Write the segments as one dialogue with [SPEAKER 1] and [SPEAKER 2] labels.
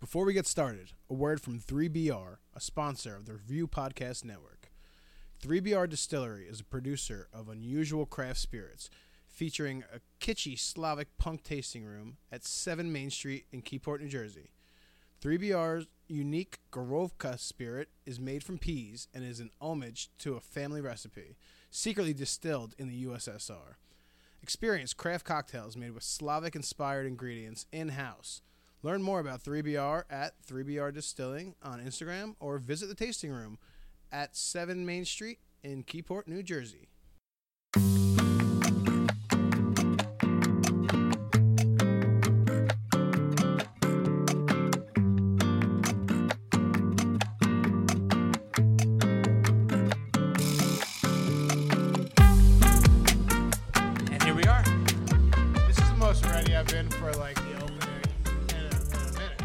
[SPEAKER 1] Before we get started, a word from 3BR, a sponsor of the Review Podcast Network. 3BR Distillery is a producer of unusual craft spirits, featuring a kitschy Slavic punk tasting room at 7 Main Street in Keyport, New Jersey. 3BR's unique Gorovka spirit is made from peas and is an homage to a family recipe, secretly distilled in the USSR. Experience craft cocktails made with Slavic inspired ingredients in house. Learn more about 3BR at 3BR Distilling on Instagram or visit the tasting room at 7 Main Street in Keyport, New Jersey.
[SPEAKER 2] And here we are.
[SPEAKER 1] This is the most ready I've been for like the opening in a, in a minute.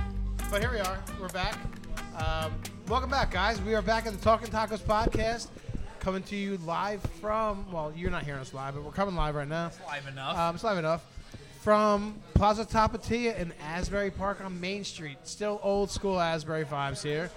[SPEAKER 1] But here we are. We're back. Um, welcome back, guys. We are back at the Talking Tacos podcast, coming to you live from. Well, you're not hearing us live, but we're coming live right now.
[SPEAKER 2] Live enough.
[SPEAKER 1] Um, it's live enough. From Plaza Tapatia in Asbury Park on Main Street. Still old school Asbury vibes here.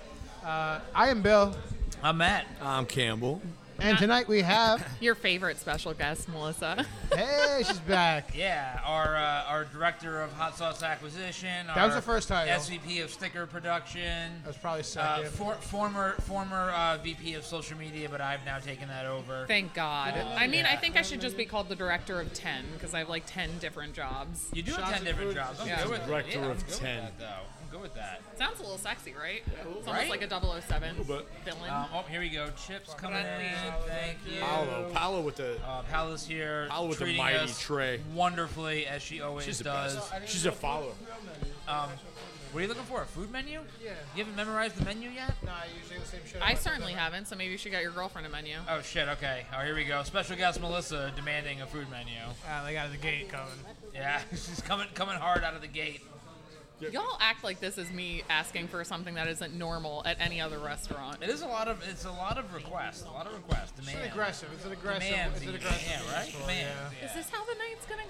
[SPEAKER 1] Uh, I am Bill,
[SPEAKER 2] I'm Matt.
[SPEAKER 3] I'm Campbell.
[SPEAKER 1] and tonight we have.
[SPEAKER 4] Your favorite special guest, Melissa.
[SPEAKER 1] hey, she's back.
[SPEAKER 2] Yeah, our uh, our director of hot sauce acquisition.
[SPEAKER 1] That was
[SPEAKER 2] our
[SPEAKER 1] the first title.
[SPEAKER 2] SVP of sticker production.
[SPEAKER 1] That was probably
[SPEAKER 2] Uh,
[SPEAKER 1] second.
[SPEAKER 2] for, former former uh, VP of social media, but I've now taken that over.
[SPEAKER 4] Thank God. I mean, I think I should just be called the director of 10 because I have like 10 different jobs.
[SPEAKER 2] you do
[SPEAKER 1] Shots
[SPEAKER 2] have ten
[SPEAKER 1] of
[SPEAKER 2] different
[SPEAKER 1] food.
[SPEAKER 2] jobs. I'm
[SPEAKER 4] Yeah.
[SPEAKER 2] good with
[SPEAKER 3] Director
[SPEAKER 2] yeah, I'm
[SPEAKER 3] of
[SPEAKER 2] good with
[SPEAKER 3] 10.
[SPEAKER 2] that, though. I'm good with that.
[SPEAKER 4] Sounds a little sexy, right? It's almost
[SPEAKER 2] Right?
[SPEAKER 4] like a 007
[SPEAKER 3] bit.
[SPEAKER 4] villain.
[SPEAKER 2] Um, oh, here we go. Chips coming in. Thank you.
[SPEAKER 3] Paolo. Paolo with the.
[SPEAKER 2] Uh, Paolo's here.
[SPEAKER 3] Paolo with the
[SPEAKER 2] treating
[SPEAKER 3] mighty
[SPEAKER 2] us
[SPEAKER 3] tray.
[SPEAKER 2] Wonderfully, as she always
[SPEAKER 3] She's the
[SPEAKER 2] does.
[SPEAKER 3] best. She's a follower.
[SPEAKER 2] What are you looking for? A food menu?
[SPEAKER 1] Yeah.
[SPEAKER 2] You haven't memorized the menu yet?
[SPEAKER 1] Nah, usually the same shit.
[SPEAKER 4] I certainly haven't, so maybe you should get your girlfriend a menu.
[SPEAKER 2] Oh shit, okay. Oh, here we go. Special guest Melissa demanding a food menu.
[SPEAKER 1] Uh, they got the gate coming.
[SPEAKER 2] Yeah, she's coming coming hard out of the gate.
[SPEAKER 4] Y'all act like this is me asking for something that isn't normal at any other restaurant.
[SPEAKER 2] It is a lot of it's a lot of requests. A lot of requests.
[SPEAKER 1] It's an
[SPEAKER 2] Demand.
[SPEAKER 1] aggressive. It's an aggressive.
[SPEAKER 2] Demand.
[SPEAKER 1] It's an aggressive.
[SPEAKER 2] Yeah, right?
[SPEAKER 1] restaurant,
[SPEAKER 2] Demand.
[SPEAKER 1] yeah.
[SPEAKER 4] Is this how the night's gonna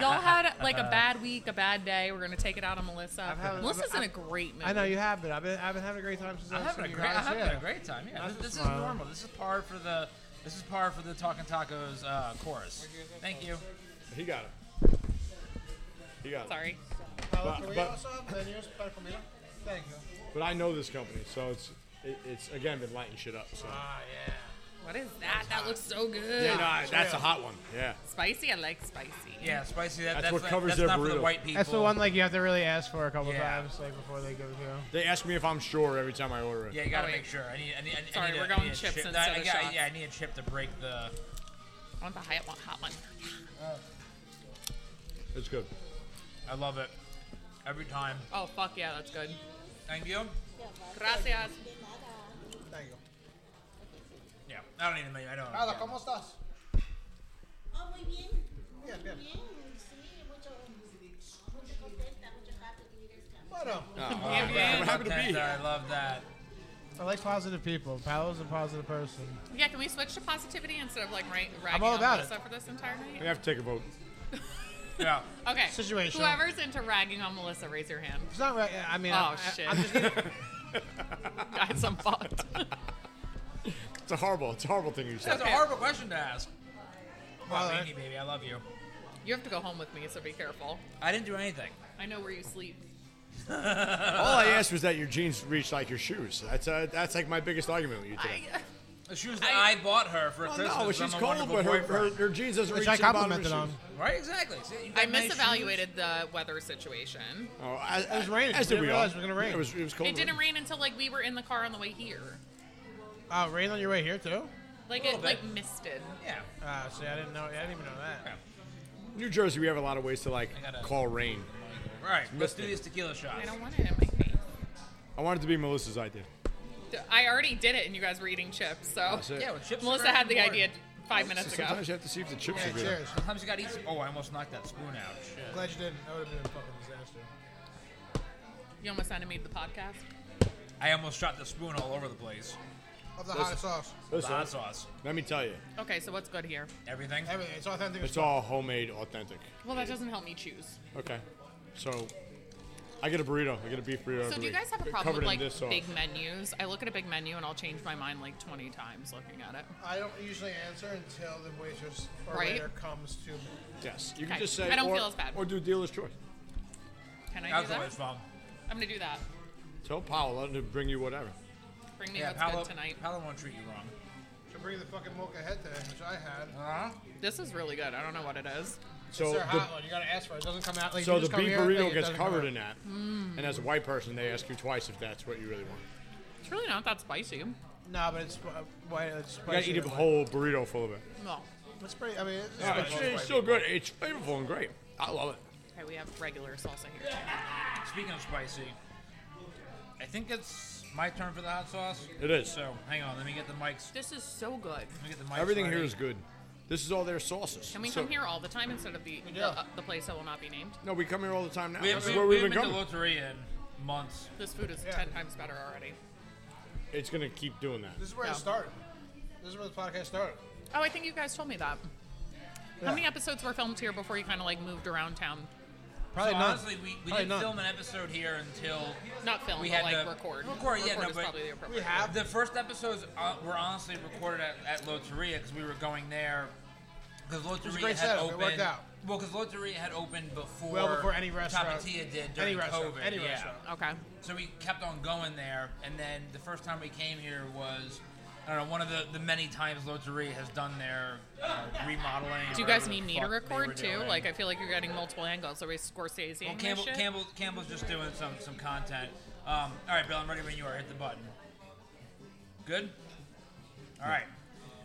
[SPEAKER 4] go? Y'all had like a bad week, a bad day. We're gonna take it out on Melissa.
[SPEAKER 1] had-
[SPEAKER 4] Melissa's
[SPEAKER 1] I've-
[SPEAKER 4] in a great mood.
[SPEAKER 1] I know you have been. I've been. I've been having a great time since
[SPEAKER 2] I'm
[SPEAKER 1] last
[SPEAKER 2] having a
[SPEAKER 1] week,
[SPEAKER 2] great I'm
[SPEAKER 1] guys,
[SPEAKER 2] having
[SPEAKER 1] yeah.
[SPEAKER 2] a great time, yeah.
[SPEAKER 1] Nice
[SPEAKER 2] This, this is
[SPEAKER 1] smile.
[SPEAKER 2] normal. This is par for the this is par for the Talking Tacos uh, chorus. Thank you.
[SPEAKER 3] He got it. He got it.
[SPEAKER 4] Sorry.
[SPEAKER 1] Paolo,
[SPEAKER 3] But-
[SPEAKER 1] can we
[SPEAKER 3] but-
[SPEAKER 1] also have menus para comida? Thank you.
[SPEAKER 3] But I know this company, so it's it, it's again been lighting shit up. So.
[SPEAKER 1] Ah, yeah.
[SPEAKER 4] What is that? That looks so good.
[SPEAKER 3] Yeah, no, I- that's a hot one. Yeah.
[SPEAKER 4] Spicy? I like spicy.
[SPEAKER 2] Yeah, spicy that,
[SPEAKER 3] That's
[SPEAKER 2] that's
[SPEAKER 3] what
[SPEAKER 2] not-
[SPEAKER 3] covers
[SPEAKER 2] that's
[SPEAKER 3] their
[SPEAKER 2] not for the
[SPEAKER 3] burrito.
[SPEAKER 2] white people.
[SPEAKER 1] That's the one like you have to really ask for a couple
[SPEAKER 2] Yeah.
[SPEAKER 1] times, like before they give it to you.
[SPEAKER 3] They ask me if I'm sure every time I order it.
[SPEAKER 2] Yeah, you gotta
[SPEAKER 4] Oh, wait.
[SPEAKER 2] make sure. I need, I need, I need,
[SPEAKER 4] Sorry,
[SPEAKER 2] I need
[SPEAKER 4] we're
[SPEAKER 2] a,
[SPEAKER 4] going
[SPEAKER 2] I need a
[SPEAKER 4] chips
[SPEAKER 2] chip.
[SPEAKER 4] instead
[SPEAKER 2] I,
[SPEAKER 4] of
[SPEAKER 2] got-
[SPEAKER 4] shots.
[SPEAKER 2] Yeah, I need a chip to break the.
[SPEAKER 4] I want the hot one. Hot one.
[SPEAKER 3] It's good.
[SPEAKER 2] I love it every time.
[SPEAKER 4] Oh fuck yeah, that's good.
[SPEAKER 2] Thank you.
[SPEAKER 4] Gracias.
[SPEAKER 1] Thank you.
[SPEAKER 2] Yeah, I don't even. I don't.
[SPEAKER 1] Paolo, Ah, ¿cómo estás?
[SPEAKER 5] Oh, muy bien.
[SPEAKER 1] Bien, bien.
[SPEAKER 5] Bien, sí, mucho, mucho contenta, mucho happy to be here.
[SPEAKER 1] Bueno.
[SPEAKER 2] Yeah,
[SPEAKER 3] man. I'm happy to be
[SPEAKER 2] Content,
[SPEAKER 3] here.
[SPEAKER 2] I love that.
[SPEAKER 1] I like positive people. Paolo's a positive person.
[SPEAKER 4] Yeah, can we switch to positivity instead of like right? ragging
[SPEAKER 1] all
[SPEAKER 4] on
[SPEAKER 1] about
[SPEAKER 4] Melissa for this entire
[SPEAKER 3] We
[SPEAKER 4] night?
[SPEAKER 3] have to take a vote.
[SPEAKER 2] Yeah.
[SPEAKER 4] Okay.
[SPEAKER 1] Situational.
[SPEAKER 4] Whoever's into ragging on Melissa, raise your hand.
[SPEAKER 1] It's not right. I mean,
[SPEAKER 4] Oh
[SPEAKER 1] I,
[SPEAKER 4] shit.
[SPEAKER 1] I, am just gonna,
[SPEAKER 4] Guys, I'm fucked.
[SPEAKER 3] It's a horrible. It's a horrible thing you said.
[SPEAKER 2] That's
[SPEAKER 4] Okay.
[SPEAKER 2] a horrible question to ask.
[SPEAKER 1] Well,
[SPEAKER 2] Wow,
[SPEAKER 1] I-
[SPEAKER 2] Mindy, baby, I love you.
[SPEAKER 4] you have to go home with me, so be careful.
[SPEAKER 2] I didn't do anything.
[SPEAKER 4] I know where you sleep.
[SPEAKER 3] All I asked was that your jeans reach like your shoes. That's uh, that's like my biggest argument with you today.
[SPEAKER 4] I,
[SPEAKER 2] The shoes that I, Oh, bought her for
[SPEAKER 3] Well,
[SPEAKER 2] Christmas.
[SPEAKER 3] no,
[SPEAKER 2] I'm
[SPEAKER 3] she's
[SPEAKER 2] a
[SPEAKER 3] cold,
[SPEAKER 2] wonderful
[SPEAKER 3] but her, her,
[SPEAKER 2] boyfriend.
[SPEAKER 3] her jeans doesn't
[SPEAKER 1] which
[SPEAKER 3] reach
[SPEAKER 1] I
[SPEAKER 3] the bottom of
[SPEAKER 1] complimented
[SPEAKER 3] her
[SPEAKER 1] on.
[SPEAKER 3] shoes.
[SPEAKER 2] Right, exactly. See, you got
[SPEAKER 4] I
[SPEAKER 2] nice shoes.
[SPEAKER 4] misevaluated the weather situation.
[SPEAKER 3] Oh, I, it
[SPEAKER 1] was raining.
[SPEAKER 3] As did
[SPEAKER 1] Didn't
[SPEAKER 3] we
[SPEAKER 1] realize
[SPEAKER 3] all.
[SPEAKER 1] it was gonna rain.
[SPEAKER 3] It was, it was cold.
[SPEAKER 4] It didn't rain until like we were in the car on the way here.
[SPEAKER 1] Uh, rain on your way here too?
[SPEAKER 4] Like
[SPEAKER 2] little
[SPEAKER 4] it like
[SPEAKER 2] bit.
[SPEAKER 4] misted.
[SPEAKER 2] Yeah.
[SPEAKER 1] Uh, see, I didn't know. I didn't even know that.
[SPEAKER 3] New Jersey, we have a lot of ways to like
[SPEAKER 2] I gotta-
[SPEAKER 3] call rain.
[SPEAKER 2] Right. Let's
[SPEAKER 3] missed
[SPEAKER 2] do
[SPEAKER 3] it.
[SPEAKER 2] these tequila shots.
[SPEAKER 4] I don't want it in my face.
[SPEAKER 3] I want it to be Melissa's idea.
[SPEAKER 4] D- I already did it, and you guys were eating chips. So
[SPEAKER 3] That's it.
[SPEAKER 2] Yeah, well, chips. are
[SPEAKER 4] Melissa
[SPEAKER 2] very
[SPEAKER 4] had the
[SPEAKER 2] important.
[SPEAKER 4] idea five
[SPEAKER 3] So
[SPEAKER 4] minutes ago.
[SPEAKER 3] sometimes you have to see if the chips
[SPEAKER 1] Yeah,
[SPEAKER 3] are good.
[SPEAKER 1] cheers.
[SPEAKER 2] Sometimes you gotta eat. Some, oh, I almost knocked that spoon out. Shit.
[SPEAKER 1] Glad you didn't. That would have been a fucking disaster.
[SPEAKER 4] You almost animated the podcast.
[SPEAKER 2] I almost shot the spoon all over the place.
[SPEAKER 1] Of the
[SPEAKER 3] Listen.
[SPEAKER 1] hot sauce.
[SPEAKER 2] The hot
[SPEAKER 3] Listen,
[SPEAKER 2] sauce.
[SPEAKER 3] let me tell you,
[SPEAKER 4] Okay, so what's good here?
[SPEAKER 2] Everything.
[SPEAKER 1] Everything. It's authentic. as
[SPEAKER 3] it's all homemade, authentic.
[SPEAKER 4] Well, that doesn't help me choose.
[SPEAKER 3] Okay, so I get a burrito. I get a beef burrito.
[SPEAKER 4] So
[SPEAKER 3] every
[SPEAKER 4] do you
[SPEAKER 3] week.
[SPEAKER 4] guys have a
[SPEAKER 3] They're
[SPEAKER 4] problem
[SPEAKER 3] covered
[SPEAKER 4] with
[SPEAKER 3] in
[SPEAKER 4] like
[SPEAKER 3] this sauce.
[SPEAKER 4] big menus? I look at a big menu and I'll change my mind like 20 times looking at it.
[SPEAKER 1] I don't usually answer until the waitress or
[SPEAKER 4] Right.
[SPEAKER 1] waiter comes to me.
[SPEAKER 3] Yes, you
[SPEAKER 4] Okay.
[SPEAKER 3] can just say.
[SPEAKER 4] I don't
[SPEAKER 3] or,
[SPEAKER 4] feel as bad.
[SPEAKER 3] Or do dealer's choice.
[SPEAKER 4] Can I do
[SPEAKER 2] Afterwards,
[SPEAKER 4] that?
[SPEAKER 2] Mom.
[SPEAKER 4] I'm gonna do that.
[SPEAKER 3] Tell Paolo let him bring you whatever.
[SPEAKER 4] Bring me
[SPEAKER 2] Yeah,
[SPEAKER 4] what's
[SPEAKER 2] Paolo,
[SPEAKER 4] good tonight.
[SPEAKER 2] Paolo won't treat you wrong.
[SPEAKER 1] She'll bring the fucking mocha head today, which I had.
[SPEAKER 2] Huh?
[SPEAKER 4] This is really good. I don't know what it is.
[SPEAKER 3] So
[SPEAKER 1] it's their
[SPEAKER 3] the,
[SPEAKER 1] hot one. You gotta ask for it. It doesn't come out. Like,
[SPEAKER 3] so
[SPEAKER 1] you
[SPEAKER 3] the
[SPEAKER 1] just come
[SPEAKER 3] beef
[SPEAKER 1] here, like,
[SPEAKER 3] burrito
[SPEAKER 1] it
[SPEAKER 3] gets
[SPEAKER 1] doesn't
[SPEAKER 3] covered
[SPEAKER 1] come
[SPEAKER 3] in that, and as a white person, they ask you twice if that's what you really want.
[SPEAKER 4] It's really not that spicy.
[SPEAKER 1] out. No, but it's uh, why it's
[SPEAKER 3] You gotta
[SPEAKER 1] spicy.
[SPEAKER 3] eat a whole burrito full of it.
[SPEAKER 4] No.
[SPEAKER 1] It's pretty. I mean, it's
[SPEAKER 3] Yeah,
[SPEAKER 1] spicy.
[SPEAKER 3] it's, it's still good. It's flavorful and great. I love it.
[SPEAKER 4] Okay, we have regular salsa here.
[SPEAKER 2] Speaking of spicy, I think it's my turn for the hot sauce.
[SPEAKER 3] It is.
[SPEAKER 2] So hang on, let me get the mics.
[SPEAKER 4] This is so good.
[SPEAKER 2] Let me get the mics.
[SPEAKER 3] Everything
[SPEAKER 2] ready.
[SPEAKER 3] here is good. This is all their sauces.
[SPEAKER 4] Can we
[SPEAKER 3] So-
[SPEAKER 4] come here all the time instead of the the,
[SPEAKER 1] Yeah.
[SPEAKER 4] uh, the place that will not be named?
[SPEAKER 3] No, we come here all the time now.
[SPEAKER 2] We
[SPEAKER 3] this
[SPEAKER 2] haven't
[SPEAKER 3] is
[SPEAKER 2] we,
[SPEAKER 3] where
[SPEAKER 2] we
[SPEAKER 3] we've been
[SPEAKER 2] haven't been
[SPEAKER 3] coming.
[SPEAKER 2] to Loteria in months.
[SPEAKER 4] This food is
[SPEAKER 1] Yeah.
[SPEAKER 4] 10 times better already.
[SPEAKER 3] it's gonna keep doing that.
[SPEAKER 1] This is where
[SPEAKER 4] Yeah.
[SPEAKER 1] it started. This is where the podcast started.
[SPEAKER 4] Oh, I think you guys told me that.
[SPEAKER 1] Yeah.
[SPEAKER 4] How many episodes were filmed here before you kind of like moved around town?
[SPEAKER 1] Probably
[SPEAKER 2] so
[SPEAKER 1] not.
[SPEAKER 2] honestly, we, we
[SPEAKER 1] Probably
[SPEAKER 2] didn't
[SPEAKER 1] none.
[SPEAKER 2] film an episode here until
[SPEAKER 4] Not film,
[SPEAKER 2] we
[SPEAKER 4] but
[SPEAKER 2] had
[SPEAKER 4] like
[SPEAKER 2] to
[SPEAKER 4] record.
[SPEAKER 2] Record, yeah, no,
[SPEAKER 4] is
[SPEAKER 2] but
[SPEAKER 4] probably the appropriate.
[SPEAKER 1] we have
[SPEAKER 2] the first episodes uh, were honestly recorded at, at Loteria because we were going there because
[SPEAKER 1] was a
[SPEAKER 2] Loteria
[SPEAKER 1] great
[SPEAKER 2] had
[SPEAKER 1] setup. It
[SPEAKER 2] opened.
[SPEAKER 1] worked out.
[SPEAKER 2] Well, because Loteria had opened before
[SPEAKER 1] well before any restaurant.
[SPEAKER 2] Tapatia did during
[SPEAKER 1] any restaurant.
[SPEAKER 2] COVID.
[SPEAKER 1] Any
[SPEAKER 2] yeah.
[SPEAKER 1] restaurant.
[SPEAKER 4] Okay.
[SPEAKER 2] So we kept on going there, and then the first time we came here was. I don't know. One of the, the many times Loteria has done their uh, remodeling.
[SPEAKER 4] Do you
[SPEAKER 2] or
[SPEAKER 4] guys
[SPEAKER 2] whatever the
[SPEAKER 4] need me to
[SPEAKER 2] fuck they were
[SPEAKER 4] record too?
[SPEAKER 2] doing.
[SPEAKER 4] Like, I feel like you're getting multiple angles. Are we Scorsese?
[SPEAKER 2] Well, Campbell,
[SPEAKER 4] shit?
[SPEAKER 2] Campbell, Campbell's just doing some some content. Um, all right, Bill, I'm ready when you are. Hit the button. Good. All right,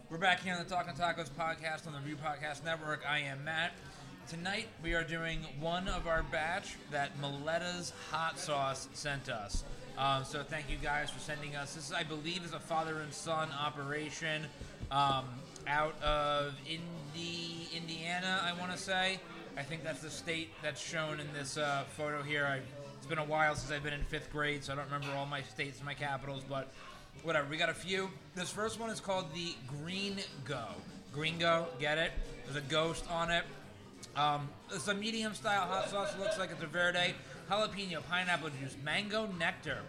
[SPEAKER 2] we're back here on the Talking Tacos podcast on the Review Podcast Network. I am Matt. Tonight we are doing one of our batch that Miletta's Hot Sauce sent us. Um, so thank you guys for sending us. This, I believe, is a father and son operation um, out of Indi- Indiana. I want to say. I think that's the state that's shown in this uh, photo here. I, it's been a while since I've been in fifth grade, so I don't remember all my states and my capitals, but whatever. We got a few. This first one is called the Green Go. Green Go, get it? There's a ghost on it. Um, it's a medium style hot sauce. It looks like it's a verde, jalapeno, pineapple juice, mango nectar,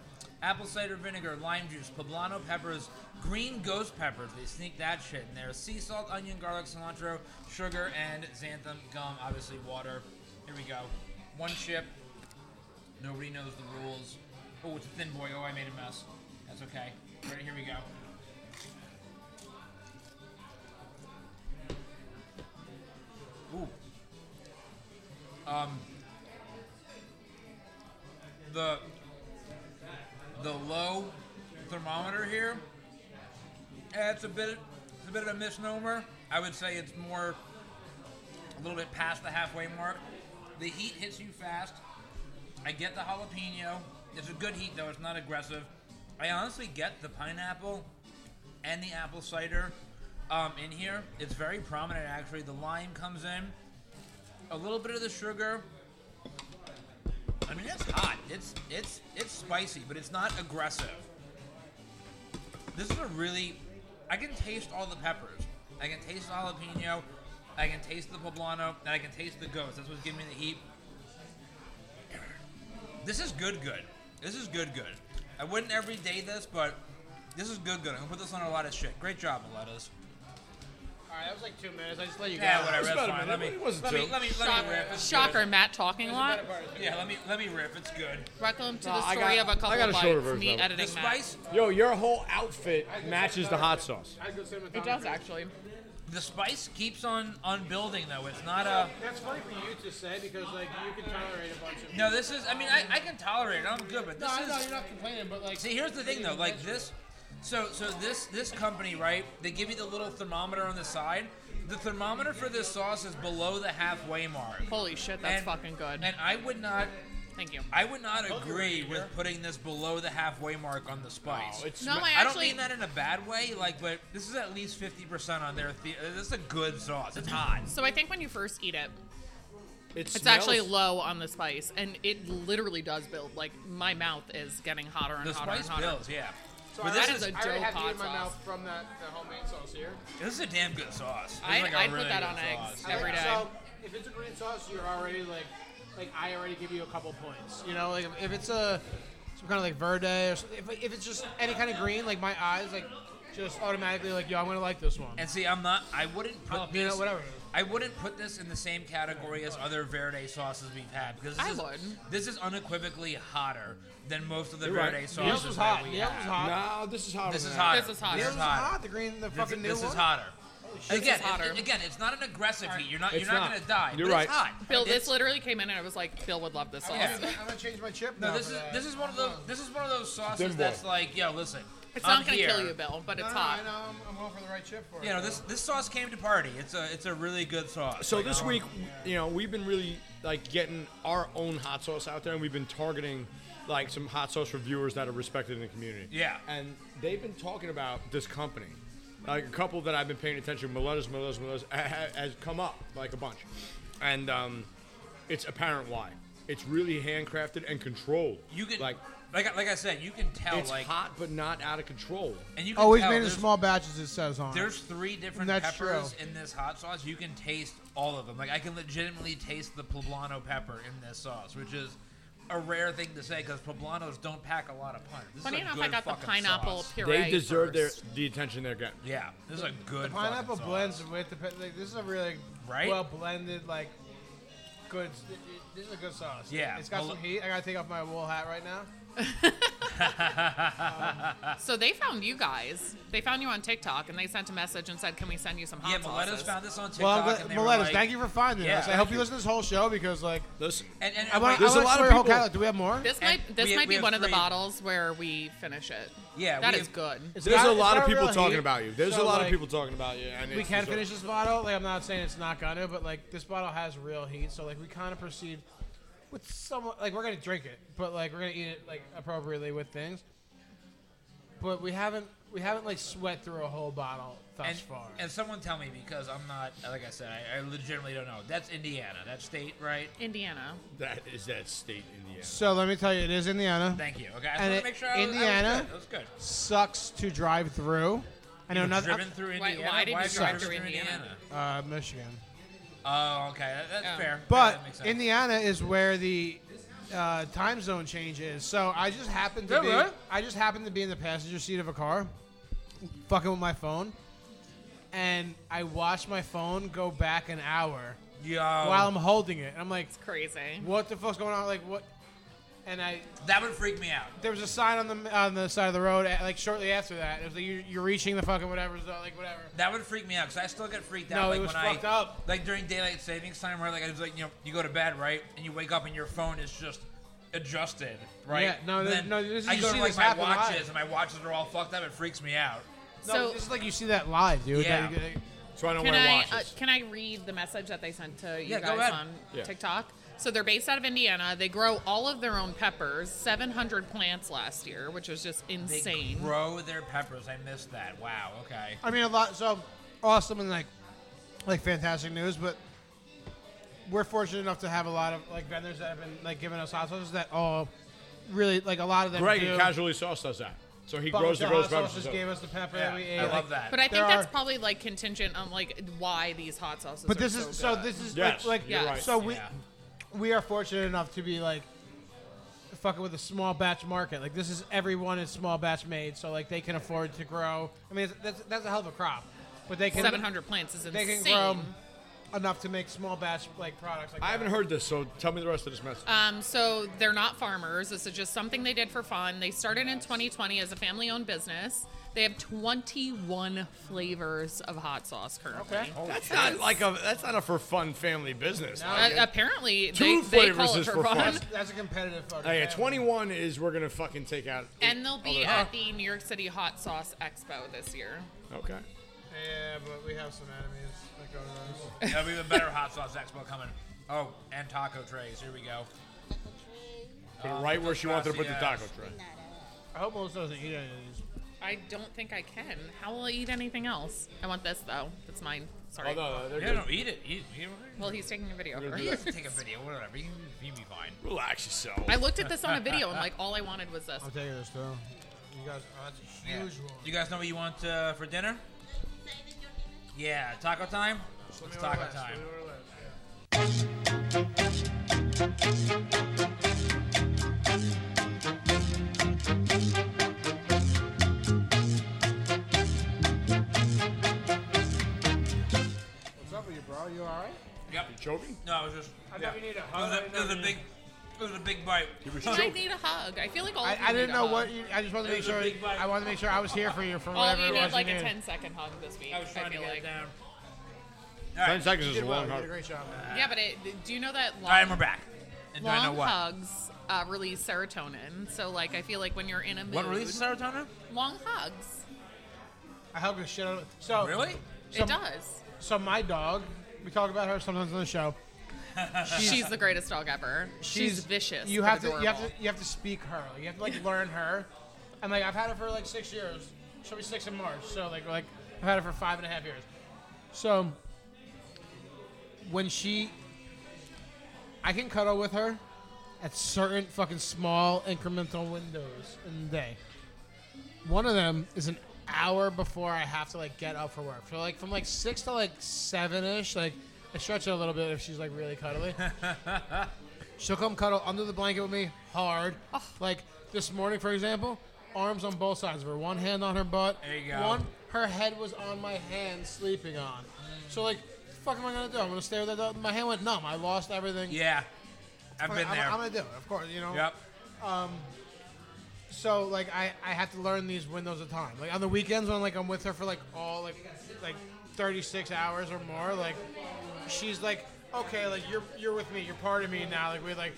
[SPEAKER 2] apple cider vinegar, lime juice, poblano peppers, green ghost peppers. They sneak that shit in there. Sea salt, onion, garlic, cilantro, sugar, and xanthan gum. Obviously, water. Here we go. One chip. Nobody knows the rules. Oh, it's a thin boy. Oh, I made a mess. That's okay. Ready? Here we go. Ooh. Um, the the low thermometer here. eh, It's a bit it's a bit of a misnomer. I would say it's more a little bit past the halfway mark. The heat hits you fast. I get the jalapeno. It's a good heat though. It's not aggressive. I honestly get the pineapple and the apple cider um, in here. It's very prominent actually. The lime comes in a little bit of the sugar. I mean, it's hot. It's it's it's spicy, but it's not aggressive. This is a really. I can taste all the peppers. I can taste the jalapeno. I can taste the poblano, and I can taste the ghost. That's what's giving me the heat. This is good, good. This is good, good. I wouldn't every day this, but this is good, good. I'm gonna put this on a lot of shit. Great job, Miletta's.
[SPEAKER 1] All right, that was like two minutes. I just let you
[SPEAKER 2] Yeah,
[SPEAKER 1] go.
[SPEAKER 2] whatever.
[SPEAKER 3] It's
[SPEAKER 2] That's
[SPEAKER 3] about a
[SPEAKER 2] fine. Let me
[SPEAKER 3] minute. It wasn't
[SPEAKER 2] let me
[SPEAKER 3] too-
[SPEAKER 2] let me let me rip.
[SPEAKER 4] Shocker,
[SPEAKER 2] It's
[SPEAKER 4] shocker
[SPEAKER 2] good.
[SPEAKER 4] Matt talking a lot.
[SPEAKER 2] Yeah, let me let me rip. It's good.
[SPEAKER 4] Welcome to
[SPEAKER 3] No,
[SPEAKER 4] the
[SPEAKER 3] I
[SPEAKER 4] story
[SPEAKER 3] got-
[SPEAKER 4] of a
[SPEAKER 3] I
[SPEAKER 4] couple
[SPEAKER 3] got a shorter
[SPEAKER 4] bites.
[SPEAKER 3] version
[SPEAKER 4] Me
[SPEAKER 3] of it.
[SPEAKER 4] editing
[SPEAKER 2] The spice,
[SPEAKER 3] Yo, your whole outfit matches the hot sauce.
[SPEAKER 4] Matt. It does actually.
[SPEAKER 2] the spice keeps on on building though. It's not a
[SPEAKER 1] That's funny for you to say because like you can tolerate a bunch of.
[SPEAKER 2] no. This is. I mean, I, I can tolerate it. I'm good, but
[SPEAKER 1] No,
[SPEAKER 2] this
[SPEAKER 1] I
[SPEAKER 2] is.
[SPEAKER 1] know you're not complaining, but like.
[SPEAKER 2] See, here's the thing though. Like this, so so this this company, right? They give you the little thermometer on the side. The thermometer for this sauce is below the halfway mark.
[SPEAKER 4] Holy shit, that's
[SPEAKER 2] And-
[SPEAKER 4] fucking good.
[SPEAKER 2] And I would not.
[SPEAKER 4] Thank you.
[SPEAKER 2] I would not agree with putting this below the halfway mark on the spice.
[SPEAKER 3] it's
[SPEAKER 4] no, I
[SPEAKER 2] I don't
[SPEAKER 4] actually.
[SPEAKER 2] mean that in a bad way, like, but this is at least fifty percent on their. The- uh, this is a good sauce. It's hot.
[SPEAKER 4] so I think when you first eat it,
[SPEAKER 3] it
[SPEAKER 4] it's
[SPEAKER 3] smells-
[SPEAKER 4] actually low on the spice, and it literally does build. Like my mouth is getting hotter and
[SPEAKER 2] The
[SPEAKER 4] hotter and
[SPEAKER 2] spice
[SPEAKER 4] hotter.
[SPEAKER 2] bills, yeah.
[SPEAKER 1] So
[SPEAKER 4] Well,
[SPEAKER 1] I
[SPEAKER 4] that
[SPEAKER 1] already-
[SPEAKER 4] is a
[SPEAKER 1] I already
[SPEAKER 4] dope
[SPEAKER 1] have
[SPEAKER 4] hot
[SPEAKER 1] in my
[SPEAKER 4] sauce.
[SPEAKER 1] mouth from that the homemade sauce here.
[SPEAKER 2] This is a damn good sauce. This is
[SPEAKER 4] I'd-
[SPEAKER 2] like a
[SPEAKER 4] I'd put
[SPEAKER 2] really
[SPEAKER 4] that
[SPEAKER 2] good
[SPEAKER 4] on eggs.
[SPEAKER 2] sauce.
[SPEAKER 4] Every
[SPEAKER 1] like,
[SPEAKER 4] day.
[SPEAKER 1] So if it's a green sauce, you're already like like I already give you a couple points. You know, like if- if it's a some kind of like verde or some- if, if it's just any kind of green, like my eyes like just automatically like yo, I'm gonna like this one.
[SPEAKER 2] And see, I'm not. I wouldn't put
[SPEAKER 1] Jalapeno,
[SPEAKER 2] this.
[SPEAKER 1] whatever it is.
[SPEAKER 2] I wouldn't put this in the same category as other Verde sauces we've had because this
[SPEAKER 4] I
[SPEAKER 2] is
[SPEAKER 4] would.
[SPEAKER 2] this is unequivocally hotter than most of the
[SPEAKER 3] You're right.
[SPEAKER 2] Verde
[SPEAKER 1] The
[SPEAKER 2] sauces.
[SPEAKER 1] other was
[SPEAKER 2] that
[SPEAKER 1] hot.
[SPEAKER 2] we
[SPEAKER 1] The other was
[SPEAKER 2] had.
[SPEAKER 1] hot.
[SPEAKER 3] No, this is hotter.
[SPEAKER 2] This is
[SPEAKER 3] than
[SPEAKER 2] hotter.
[SPEAKER 4] This is hotter.
[SPEAKER 1] The
[SPEAKER 2] This
[SPEAKER 1] other
[SPEAKER 2] is
[SPEAKER 1] was
[SPEAKER 2] hotter.
[SPEAKER 1] hot. The green, the
[SPEAKER 2] This,
[SPEAKER 1] fucking new
[SPEAKER 2] this
[SPEAKER 1] one.
[SPEAKER 2] is hotter. Again,
[SPEAKER 4] This is
[SPEAKER 2] it-
[SPEAKER 4] hotter.
[SPEAKER 2] again, it's not an aggressive heat. You're not.
[SPEAKER 3] It's
[SPEAKER 2] you're not,
[SPEAKER 3] not.
[SPEAKER 2] gonna die.
[SPEAKER 3] You're
[SPEAKER 2] but
[SPEAKER 3] right.
[SPEAKER 2] It's hot.
[SPEAKER 4] Bill,
[SPEAKER 2] It's-
[SPEAKER 4] this literally came in and I was like, Bill would love this sauce.
[SPEAKER 2] Yeah.
[SPEAKER 1] I'm gonna change my chip.
[SPEAKER 2] No,
[SPEAKER 1] now
[SPEAKER 2] this
[SPEAKER 1] for
[SPEAKER 2] is
[SPEAKER 1] that.
[SPEAKER 2] this is one of those this is one of those sauces
[SPEAKER 3] Dimble.
[SPEAKER 2] that's like, yo, listen.
[SPEAKER 4] It's
[SPEAKER 2] I'm
[SPEAKER 4] not gonna
[SPEAKER 2] here.
[SPEAKER 4] kill you, Bill, but
[SPEAKER 1] No,
[SPEAKER 4] it's
[SPEAKER 1] no,
[SPEAKER 4] hot.
[SPEAKER 1] I know. I'm, I'm going for the right chip for it.
[SPEAKER 2] You know, this this sauce came to party. It's a it's a really good sauce.
[SPEAKER 3] So
[SPEAKER 2] Like,
[SPEAKER 3] this
[SPEAKER 2] I
[SPEAKER 3] week,
[SPEAKER 2] don't-
[SPEAKER 3] you know, we've been really like getting our own hot sauce out there, and we've been targeting like some hot sauce reviewers that are respected in the community.
[SPEAKER 2] Yeah.
[SPEAKER 3] and they've been talking about this company. Like a couple that I've been paying attention, Miletta's, Miletta's, Miletta's, ha- ha- has come up like a bunch, and um, it's apparent why. It's really handcrafted and controlled.
[SPEAKER 2] you can
[SPEAKER 3] like
[SPEAKER 2] like like, I said, you can tell
[SPEAKER 3] it's
[SPEAKER 2] like
[SPEAKER 3] hot, but not out of control.
[SPEAKER 2] and you can
[SPEAKER 1] Always Oh,
[SPEAKER 2] tell
[SPEAKER 1] made in
[SPEAKER 2] there's-
[SPEAKER 1] small batches. It says on.
[SPEAKER 2] There's three different
[SPEAKER 1] That's
[SPEAKER 2] peppers
[SPEAKER 1] true.
[SPEAKER 2] in this hot sauce. You can taste all of them. Like I can legitimately taste the poblano pepper in this sauce, which is a rare thing to say because poblanos don't pack a lot of punch. This
[SPEAKER 4] Funny
[SPEAKER 2] is a
[SPEAKER 4] enough,
[SPEAKER 2] good
[SPEAKER 4] I got the
[SPEAKER 2] fucking
[SPEAKER 4] pineapple
[SPEAKER 2] Sauce.
[SPEAKER 4] puree.
[SPEAKER 3] They deserve their
[SPEAKER 4] first.
[SPEAKER 3] the attention they're getting.
[SPEAKER 2] Yeah, this is a good fucking
[SPEAKER 1] Pineapple
[SPEAKER 2] sauce.
[SPEAKER 1] blends with the pe- like, this is a really
[SPEAKER 2] Right?
[SPEAKER 1] well blended like good. This is a good sauce.
[SPEAKER 2] Yeah.
[SPEAKER 1] it's got
[SPEAKER 2] Well,
[SPEAKER 1] some heat. I gotta take off my wool hat right now.
[SPEAKER 4] So they found you guys. They found you on TikTok and they sent a message and said, "Can we send you some hot
[SPEAKER 2] Yeah, Miletta's
[SPEAKER 4] sauces?"
[SPEAKER 2] found this on TikTok.
[SPEAKER 1] Well, I'm
[SPEAKER 2] and
[SPEAKER 1] glad,
[SPEAKER 2] they were
[SPEAKER 1] Miletus,
[SPEAKER 2] like-
[SPEAKER 1] thank you for finding
[SPEAKER 2] Yeah,
[SPEAKER 1] us. I hope
[SPEAKER 2] thank
[SPEAKER 1] you listen to this whole show because like
[SPEAKER 3] Listen,
[SPEAKER 2] And, and,
[SPEAKER 1] I
[SPEAKER 2] and
[SPEAKER 1] want
[SPEAKER 2] wait,
[SPEAKER 3] There's
[SPEAKER 1] to
[SPEAKER 3] a lot of
[SPEAKER 1] whole
[SPEAKER 3] people-
[SPEAKER 1] catalog. Do we have more?
[SPEAKER 4] This
[SPEAKER 2] And
[SPEAKER 4] might this
[SPEAKER 2] we-
[SPEAKER 4] might
[SPEAKER 2] we
[SPEAKER 4] be
[SPEAKER 2] have
[SPEAKER 4] one of the
[SPEAKER 2] three-
[SPEAKER 4] bottles where we finish it.
[SPEAKER 2] Yeah,
[SPEAKER 4] that
[SPEAKER 2] we
[SPEAKER 4] is
[SPEAKER 2] have-
[SPEAKER 4] good.
[SPEAKER 3] There's
[SPEAKER 1] got-
[SPEAKER 3] a
[SPEAKER 1] it's
[SPEAKER 3] lot
[SPEAKER 1] got
[SPEAKER 3] of
[SPEAKER 1] a
[SPEAKER 3] people
[SPEAKER 1] real
[SPEAKER 3] talking
[SPEAKER 1] heat,
[SPEAKER 3] about you. There's
[SPEAKER 1] so,
[SPEAKER 3] a lot
[SPEAKER 1] like,
[SPEAKER 3] of people talking about you. And
[SPEAKER 1] we
[SPEAKER 3] it's
[SPEAKER 1] can
[SPEAKER 3] just a-
[SPEAKER 1] finish this bottle. Like I'm not saying it's not gonna, but like this bottle has real heat, so like we kind of proceed with somewhat. Like we're gonna drink it, but like we're gonna eat it like appropriately with things. But we haven't we haven't like sweat through a whole bottle thus
[SPEAKER 2] and,
[SPEAKER 1] far.
[SPEAKER 2] and someone tell me because I'm not, like I said, I, I legitimately don't know. That's Indiana, that state, right?
[SPEAKER 4] Indiana.
[SPEAKER 3] That is that state, Indiana.
[SPEAKER 1] so let me tell you, it is Indiana.
[SPEAKER 2] Thank you. Okay, I just
[SPEAKER 1] And
[SPEAKER 2] wanted
[SPEAKER 1] it-
[SPEAKER 2] to make sure I was,
[SPEAKER 1] Indiana-
[SPEAKER 2] I was good. That was good.
[SPEAKER 1] Sucks to drive through. I know
[SPEAKER 2] You've
[SPEAKER 1] nothing.
[SPEAKER 2] driven through
[SPEAKER 4] Why-
[SPEAKER 2] Indiana.
[SPEAKER 4] why did you
[SPEAKER 2] have
[SPEAKER 4] drive
[SPEAKER 2] driven
[SPEAKER 4] through Indiana?
[SPEAKER 1] Uh, Michigan.
[SPEAKER 2] Oh, okay, that, that's
[SPEAKER 4] Yeah.
[SPEAKER 2] fair. yeah,
[SPEAKER 1] But
[SPEAKER 2] that makes sense.
[SPEAKER 1] Indiana is where the uh, time zone change is. So I just happened to
[SPEAKER 2] Yeah,
[SPEAKER 1] be
[SPEAKER 2] right.
[SPEAKER 1] I just happened to be in the passenger seat of a car, fucking with my phone, and I watched my phone go back an hour
[SPEAKER 2] Yo,
[SPEAKER 1] while I'm holding it, and I'm like,
[SPEAKER 4] It's crazy.
[SPEAKER 1] "What the fuck's going on?" Like what? And I
[SPEAKER 2] that would freak me out.
[SPEAKER 1] there was a sign on the on the side of the road uh, like shortly after that. It was like you're, you're reaching the fucking whatever zone, like whatever.
[SPEAKER 2] That would freak me out because I still get freaked out.
[SPEAKER 1] No, it
[SPEAKER 2] like
[SPEAKER 1] was
[SPEAKER 2] when
[SPEAKER 1] fucked
[SPEAKER 2] I,
[SPEAKER 1] up.
[SPEAKER 2] Like during daylight savings time, right? Like I was like, you know, you go to bed, right, and you wake up and your phone is just adjusted, right?
[SPEAKER 1] Yeah, no,
[SPEAKER 2] And
[SPEAKER 1] th-
[SPEAKER 2] then
[SPEAKER 1] no, this is
[SPEAKER 2] I just
[SPEAKER 1] gonna,
[SPEAKER 2] see
[SPEAKER 1] like,
[SPEAKER 2] like my
[SPEAKER 1] happen
[SPEAKER 2] watches,
[SPEAKER 1] live.
[SPEAKER 2] and my watches are all fucked up. It freaks me out.
[SPEAKER 1] No,
[SPEAKER 4] So
[SPEAKER 1] this is like you see that live, dude.
[SPEAKER 2] Yeah.
[SPEAKER 1] That you get-
[SPEAKER 3] So I don't
[SPEAKER 4] Can
[SPEAKER 3] wear
[SPEAKER 4] I
[SPEAKER 3] watches.
[SPEAKER 4] uh, can I read the message that they sent to you
[SPEAKER 2] Yeah, go
[SPEAKER 4] guys
[SPEAKER 2] ahead.
[SPEAKER 4] on
[SPEAKER 3] Yeah.
[SPEAKER 4] TikTok? So they're based out of Indiana. They grow all of their own peppers, 700 plants last year, which is just
[SPEAKER 2] They
[SPEAKER 4] insane.
[SPEAKER 2] grow their peppers. I missed that. Wow. Okay.
[SPEAKER 1] I mean, a lot. So awesome and like, like fantastic news. But we're fortunate enough to have a lot of like vendors that have been like giving us hot sauces that all really like a lot of them.
[SPEAKER 3] Greg
[SPEAKER 1] do.
[SPEAKER 3] casually sauce does that. So he
[SPEAKER 1] But
[SPEAKER 3] grows the
[SPEAKER 1] the
[SPEAKER 3] rose
[SPEAKER 1] hot
[SPEAKER 3] peppers.
[SPEAKER 1] sauces gave us the pepper that we ate.
[SPEAKER 2] I
[SPEAKER 1] like-
[SPEAKER 2] love that.
[SPEAKER 4] but I
[SPEAKER 1] There
[SPEAKER 4] think that's
[SPEAKER 1] are-
[SPEAKER 4] probably like contingent on like why these hot sauces.
[SPEAKER 1] But
[SPEAKER 4] are
[SPEAKER 1] this
[SPEAKER 4] so
[SPEAKER 1] is so.
[SPEAKER 4] good.
[SPEAKER 1] This is
[SPEAKER 3] Yes,
[SPEAKER 1] like,
[SPEAKER 3] you're
[SPEAKER 4] Yes.
[SPEAKER 3] right.
[SPEAKER 1] so we
[SPEAKER 2] Yeah.
[SPEAKER 1] we are fortunate enough to be like fucking with a small batch market. Like this is everyone is small batch made, so like they can afford to grow. I mean, it's, that's that's a hell of a crop, but they can
[SPEAKER 4] 700 plants is
[SPEAKER 1] they
[SPEAKER 4] insane.
[SPEAKER 1] can grow enough to make small batch like products. Like
[SPEAKER 3] I
[SPEAKER 1] that.
[SPEAKER 3] haven't heard this, so tell me the rest of this message.
[SPEAKER 4] Um, so they're not farmers. This is just something they did for fun. They started in 2020 as a family-owned business. They have 21 flavors of hot sauce currently.
[SPEAKER 1] Okay.
[SPEAKER 3] that's not like a that's not a for fun family business.
[SPEAKER 4] Uh, apparently,
[SPEAKER 3] Two
[SPEAKER 4] they, they
[SPEAKER 3] flavors
[SPEAKER 4] call it
[SPEAKER 3] is
[SPEAKER 4] for
[SPEAKER 3] for
[SPEAKER 4] fun.
[SPEAKER 3] fun.
[SPEAKER 1] That's a competitive photo.
[SPEAKER 2] Oh,
[SPEAKER 3] Hey, at 21 is we're gonna fucking take out.
[SPEAKER 4] And they'll be
[SPEAKER 3] other-
[SPEAKER 4] at the New York City Hot Sauce Expo this year.
[SPEAKER 3] Okay.
[SPEAKER 1] Yeah, but we have some enemies that go to those.
[SPEAKER 2] That'll be the better hot sauce expo coming. Oh, and taco trays. Here we go.
[SPEAKER 5] Taco tray,
[SPEAKER 3] Put it right where she wanted to put the
[SPEAKER 2] Yes.
[SPEAKER 3] taco tray.
[SPEAKER 5] nada.
[SPEAKER 1] I hope Melissa doesn't eat any of these.
[SPEAKER 4] I don't think I can. How will I eat anything else? I want this though. That's mine. Sorry.
[SPEAKER 3] Oh no, they're
[SPEAKER 2] Yeah,
[SPEAKER 3] good.
[SPEAKER 2] no, eat it. Eat. eat it.
[SPEAKER 4] Well, he's taking a video.
[SPEAKER 3] gonna do
[SPEAKER 2] You
[SPEAKER 4] first.
[SPEAKER 2] have to take a video. Whatever. You can you can be fine.
[SPEAKER 3] Relax yourself.
[SPEAKER 4] I looked at this on a video and like all I wanted was this.
[SPEAKER 1] I'm taking this too. You guys, oh, that's a
[SPEAKER 2] Yeah.
[SPEAKER 1] huge one.
[SPEAKER 2] You guys know what you want uh, for dinner?
[SPEAKER 5] Decided your dinner?
[SPEAKER 2] Yeah, taco time. It's taco time.
[SPEAKER 1] What's up with you, bro? You all right?
[SPEAKER 2] Yep.
[SPEAKER 3] Choking?
[SPEAKER 2] No, I was just.
[SPEAKER 1] I
[SPEAKER 3] Yeah.
[SPEAKER 1] thought you needed a
[SPEAKER 2] It
[SPEAKER 1] hug.
[SPEAKER 2] was a, it was a big. It was a big bite.
[SPEAKER 3] He was
[SPEAKER 4] I
[SPEAKER 3] choking.
[SPEAKER 4] need a hug. I feel like all
[SPEAKER 1] I,
[SPEAKER 4] of you
[SPEAKER 1] I didn't
[SPEAKER 4] need a
[SPEAKER 1] know
[SPEAKER 4] hug.
[SPEAKER 1] what you. I just wanted to
[SPEAKER 2] It
[SPEAKER 1] make
[SPEAKER 2] was a
[SPEAKER 1] sure.
[SPEAKER 2] big bite.
[SPEAKER 1] I wanted to make sure I was here for you for
[SPEAKER 4] All of
[SPEAKER 1] whatever
[SPEAKER 4] Oh, you
[SPEAKER 1] it
[SPEAKER 4] need
[SPEAKER 1] was.
[SPEAKER 4] like
[SPEAKER 1] you
[SPEAKER 4] a
[SPEAKER 1] needed.
[SPEAKER 4] 10 second hug this week.
[SPEAKER 2] I was trying to
[SPEAKER 4] feel
[SPEAKER 2] get
[SPEAKER 4] like.
[SPEAKER 2] it down. All
[SPEAKER 3] Ten
[SPEAKER 2] right.
[SPEAKER 3] seconds
[SPEAKER 1] You
[SPEAKER 3] is
[SPEAKER 1] did
[SPEAKER 3] a
[SPEAKER 1] well.
[SPEAKER 3] long
[SPEAKER 1] You did a
[SPEAKER 3] hug.
[SPEAKER 1] great job. man.
[SPEAKER 4] Yeah, but it, do you know that long,
[SPEAKER 2] All right, and we're back. And do I know
[SPEAKER 4] long
[SPEAKER 2] what?
[SPEAKER 4] hugs uh, release serotonin? So, like, I feel like when you're in a mood.
[SPEAKER 2] What releases serotonin?
[SPEAKER 4] Long hugs.
[SPEAKER 1] I hugged the shit out of it. So
[SPEAKER 2] Really?
[SPEAKER 1] Some-
[SPEAKER 4] it does.
[SPEAKER 1] So my dog, we talk about her sometimes on the show.
[SPEAKER 4] She's, the greatest dog ever. She's, vicious.
[SPEAKER 1] You
[SPEAKER 4] but
[SPEAKER 1] have to you have
[SPEAKER 4] adorable.
[SPEAKER 1] to you have to speak her. You have to like learn her. And like I've had her for like six years. She'll be six in March. So like like I've had her for five and a half years. So when she, I can cuddle with her at certain fucking small incremental windows in the day. One of them is an hour before I have to like get up for work. So like from like six to like seven ish, like I stretch it a little bit if she's like really cuddly. She'll come cuddle under the blanket with me hard.
[SPEAKER 2] Ah.
[SPEAKER 1] Like this morning, for example, arms on both sides of her, one hand on her butt,
[SPEAKER 2] There you go.
[SPEAKER 1] one her head was on my hand sleeping on. So like, the fuck am I gonna do? I'm gonna stay with that dog. My hand went numb. I lost everything.
[SPEAKER 2] Yeah. I've
[SPEAKER 1] I'm,
[SPEAKER 2] been
[SPEAKER 1] I'm-
[SPEAKER 2] there.
[SPEAKER 1] I'm gonna do it, of course. You know.
[SPEAKER 2] Yep.
[SPEAKER 1] So like I, I have to learn these windows of time. Like on the weekends when like I'm with her for like all like like 36 hours or more, like she's like okay, like you're you're with me, you're part of me now. Like we like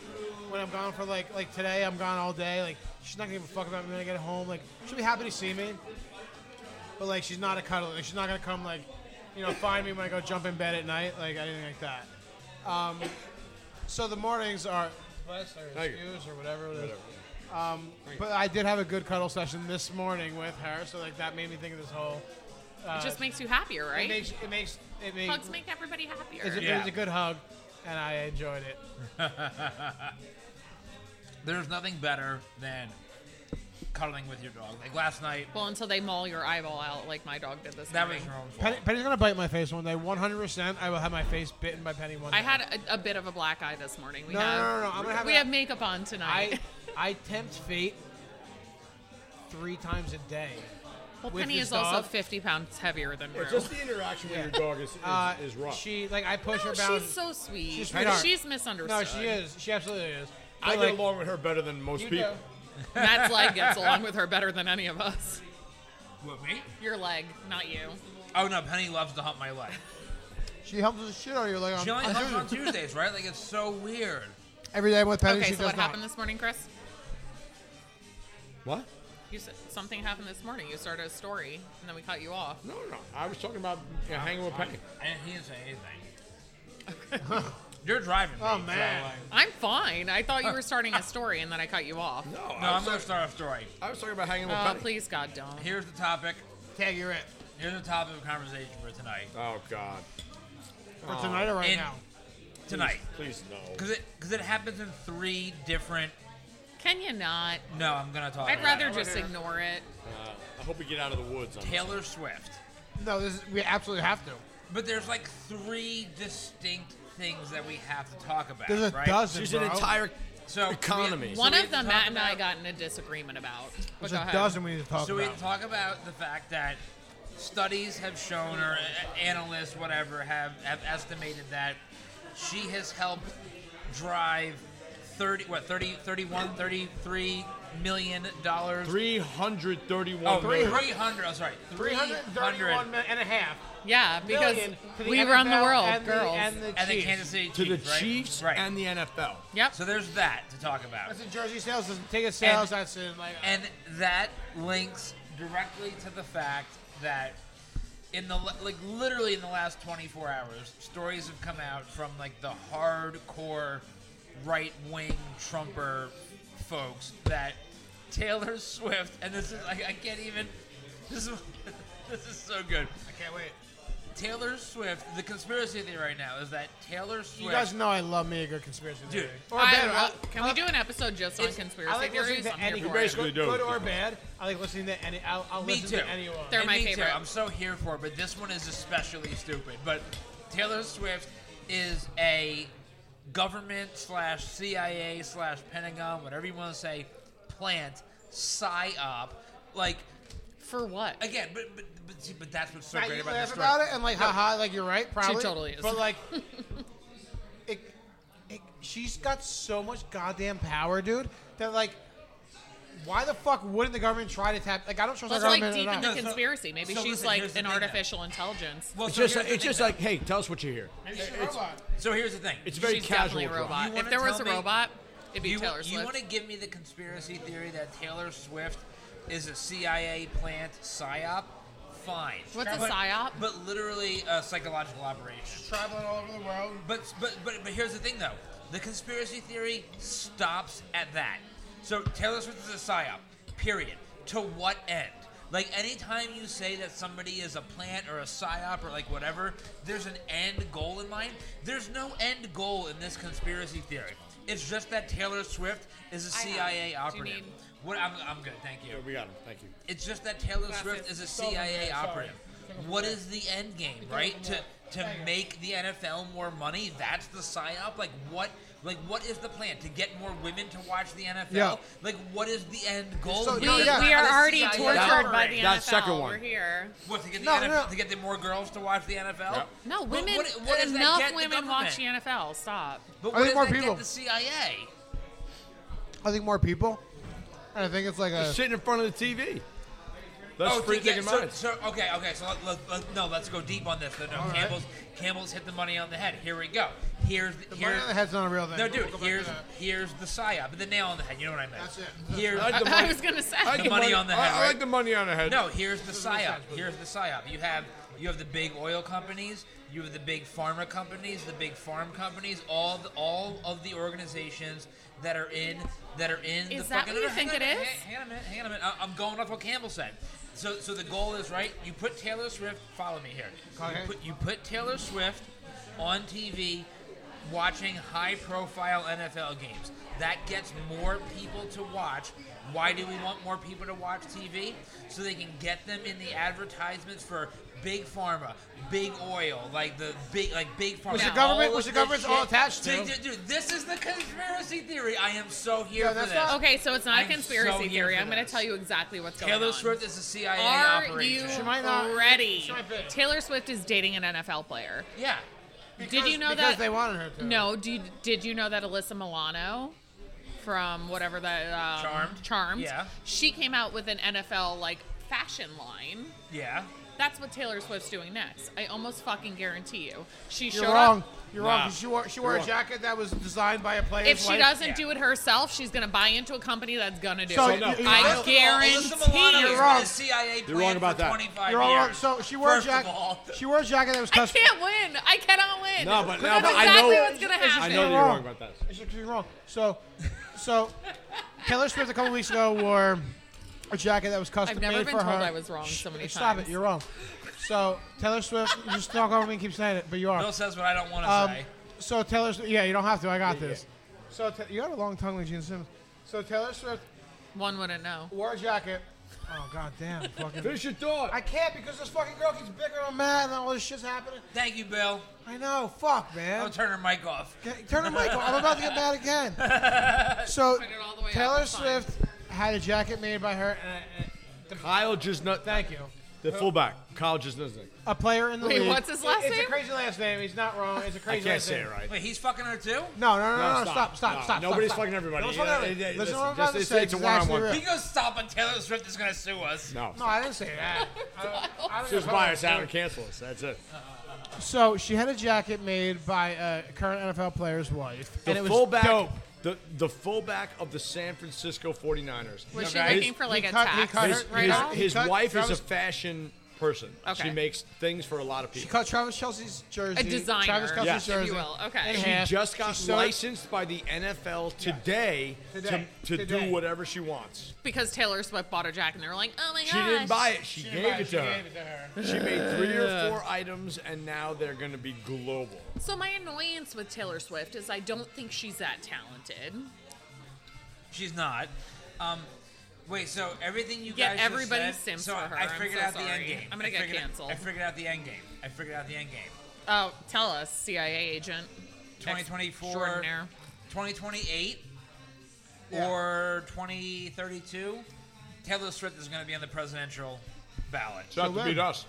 [SPEAKER 1] when I'm gone for like like today, I'm gone all day. Like she's not gonna give a fuck about me when I get home. Like she'll be happy to see me, but like she's not a cuddler. Like she's not gonna come like you know find me when I go jump in bed at night. Like anything like that. Um, so the mornings are bless or
[SPEAKER 3] Thank you.
[SPEAKER 1] excuse or whatever it is. Um, But I did have a good cuddle session this morning with her, so like that made me think of this whole.
[SPEAKER 4] It just makes you happier, right?
[SPEAKER 1] uh, It makes it makes it makes.
[SPEAKER 4] Hugs make everybody happier.
[SPEAKER 1] It's a, it
[SPEAKER 2] Yeah.
[SPEAKER 1] was a good hug, and I enjoyed it.
[SPEAKER 2] There's nothing better than cuddling with your dog. Like last night,
[SPEAKER 4] well, until they maul your eyeball out like my dog did this
[SPEAKER 2] that was
[SPEAKER 4] morning.
[SPEAKER 2] your own fault.
[SPEAKER 1] Penny, Penny's gonna bite my face one day, 100. percent I will have my face bitten by Penny one day.
[SPEAKER 4] I had a, a bit of a black eye this morning. We
[SPEAKER 1] no,
[SPEAKER 4] have,
[SPEAKER 1] no, no, no, no, I'm gonna have.
[SPEAKER 4] we
[SPEAKER 1] a-
[SPEAKER 4] have makeup on tonight.
[SPEAKER 1] I I tempt fate three times a day.
[SPEAKER 4] well,
[SPEAKER 1] with
[SPEAKER 4] Penny
[SPEAKER 1] this
[SPEAKER 4] is also
[SPEAKER 1] dog.
[SPEAKER 4] 50 pounds heavier than Rue.
[SPEAKER 3] But just the interaction with
[SPEAKER 1] Yeah.
[SPEAKER 3] your dog is, is,
[SPEAKER 1] Uh,
[SPEAKER 3] is rough.
[SPEAKER 1] She like I push
[SPEAKER 4] Oh,
[SPEAKER 1] her bound.
[SPEAKER 4] she's so sweet.
[SPEAKER 1] She's
[SPEAKER 4] but
[SPEAKER 1] sweetheart.
[SPEAKER 4] she's misunderstood.
[SPEAKER 1] no, she is. She absolutely is.
[SPEAKER 3] I
[SPEAKER 1] But,
[SPEAKER 3] get
[SPEAKER 1] like,
[SPEAKER 3] along with her better than most
[SPEAKER 1] You
[SPEAKER 3] people.
[SPEAKER 1] do.
[SPEAKER 4] Matt's leg gets along with her better than any of us.
[SPEAKER 2] With me?
[SPEAKER 4] Your leg, not you.
[SPEAKER 2] Oh no, Penny loves to hump my leg.
[SPEAKER 1] She helps the shit out of you. Like on,
[SPEAKER 2] She only
[SPEAKER 1] on
[SPEAKER 2] humps on
[SPEAKER 1] Tuesday.
[SPEAKER 2] Tuesdays, right? Like it's so weird.
[SPEAKER 1] every day with Penny.
[SPEAKER 4] okay,
[SPEAKER 1] she
[SPEAKER 4] so
[SPEAKER 1] does
[SPEAKER 4] what
[SPEAKER 1] not.
[SPEAKER 4] happened this morning, Chris?
[SPEAKER 3] What?
[SPEAKER 4] You said something happened this morning. You started a story, and then we cut you off.
[SPEAKER 3] No, no. I was talking about you know, hanging with Penny.
[SPEAKER 2] And he didn't say anything. You're driving.
[SPEAKER 1] Oh,
[SPEAKER 2] me, so,
[SPEAKER 1] man.
[SPEAKER 2] like-
[SPEAKER 4] I'm fine. I thought you were starting a story, and then I cut you off.
[SPEAKER 3] No,
[SPEAKER 2] no, I'm
[SPEAKER 3] I, was
[SPEAKER 2] gonna
[SPEAKER 3] talking,
[SPEAKER 2] start a story.
[SPEAKER 3] I was talking about hanging with
[SPEAKER 4] Oh,
[SPEAKER 3] Penny.
[SPEAKER 4] please, God, don't.
[SPEAKER 2] Here's the topic.
[SPEAKER 1] Tag your it.
[SPEAKER 2] Here's the topic of conversation for tonight.
[SPEAKER 3] Oh God.
[SPEAKER 1] For tonight or right
[SPEAKER 2] And-
[SPEAKER 1] now?
[SPEAKER 2] Tonight,
[SPEAKER 3] Please no.
[SPEAKER 2] because it because it happens in three different.
[SPEAKER 4] Can you not?
[SPEAKER 2] No, I'm gonna talk.
[SPEAKER 4] I'd
[SPEAKER 2] about
[SPEAKER 4] rather
[SPEAKER 2] it.
[SPEAKER 4] just ignore it.
[SPEAKER 3] Uh, I hope we get out of the woods. On this.
[SPEAKER 2] Taylor Swift.
[SPEAKER 1] No, this is, we absolutely have to.
[SPEAKER 2] But there's like three distinct things that we have to talk about.
[SPEAKER 1] There's a
[SPEAKER 2] right?
[SPEAKER 1] dozen.
[SPEAKER 3] She's
[SPEAKER 1] bro.
[SPEAKER 3] an entire
[SPEAKER 2] So we-
[SPEAKER 3] economy.
[SPEAKER 4] One
[SPEAKER 2] we
[SPEAKER 4] of
[SPEAKER 2] have to
[SPEAKER 4] them,
[SPEAKER 2] talk
[SPEAKER 4] Matt and I
[SPEAKER 2] about-
[SPEAKER 4] got in a disagreement about. But
[SPEAKER 1] There's
[SPEAKER 4] go
[SPEAKER 1] a
[SPEAKER 4] ahead.
[SPEAKER 1] dozen we need to talk
[SPEAKER 2] So we
[SPEAKER 1] about.
[SPEAKER 2] can talk about the fact that studies have shown, or a- analysts, whatever, have, have estimated that she has helped drive 30, what, 30, 31, 33 million dollars.
[SPEAKER 3] Three hundred thirty-one.
[SPEAKER 2] Oh, 300, I'm sorry.
[SPEAKER 1] 331
[SPEAKER 2] 300
[SPEAKER 1] mi- and a half.
[SPEAKER 4] Yeah, because
[SPEAKER 1] million to the
[SPEAKER 4] we
[SPEAKER 1] NFL
[SPEAKER 4] run the world,
[SPEAKER 1] and the-
[SPEAKER 4] girls.
[SPEAKER 1] and the
[SPEAKER 2] And the
[SPEAKER 1] Chiefs.
[SPEAKER 2] Kansas City Chiefs.
[SPEAKER 3] to the
[SPEAKER 2] right?
[SPEAKER 3] Chiefs
[SPEAKER 2] right.
[SPEAKER 3] and the NFL.
[SPEAKER 4] yep.
[SPEAKER 2] so there's that to talk about.
[SPEAKER 1] That's in jersey sales. That's in ticket sales.
[SPEAKER 2] And-
[SPEAKER 1] that's in like.
[SPEAKER 2] And that links directly to the fact that in the like literally in the last 24 hours, stories have come out from like the hardcore right-wing Trumper folks that Taylor Swift and this is like I can't even this is this is so good.
[SPEAKER 1] I can't wait.
[SPEAKER 2] Taylor Swift, the conspiracy theory right now is that Taylor Swift
[SPEAKER 1] You guys know I love me a good conspiracy
[SPEAKER 2] Dude,
[SPEAKER 1] theory. or
[SPEAKER 4] I
[SPEAKER 1] bad.
[SPEAKER 4] love-
[SPEAKER 1] I-
[SPEAKER 4] can we do an episode just on
[SPEAKER 2] it's-
[SPEAKER 4] conspiracy
[SPEAKER 1] I like listening
[SPEAKER 4] theories?
[SPEAKER 1] to
[SPEAKER 4] I'm
[SPEAKER 1] any
[SPEAKER 4] here for it.
[SPEAKER 3] basically-
[SPEAKER 1] good,
[SPEAKER 3] do.
[SPEAKER 1] good or bad. I like listening to any. I'll, I'll
[SPEAKER 2] Me
[SPEAKER 1] listen
[SPEAKER 2] too.
[SPEAKER 1] to anyone.
[SPEAKER 4] They're
[SPEAKER 2] And
[SPEAKER 4] my
[SPEAKER 2] me
[SPEAKER 4] favorite.
[SPEAKER 2] Too. I'm so here for it, but this one is especially stupid. But Taylor Swift is a government slash CIA slash Pentagon, whatever you want to say, plant, psyop. Like,
[SPEAKER 4] For what?
[SPEAKER 2] again, but, but, but, see, but that's what's so
[SPEAKER 1] Now
[SPEAKER 2] great
[SPEAKER 1] you
[SPEAKER 2] about
[SPEAKER 1] laugh
[SPEAKER 2] this story.
[SPEAKER 1] about it and like, haha, like you're right, probably.
[SPEAKER 4] totally is.
[SPEAKER 1] But like, it, it, she's got so much goddamn power, dude. That like, why the fuck wouldn't the government try to tap? Like, I don't trust
[SPEAKER 4] Let's
[SPEAKER 1] the
[SPEAKER 4] like
[SPEAKER 1] government
[SPEAKER 4] deep
[SPEAKER 1] enough.
[SPEAKER 4] into
[SPEAKER 2] so-
[SPEAKER 4] conspiracy. Maybe
[SPEAKER 2] so listen, here's
[SPEAKER 4] she's like
[SPEAKER 2] the
[SPEAKER 4] an
[SPEAKER 2] thing, though.
[SPEAKER 4] artificial intelligence.
[SPEAKER 2] Well,
[SPEAKER 3] It's
[SPEAKER 2] so
[SPEAKER 3] just,
[SPEAKER 2] here's the
[SPEAKER 3] it's
[SPEAKER 2] thing,
[SPEAKER 3] just like, hey, tell us what you hear.
[SPEAKER 2] So here's the thing.
[SPEAKER 3] It's very
[SPEAKER 4] she's
[SPEAKER 3] casual.
[SPEAKER 4] definitely a
[SPEAKER 3] drama.
[SPEAKER 4] robot.
[SPEAKER 2] You
[SPEAKER 4] If
[SPEAKER 2] wanna
[SPEAKER 4] there was
[SPEAKER 2] tell
[SPEAKER 4] a
[SPEAKER 2] me-
[SPEAKER 4] robot, it'd be
[SPEAKER 2] you,
[SPEAKER 4] Taylor Swift.
[SPEAKER 2] want to give me the conspiracy theory that Taylor Swift is a CIA plant psyop? Fine.
[SPEAKER 4] What's a
[SPEAKER 2] But-
[SPEAKER 4] psyop?
[SPEAKER 2] But literally a psychological operation.
[SPEAKER 1] Traveling all over the world.
[SPEAKER 2] But but but but here's the thing though. The conspiracy theory stops at that. So Taylor Swift is a psyop. Period. To what end? Like anytime you say that somebody is a plant or a psyop or like whatever, there's an end goal in mind. There's no end goal in this conspiracy theory. It's just that Taylor Swift is a
[SPEAKER 4] I have
[SPEAKER 2] CIA
[SPEAKER 4] it. Do you
[SPEAKER 2] operative.
[SPEAKER 4] need-
[SPEAKER 2] What I'm, I'm good, thank you.
[SPEAKER 3] Yeah, we got him. Thank you.
[SPEAKER 2] It's just that Taylor Swift is a CIA operative. What is the end game, right? To to make the NFL more money? That's the psyop. Like what? Like what is the plan to get more women to watch the NFL?
[SPEAKER 1] Yeah.
[SPEAKER 2] Like what is the end goal?
[SPEAKER 1] So-
[SPEAKER 2] here?
[SPEAKER 4] we,
[SPEAKER 1] No, yeah.
[SPEAKER 4] we
[SPEAKER 2] How
[SPEAKER 4] are
[SPEAKER 2] does
[SPEAKER 4] already
[SPEAKER 2] CIA
[SPEAKER 4] tortured by
[SPEAKER 2] operate?
[SPEAKER 4] the
[SPEAKER 3] That
[SPEAKER 4] NFL.
[SPEAKER 3] second one.
[SPEAKER 4] We're here.
[SPEAKER 2] What to get the
[SPEAKER 1] No,
[SPEAKER 2] NFL,
[SPEAKER 1] no.
[SPEAKER 2] to get the more girls to watch the NFL?
[SPEAKER 3] Yeah.
[SPEAKER 4] No,
[SPEAKER 2] But
[SPEAKER 4] women.
[SPEAKER 2] what- what does that
[SPEAKER 4] enough
[SPEAKER 2] get the
[SPEAKER 4] women watch the
[SPEAKER 2] government?
[SPEAKER 4] NFL. Stop.
[SPEAKER 2] But
[SPEAKER 1] I
[SPEAKER 2] what
[SPEAKER 1] think
[SPEAKER 2] does
[SPEAKER 1] more
[SPEAKER 2] that
[SPEAKER 1] people-
[SPEAKER 2] get the CIA?
[SPEAKER 1] I think more people. And I think it's like a.
[SPEAKER 3] Sitting in front of the TV. That's
[SPEAKER 2] Uh, Oh, to
[SPEAKER 3] free
[SPEAKER 2] get-
[SPEAKER 3] thinking
[SPEAKER 2] so,
[SPEAKER 3] minds.
[SPEAKER 2] So, okay, okay. So let, let, let- no, let's go deep on this. No,
[SPEAKER 1] right.
[SPEAKER 2] Campbell's Campbell's hit the money on the head. Here we go. Here's the,
[SPEAKER 1] Money
[SPEAKER 2] here's,
[SPEAKER 1] on the head's not a real thing.
[SPEAKER 2] No,
[SPEAKER 1] We'll
[SPEAKER 2] dude.
[SPEAKER 1] go back to
[SPEAKER 2] Here's
[SPEAKER 1] that.
[SPEAKER 2] here's the psyop, the nail on the head. You know what I meant.
[SPEAKER 1] That's it.
[SPEAKER 2] Here's
[SPEAKER 3] I like the
[SPEAKER 4] I
[SPEAKER 3] money-
[SPEAKER 4] was gonna say.
[SPEAKER 3] I like
[SPEAKER 2] The money on the head,
[SPEAKER 3] I, I like
[SPEAKER 2] right?
[SPEAKER 3] the money on the head.
[SPEAKER 2] no. Here's the
[SPEAKER 1] make
[SPEAKER 2] psyop.
[SPEAKER 1] sense, but-
[SPEAKER 2] Here's the psyop. You have you have the big oil companies. You have the big pharma companies. The big farm companies. All the, all of the organizations that are in that are in.
[SPEAKER 4] Is
[SPEAKER 2] the
[SPEAKER 4] that
[SPEAKER 2] fucking,
[SPEAKER 4] what you
[SPEAKER 2] hang
[SPEAKER 4] think
[SPEAKER 2] on
[SPEAKER 4] it
[SPEAKER 2] a minute,
[SPEAKER 4] is?
[SPEAKER 2] Hang, hang on a minute. Hang on a minute. I, I'm going off what Campbell said. So so the goal is right. You put Taylor Swift. Follow me here.
[SPEAKER 1] Okay.
[SPEAKER 2] You put you put Taylor Swift on TV watching high profile NFL games. That gets more people to watch. Why do we want more people to watch TV? So they can get them in the advertisements for big pharma, big oil, like the big like big pharma.
[SPEAKER 1] Which the
[SPEAKER 2] all
[SPEAKER 1] government-
[SPEAKER 2] of
[SPEAKER 1] which the
[SPEAKER 2] this
[SPEAKER 1] government's all
[SPEAKER 2] shit.
[SPEAKER 1] attached to.
[SPEAKER 2] Dude, Dude, dude, this is the conspiracy theory. I am so here
[SPEAKER 1] Yeah,
[SPEAKER 2] for
[SPEAKER 1] that's
[SPEAKER 2] this.
[SPEAKER 1] not-
[SPEAKER 4] Okay, so it's not
[SPEAKER 2] I'm
[SPEAKER 4] a
[SPEAKER 2] so
[SPEAKER 4] conspiracy
[SPEAKER 2] here
[SPEAKER 4] theory.
[SPEAKER 2] for
[SPEAKER 4] I'm going to
[SPEAKER 2] this.
[SPEAKER 4] tell you exactly what's going
[SPEAKER 2] Taylor
[SPEAKER 4] on.
[SPEAKER 2] Swift is a CIA
[SPEAKER 4] Are
[SPEAKER 2] operator.
[SPEAKER 4] you
[SPEAKER 1] might not-
[SPEAKER 4] ready?
[SPEAKER 1] she might be.
[SPEAKER 4] Taylor Swift is dating an NFL player.
[SPEAKER 2] Yeah.
[SPEAKER 4] did you know
[SPEAKER 1] because
[SPEAKER 4] that?
[SPEAKER 1] they wanted her to.
[SPEAKER 4] no. Do you, did you know that Alyssa Milano from whatever that um,
[SPEAKER 2] Charmed?
[SPEAKER 4] Charmed.
[SPEAKER 2] Yeah.
[SPEAKER 4] She came out with an NFL like fashion line.
[SPEAKER 2] Yeah.
[SPEAKER 4] That's what Taylor Swift's doing next. I almost fucking guarantee you. She
[SPEAKER 1] You're
[SPEAKER 4] showed
[SPEAKER 1] wrong.
[SPEAKER 4] up.
[SPEAKER 1] You're wrong.
[SPEAKER 3] Nah.
[SPEAKER 1] 'cause She wore, she wore
[SPEAKER 3] You're
[SPEAKER 1] a
[SPEAKER 3] wrong.
[SPEAKER 1] jacket that was designed by a player.
[SPEAKER 4] If she doesn't
[SPEAKER 2] yeah.
[SPEAKER 4] do it herself, she's gonna buy into a company that's gonna do
[SPEAKER 1] So,
[SPEAKER 4] it.
[SPEAKER 1] you- you-
[SPEAKER 4] I
[SPEAKER 1] Alyssa-
[SPEAKER 4] guarantee
[SPEAKER 2] Alyssa Milano
[SPEAKER 4] you.
[SPEAKER 2] has
[SPEAKER 1] wrong.
[SPEAKER 2] been a CIA
[SPEAKER 3] You're wrong
[SPEAKER 2] plant
[SPEAKER 3] about
[SPEAKER 2] for
[SPEAKER 3] that.
[SPEAKER 2] 25
[SPEAKER 1] You're all wrong.
[SPEAKER 2] years.
[SPEAKER 1] So she wore
[SPEAKER 2] First
[SPEAKER 1] a
[SPEAKER 2] of
[SPEAKER 1] jacket.
[SPEAKER 2] all.
[SPEAKER 1] She wore a jacket that was
[SPEAKER 4] I
[SPEAKER 1] custom.
[SPEAKER 4] can't win. I cannot win.
[SPEAKER 3] No, but-
[SPEAKER 4] 'Cause
[SPEAKER 3] no,
[SPEAKER 4] that's
[SPEAKER 3] but I
[SPEAKER 4] exactly
[SPEAKER 3] know-
[SPEAKER 4] what's gonna
[SPEAKER 1] I
[SPEAKER 4] happen.
[SPEAKER 3] I know that you're wrong about that.
[SPEAKER 1] It's actually wrong. So, so Taylor Swift a couple weeks ago wore a jacket that was custom
[SPEAKER 4] I've never
[SPEAKER 1] made
[SPEAKER 4] been
[SPEAKER 1] for
[SPEAKER 4] told
[SPEAKER 1] her.
[SPEAKER 4] I was wrong so many
[SPEAKER 1] Stop it.
[SPEAKER 4] times.
[SPEAKER 1] You're wrong. So Taylor Swift, you just talk over me and keep saying it, but you are.
[SPEAKER 2] Bill says what I don't want to
[SPEAKER 1] Um,
[SPEAKER 2] say.
[SPEAKER 1] so Taylor Swift, yeah, you don't have to. I got this. So ta- you got a long tongue like Gene Simmons. So Taylor Swift
[SPEAKER 4] One wouldn't know.
[SPEAKER 1] wore a jacket. Oh god damn, fucking.
[SPEAKER 3] Finish your thought.
[SPEAKER 1] I can't because this fucking girl keeps bigger and I'm mad and all this shit's happening.
[SPEAKER 2] Thank you, Bill.
[SPEAKER 1] I know, fuck, man.
[SPEAKER 2] I'll turn her mic off.
[SPEAKER 1] Okay, Turn the mic on. I'm about to get mad again. So
[SPEAKER 4] Turn it all the way up,
[SPEAKER 1] Taylor
[SPEAKER 4] it's fine.
[SPEAKER 1] Swift had a jacket made by her. And, and
[SPEAKER 3] Kyle just not.
[SPEAKER 1] thank you.
[SPEAKER 3] The fullback. Kyle just doesn't.
[SPEAKER 1] A player in the
[SPEAKER 4] Wait,
[SPEAKER 1] league.
[SPEAKER 4] what's his last
[SPEAKER 1] It- it's
[SPEAKER 4] name?
[SPEAKER 1] a crazy last name. He's not wrong. It's a
[SPEAKER 3] I
[SPEAKER 1] crazy
[SPEAKER 3] can't
[SPEAKER 1] last
[SPEAKER 3] say
[SPEAKER 1] name.
[SPEAKER 3] it right.
[SPEAKER 2] Wait, he's fucking her too?
[SPEAKER 1] No, no, no, no, no, stop, stop,
[SPEAKER 3] No,
[SPEAKER 1] stop. stop,
[SPEAKER 3] Nobody's
[SPEAKER 1] stop.
[SPEAKER 3] fucking everybody.
[SPEAKER 1] No one's fucking
[SPEAKER 3] Yeah,
[SPEAKER 1] everybody.
[SPEAKER 3] yeah,
[SPEAKER 1] Listen,
[SPEAKER 3] listen,
[SPEAKER 1] what I'm
[SPEAKER 3] just-
[SPEAKER 1] about to
[SPEAKER 3] it's-
[SPEAKER 1] say.
[SPEAKER 3] it's a
[SPEAKER 1] It's actually
[SPEAKER 3] one-on-one.
[SPEAKER 1] real.
[SPEAKER 2] He goes stop on Taylor Swift is gonna sue us.
[SPEAKER 3] No.
[SPEAKER 1] No, I didn't say that. I don't, I don't
[SPEAKER 3] Just
[SPEAKER 1] know.
[SPEAKER 3] buy us out and cancel us. That's it.
[SPEAKER 1] So she had a jacket made by a current NFL player's wife,
[SPEAKER 3] The
[SPEAKER 1] and it was
[SPEAKER 3] fullback.
[SPEAKER 1] dope.
[SPEAKER 3] The, the fullback of the San Francisco 49ers.
[SPEAKER 4] Was she
[SPEAKER 2] Okay.
[SPEAKER 4] looking for like
[SPEAKER 1] He
[SPEAKER 4] a
[SPEAKER 1] cut- he
[SPEAKER 4] tax
[SPEAKER 1] cut
[SPEAKER 3] His,
[SPEAKER 1] her-
[SPEAKER 4] right
[SPEAKER 3] his,
[SPEAKER 4] off?
[SPEAKER 3] his
[SPEAKER 1] Cut-
[SPEAKER 3] wife is
[SPEAKER 1] Travis-
[SPEAKER 3] a fashion person.
[SPEAKER 4] Okay.
[SPEAKER 3] She makes things for a lot of
[SPEAKER 1] She
[SPEAKER 3] people.
[SPEAKER 1] cut Travis Chelsea's jersey.
[SPEAKER 4] A designer,
[SPEAKER 1] Travis Chelsea's
[SPEAKER 3] Yes. if
[SPEAKER 1] jersey.
[SPEAKER 4] you will. Okay.
[SPEAKER 1] in
[SPEAKER 4] She
[SPEAKER 1] half.
[SPEAKER 3] She just got
[SPEAKER 1] She sewed it-
[SPEAKER 3] licensed by the NFL today,
[SPEAKER 1] Today.
[SPEAKER 3] to, to
[SPEAKER 1] Today.
[SPEAKER 3] do whatever she wants.
[SPEAKER 4] because Taylor Swift bought a jacket and they're like, oh my gosh.
[SPEAKER 3] She didn't buy it. She, gave, it
[SPEAKER 1] She
[SPEAKER 3] to her.
[SPEAKER 1] gave it to her.
[SPEAKER 3] She made three or four items, and now they're going to be global.
[SPEAKER 4] So my annoyance with Taylor Swift is I don't think she's that talented.
[SPEAKER 2] She's not. Um, wait, so everything you
[SPEAKER 4] Yet
[SPEAKER 2] guys just
[SPEAKER 4] everybody
[SPEAKER 2] said-
[SPEAKER 4] sims
[SPEAKER 2] so
[SPEAKER 4] for
[SPEAKER 2] I-
[SPEAKER 4] her.
[SPEAKER 2] I
[SPEAKER 4] I'm
[SPEAKER 2] figured
[SPEAKER 4] so
[SPEAKER 2] out the
[SPEAKER 4] sorry.
[SPEAKER 2] end game.
[SPEAKER 4] I'm gonna
[SPEAKER 2] I
[SPEAKER 4] get
[SPEAKER 2] figured-
[SPEAKER 4] canceled.
[SPEAKER 2] I figured out the end game. I figured out the end game.
[SPEAKER 4] Oh, tell us, CIA agent.
[SPEAKER 2] 2024,
[SPEAKER 4] Extraordinaire.
[SPEAKER 2] 2028,
[SPEAKER 1] Yeah.
[SPEAKER 2] or 2032. Taylor Swift is going to be on the presidential ballot.
[SPEAKER 3] Shut
[SPEAKER 1] So
[SPEAKER 3] to beat
[SPEAKER 1] then-
[SPEAKER 3] us.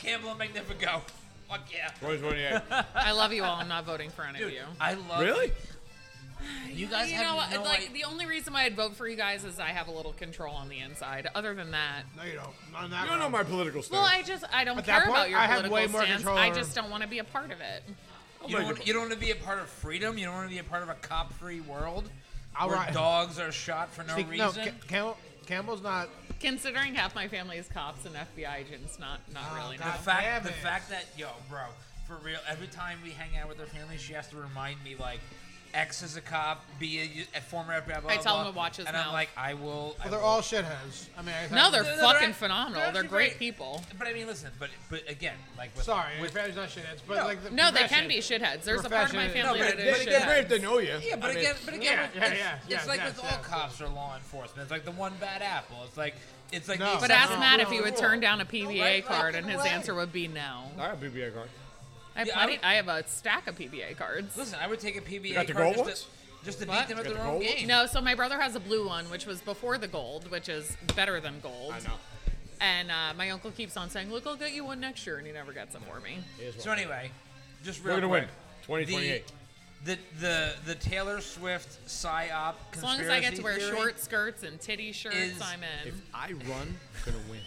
[SPEAKER 2] Campbell and Magnifico. Fuck yeah.
[SPEAKER 3] 2028.
[SPEAKER 4] I love you all. I'm not voting for any of
[SPEAKER 2] Dude,
[SPEAKER 4] you.
[SPEAKER 2] I love
[SPEAKER 3] really?
[SPEAKER 2] You guys
[SPEAKER 4] You
[SPEAKER 2] have
[SPEAKER 4] know,
[SPEAKER 2] no
[SPEAKER 4] like
[SPEAKER 2] idea.
[SPEAKER 4] the only reason why I'd vote for you guys is I have a little control on the inside. Other than that,
[SPEAKER 1] No, you don't. Not on that
[SPEAKER 3] You don't know
[SPEAKER 1] round.
[SPEAKER 3] my political stance.
[SPEAKER 4] well, I just I don't
[SPEAKER 1] At
[SPEAKER 4] care
[SPEAKER 1] that point,
[SPEAKER 4] about your
[SPEAKER 1] I have
[SPEAKER 4] political
[SPEAKER 1] way more
[SPEAKER 4] stance.
[SPEAKER 1] control
[SPEAKER 4] I
[SPEAKER 1] over-
[SPEAKER 4] just don't want to be a part of it.
[SPEAKER 1] Oh
[SPEAKER 2] You don't,
[SPEAKER 3] make
[SPEAKER 2] want, you don't want to be a part of freedom. You don't want to be a part of a cop-free world
[SPEAKER 1] I'll
[SPEAKER 2] where
[SPEAKER 1] ri-
[SPEAKER 2] dogs are shot for no
[SPEAKER 1] See,
[SPEAKER 2] reason.
[SPEAKER 1] no, Ca- Campbell, Campbell's not.
[SPEAKER 4] Considering half my family is cops and FBI agents, not not
[SPEAKER 1] Oh,
[SPEAKER 4] really.
[SPEAKER 2] the
[SPEAKER 1] God. damn
[SPEAKER 2] fact, the
[SPEAKER 1] it.
[SPEAKER 2] fact that yo, bro, for real. Every time we hang out with her family, she has to remind me like. X is a cop, B a, a former FBI. Blah,
[SPEAKER 4] I
[SPEAKER 2] blah,
[SPEAKER 4] tell him
[SPEAKER 2] blah.
[SPEAKER 4] to watch his
[SPEAKER 2] and I'm
[SPEAKER 4] mouth.
[SPEAKER 2] like, I will. I
[SPEAKER 1] Well, they're
[SPEAKER 2] will.
[SPEAKER 1] all shitheads. I mean, I
[SPEAKER 4] No, they're
[SPEAKER 2] No, they're
[SPEAKER 4] fucking
[SPEAKER 2] act-
[SPEAKER 4] phenomenal.
[SPEAKER 2] they're
[SPEAKER 4] They're,
[SPEAKER 2] actually
[SPEAKER 4] great
[SPEAKER 2] great.
[SPEAKER 4] people.
[SPEAKER 2] But I mean, listen, but but again, like with,
[SPEAKER 1] sorry. Your
[SPEAKER 2] with
[SPEAKER 1] family's not shitheads, but
[SPEAKER 2] No.
[SPEAKER 1] like the
[SPEAKER 4] No, they
[SPEAKER 1] profession-
[SPEAKER 4] can be shitheads. There's a part of my
[SPEAKER 1] Profession. No,
[SPEAKER 4] family
[SPEAKER 2] but-
[SPEAKER 4] that is
[SPEAKER 2] but
[SPEAKER 3] They- They're great
[SPEAKER 4] shithead.
[SPEAKER 3] if they know you.
[SPEAKER 2] Yeah, but
[SPEAKER 3] I mean,
[SPEAKER 2] again, but again,
[SPEAKER 1] yeah, yeah,
[SPEAKER 2] it's,
[SPEAKER 1] yeah,
[SPEAKER 2] it's
[SPEAKER 1] yes,
[SPEAKER 2] like
[SPEAKER 1] yes,
[SPEAKER 2] with all
[SPEAKER 1] yes,
[SPEAKER 2] cops or law enforcement. It's like the one bad apple. It's like it's like.
[SPEAKER 1] No.
[SPEAKER 2] the
[SPEAKER 4] But
[SPEAKER 1] No,
[SPEAKER 4] ask
[SPEAKER 2] exception
[SPEAKER 4] Matt
[SPEAKER 2] to
[SPEAKER 4] if he
[SPEAKER 2] the
[SPEAKER 4] would
[SPEAKER 2] rule.
[SPEAKER 4] turn down a PVA
[SPEAKER 2] right
[SPEAKER 4] card, and his
[SPEAKER 2] way.
[SPEAKER 4] answer would be no.
[SPEAKER 3] I have a BBA card.
[SPEAKER 4] I have
[SPEAKER 2] Yeah, I
[SPEAKER 4] plenty.
[SPEAKER 2] would-
[SPEAKER 4] I have a stack of PVA cards.
[SPEAKER 2] Listen, I would take a PBA
[SPEAKER 3] got the
[SPEAKER 2] card
[SPEAKER 3] gold
[SPEAKER 2] just to, just to beat
[SPEAKER 4] What?
[SPEAKER 2] them at
[SPEAKER 3] You got
[SPEAKER 2] their
[SPEAKER 3] the
[SPEAKER 2] own
[SPEAKER 3] gold
[SPEAKER 2] game.
[SPEAKER 4] No, so my brother has a blue one, which was before the gold, which is better than gold.
[SPEAKER 3] I know.
[SPEAKER 4] And uh, my uncle keeps on saying, "Look, I'll get you one next year," and he never gets it for me.
[SPEAKER 3] Here's
[SPEAKER 2] So
[SPEAKER 3] one.
[SPEAKER 2] anyway, just real
[SPEAKER 3] We're gonna
[SPEAKER 2] quick,
[SPEAKER 3] win. 2028.
[SPEAKER 2] The, the the the Taylor Swift psyop conspiracy
[SPEAKER 4] As long as I get to wear
[SPEAKER 2] theory,
[SPEAKER 4] short skirts and titty shirts,
[SPEAKER 2] is-
[SPEAKER 4] I'm in.
[SPEAKER 3] If I run, I'm gonna win.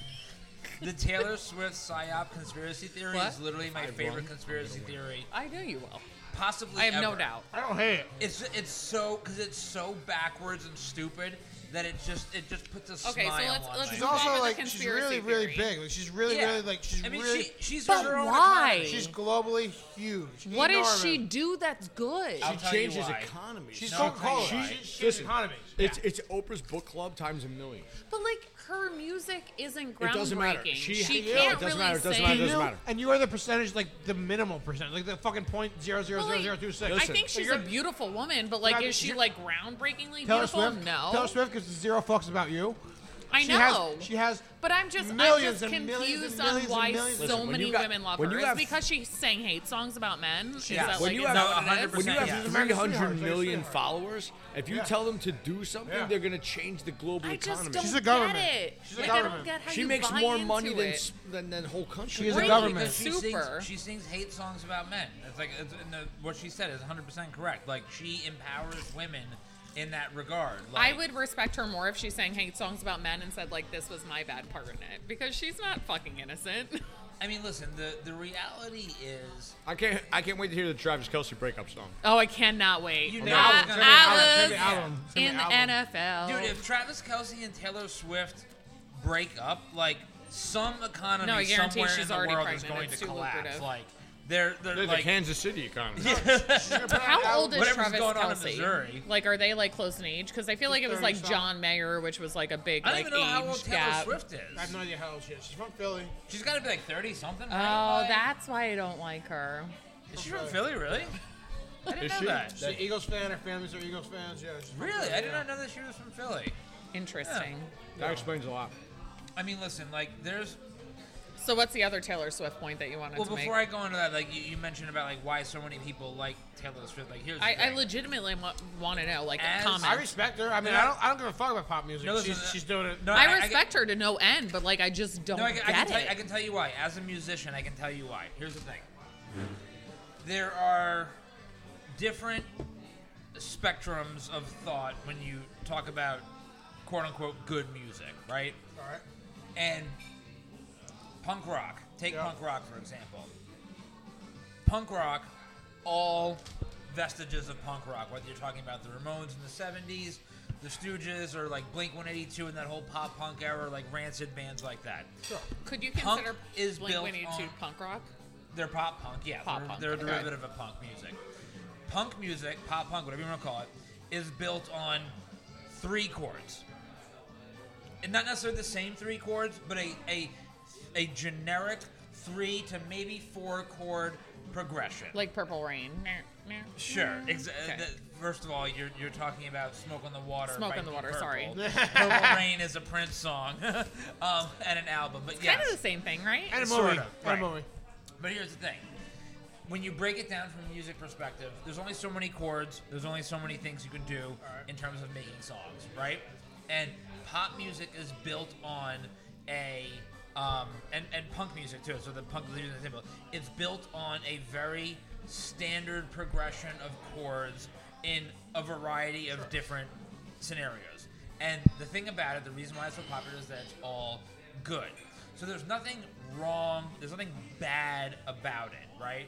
[SPEAKER 2] The Taylor Swift psyop conspiracy theory is
[SPEAKER 4] What?
[SPEAKER 2] literally my
[SPEAKER 3] I won,
[SPEAKER 2] favorite
[SPEAKER 3] I'm
[SPEAKER 2] conspiracy
[SPEAKER 3] gonna
[SPEAKER 2] theory,
[SPEAKER 4] I know you will.
[SPEAKER 2] possibly.
[SPEAKER 4] I have no
[SPEAKER 2] ever.
[SPEAKER 4] doubt.
[SPEAKER 1] I don't hate it.
[SPEAKER 2] It's it's so because it's so backwards and stupid that it just it just puts a
[SPEAKER 4] Okay, so
[SPEAKER 2] smile
[SPEAKER 4] let's-
[SPEAKER 2] on
[SPEAKER 4] let's
[SPEAKER 2] my
[SPEAKER 1] She's
[SPEAKER 4] Go on with
[SPEAKER 1] also
[SPEAKER 4] the
[SPEAKER 1] like she's really,
[SPEAKER 4] conspiracy
[SPEAKER 1] really
[SPEAKER 4] theory.
[SPEAKER 1] big. Like, She's really,
[SPEAKER 2] Yeah.
[SPEAKER 1] really like she's
[SPEAKER 2] I mean,
[SPEAKER 1] really.
[SPEAKER 2] she, she's
[SPEAKER 4] But
[SPEAKER 2] her own
[SPEAKER 4] why?
[SPEAKER 2] economy.
[SPEAKER 1] she's globally huge.
[SPEAKER 4] What does
[SPEAKER 1] enormous.
[SPEAKER 4] she do that's good?
[SPEAKER 2] I'll
[SPEAKER 3] She
[SPEAKER 2] tell you
[SPEAKER 3] changes
[SPEAKER 2] why.
[SPEAKER 3] economy.
[SPEAKER 1] She's
[SPEAKER 2] No,
[SPEAKER 1] Coca Cola.
[SPEAKER 2] I'll tell you why.
[SPEAKER 1] She's, she's economies.
[SPEAKER 3] It's it's Oprah's book club times a million.
[SPEAKER 4] But like her music isn't groundbreaking.
[SPEAKER 3] It doesn't matter.
[SPEAKER 4] She,
[SPEAKER 3] She- yeah,
[SPEAKER 4] can't
[SPEAKER 3] it doesn't
[SPEAKER 4] really
[SPEAKER 3] matter, it doesn't
[SPEAKER 4] sing.
[SPEAKER 3] matter, it doesn't
[SPEAKER 1] You-
[SPEAKER 3] matter.
[SPEAKER 1] And you are the percentage, like the minimal percent, like the fucking point zero zero
[SPEAKER 4] Well,
[SPEAKER 1] zero
[SPEAKER 4] like,
[SPEAKER 1] zero two six.
[SPEAKER 4] I
[SPEAKER 3] Listen.
[SPEAKER 4] think she's a
[SPEAKER 1] you're-
[SPEAKER 4] beautiful woman, but like,
[SPEAKER 1] Yeah,
[SPEAKER 4] is she
[SPEAKER 1] you're-
[SPEAKER 4] like groundbreakingly
[SPEAKER 1] Taylor
[SPEAKER 4] beautiful?
[SPEAKER 1] Swift.
[SPEAKER 4] No.
[SPEAKER 1] Taylor Swift gives zero fucks about you.
[SPEAKER 4] I
[SPEAKER 1] She has-
[SPEAKER 4] know.
[SPEAKER 1] she has
[SPEAKER 4] But I'm just
[SPEAKER 1] millions
[SPEAKER 4] I'm just
[SPEAKER 1] and millions
[SPEAKER 4] confused
[SPEAKER 1] and millions and
[SPEAKER 4] on why
[SPEAKER 1] millions-
[SPEAKER 4] so
[SPEAKER 3] Listen, when
[SPEAKER 4] many
[SPEAKER 3] you got-
[SPEAKER 4] women love
[SPEAKER 3] when
[SPEAKER 4] her.
[SPEAKER 3] you
[SPEAKER 4] Is it
[SPEAKER 3] have-
[SPEAKER 4] because she sang hate songs about men? Is
[SPEAKER 2] Yeah.
[SPEAKER 4] that
[SPEAKER 2] When
[SPEAKER 4] like
[SPEAKER 3] you
[SPEAKER 4] is
[SPEAKER 3] have-
[SPEAKER 4] that what it
[SPEAKER 2] No,
[SPEAKER 4] is?
[SPEAKER 2] 100%.
[SPEAKER 3] When you have
[SPEAKER 2] Yeah.
[SPEAKER 3] 300
[SPEAKER 1] It's like a
[SPEAKER 3] million
[SPEAKER 1] sweetheart.
[SPEAKER 3] followers, if you
[SPEAKER 1] Yeah.
[SPEAKER 3] tell them to do something,
[SPEAKER 1] Yeah.
[SPEAKER 3] they're gonna change the global
[SPEAKER 4] I just
[SPEAKER 3] economy.
[SPEAKER 4] don't
[SPEAKER 1] She's a
[SPEAKER 4] get
[SPEAKER 1] government.
[SPEAKER 4] it.
[SPEAKER 1] She's a
[SPEAKER 4] like, I
[SPEAKER 1] government.
[SPEAKER 4] don't get how
[SPEAKER 3] she
[SPEAKER 4] you
[SPEAKER 3] makes
[SPEAKER 4] buy
[SPEAKER 3] more
[SPEAKER 4] into
[SPEAKER 3] money than,
[SPEAKER 4] it.
[SPEAKER 3] s- than than whole country.
[SPEAKER 1] She is a
[SPEAKER 4] Really?
[SPEAKER 1] government.
[SPEAKER 2] Because she
[SPEAKER 4] Super.
[SPEAKER 2] Sings, she sings hate songs about men. It's like it's, and the, what she said is 100 percent correct. Like she empowers women in that regard.
[SPEAKER 4] I
[SPEAKER 2] Like,
[SPEAKER 4] would respect her more if she sang hate songs about men and said like this was my bad part in it because she's not fucking innocent.
[SPEAKER 2] I mean, listen. The the reality is,
[SPEAKER 3] I can't I can't wait to hear the Travis Kelsey breakup song.
[SPEAKER 4] oh, I cannot wait.
[SPEAKER 2] You
[SPEAKER 4] I-
[SPEAKER 2] know
[SPEAKER 4] I,
[SPEAKER 2] it's gonna be an album. It's gonna be an
[SPEAKER 1] album.
[SPEAKER 4] was
[SPEAKER 1] It's gonna be an
[SPEAKER 4] in the NFL.
[SPEAKER 2] dude, if Travis Kelsey and Taylor Swift break up, like some economy
[SPEAKER 4] No, I guarantee
[SPEAKER 2] somewhere
[SPEAKER 4] she's
[SPEAKER 2] in the
[SPEAKER 4] already
[SPEAKER 2] world is
[SPEAKER 4] pregnant.
[SPEAKER 2] going
[SPEAKER 4] It's
[SPEAKER 2] to
[SPEAKER 4] too
[SPEAKER 2] collapse.
[SPEAKER 4] lucrative.
[SPEAKER 2] Like they're they're,
[SPEAKER 3] They're the
[SPEAKER 2] like
[SPEAKER 3] Kansas City economy.
[SPEAKER 4] How old is
[SPEAKER 2] Whatever's
[SPEAKER 4] Travis
[SPEAKER 2] going on in
[SPEAKER 4] Kelsey?
[SPEAKER 2] Missouri.
[SPEAKER 4] Like, are they like close in age? Because I feel like it was
[SPEAKER 1] 30
[SPEAKER 4] like
[SPEAKER 1] something.
[SPEAKER 4] John Mayer, which was like a big
[SPEAKER 2] I don't
[SPEAKER 4] like
[SPEAKER 2] even know
[SPEAKER 4] age
[SPEAKER 2] how old Taylor
[SPEAKER 4] gap.
[SPEAKER 2] Swift
[SPEAKER 1] I have
[SPEAKER 2] is.
[SPEAKER 1] no idea how old she is. She's from Philly.
[SPEAKER 2] She's got to be like 30 something.
[SPEAKER 4] Oh, that's why I don't like her.
[SPEAKER 2] Is she from Philly, really? I didn't
[SPEAKER 3] Is
[SPEAKER 2] know
[SPEAKER 3] she?
[SPEAKER 2] that.
[SPEAKER 1] She's an Eagles fan. Her family's are Eagles fans. Yeah. she's from
[SPEAKER 2] Really?
[SPEAKER 1] Philly,
[SPEAKER 2] I did
[SPEAKER 1] yeah.
[SPEAKER 2] not know that she was from Philly.
[SPEAKER 4] Interesting.
[SPEAKER 3] That explains a lot.
[SPEAKER 2] I mean, listen, like, there's.
[SPEAKER 4] So, what's the other Taylor Swift point that you wanted
[SPEAKER 2] Well,
[SPEAKER 4] to make?
[SPEAKER 2] before I go into that, like, you, you mentioned about, like, why so many people like Taylor Swift. Like, here's. the
[SPEAKER 4] I, I
[SPEAKER 2] thing.
[SPEAKER 4] legitimately want to know, like,
[SPEAKER 2] As-
[SPEAKER 4] comments.
[SPEAKER 1] I respect her. I mean, I don't. I don't give a fuck about pop music.
[SPEAKER 2] No, listen,
[SPEAKER 1] she's,
[SPEAKER 2] uh,
[SPEAKER 1] she's doing it.
[SPEAKER 2] no,
[SPEAKER 4] I,
[SPEAKER 2] I- I get-
[SPEAKER 4] respect her to no end, but like I just don't
[SPEAKER 2] No, I can, I,
[SPEAKER 4] get
[SPEAKER 2] can tell,
[SPEAKER 4] it.
[SPEAKER 2] I can tell you why. As a musician, I can tell you why. Here's the thing there are different spectrums of thought when you talk about quote unquote good music, right?
[SPEAKER 1] All right.
[SPEAKER 2] and punk rock. Take
[SPEAKER 1] Yeah.
[SPEAKER 2] punk rock for example. Punk rock, all vestiges of punk rock, whether you're talking about the Ramones in the '70s, the Stooges, or like Blink 182 and that whole pop punk era, like rancid bands like that.
[SPEAKER 4] Could you
[SPEAKER 2] Punk
[SPEAKER 4] consider
[SPEAKER 2] is
[SPEAKER 4] Blink
[SPEAKER 2] built
[SPEAKER 4] One Eighty Two
[SPEAKER 2] on-
[SPEAKER 4] punk rock?
[SPEAKER 2] They're pop punk, yeah.
[SPEAKER 4] Pop
[SPEAKER 2] they're
[SPEAKER 4] punk,
[SPEAKER 2] they're a
[SPEAKER 4] okay.
[SPEAKER 2] derivative of punk music. Punk music, pop punk, whatever you want to call it, is built on three chords. And not necessarily the same three chords, but a a, a generic three to maybe four chord progression.
[SPEAKER 4] Like Purple Rain.
[SPEAKER 2] Sure. Exa-
[SPEAKER 4] Okay.
[SPEAKER 2] the, first of all, you're, you're talking about "Smoke on the Water."
[SPEAKER 4] Smoke
[SPEAKER 2] by
[SPEAKER 4] on the
[SPEAKER 2] Deep
[SPEAKER 4] Water,
[SPEAKER 2] Purple.
[SPEAKER 4] sorry.
[SPEAKER 2] "Purple Rain" is a Prince song, um, and an album. But yes,
[SPEAKER 4] Kind of the same thing, right?
[SPEAKER 1] And a
[SPEAKER 2] Sort
[SPEAKER 1] movie.
[SPEAKER 2] of,
[SPEAKER 1] And
[SPEAKER 2] right.
[SPEAKER 1] a movie.
[SPEAKER 2] But here's the thing. when you break it down from a music perspective, there's only so many chords, there's only so many things you can do in terms of making songs, right? And pop music is built on a um, and, and punk music too. So the punk leaders and the it's built on a very standard progression of chords in a variety of different scenarios. And the thing about it, the reason why it's so popular is that it's all good. So there's nothing wrong, there's nothing bad about it, right?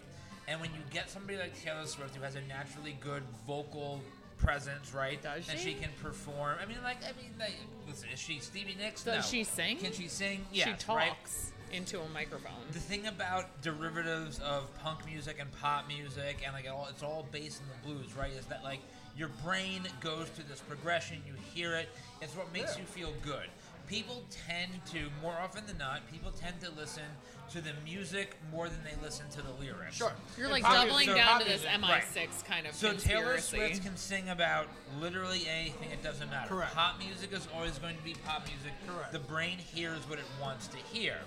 [SPEAKER 2] And when you get somebody like Taylor Swift who has a naturally good vocal presence, right?
[SPEAKER 4] Does
[SPEAKER 2] And
[SPEAKER 4] she?
[SPEAKER 2] she can perform. I mean, like, I mean, like, listen, is she Stevie Nicks?
[SPEAKER 4] Does
[SPEAKER 2] No.
[SPEAKER 4] she sing?
[SPEAKER 2] Can she sing? Yes,
[SPEAKER 4] she
[SPEAKER 2] right?
[SPEAKER 4] talks into a microphone.
[SPEAKER 2] the thing about derivatives of punk music and pop music and like it all it's all based in the blues right is that like your brain goes through this progression you hear it it's what makes you feel good people tend to more often than not people tend to listen to the music more than they listen to the lyrics
[SPEAKER 3] Sure.
[SPEAKER 4] You're like
[SPEAKER 2] Pop music-
[SPEAKER 4] doubling
[SPEAKER 2] so
[SPEAKER 4] down
[SPEAKER 2] pop
[SPEAKER 4] to this
[SPEAKER 2] music,
[SPEAKER 4] MI6
[SPEAKER 2] right.
[SPEAKER 4] kind of
[SPEAKER 2] So Taylor
[SPEAKER 4] conspiracy.
[SPEAKER 2] Swift can sing about literally anything. It doesn't matter.
[SPEAKER 1] Correct.
[SPEAKER 2] Pop music is always going to be pop music.
[SPEAKER 1] Correct.
[SPEAKER 2] The brain hears what it wants to hear.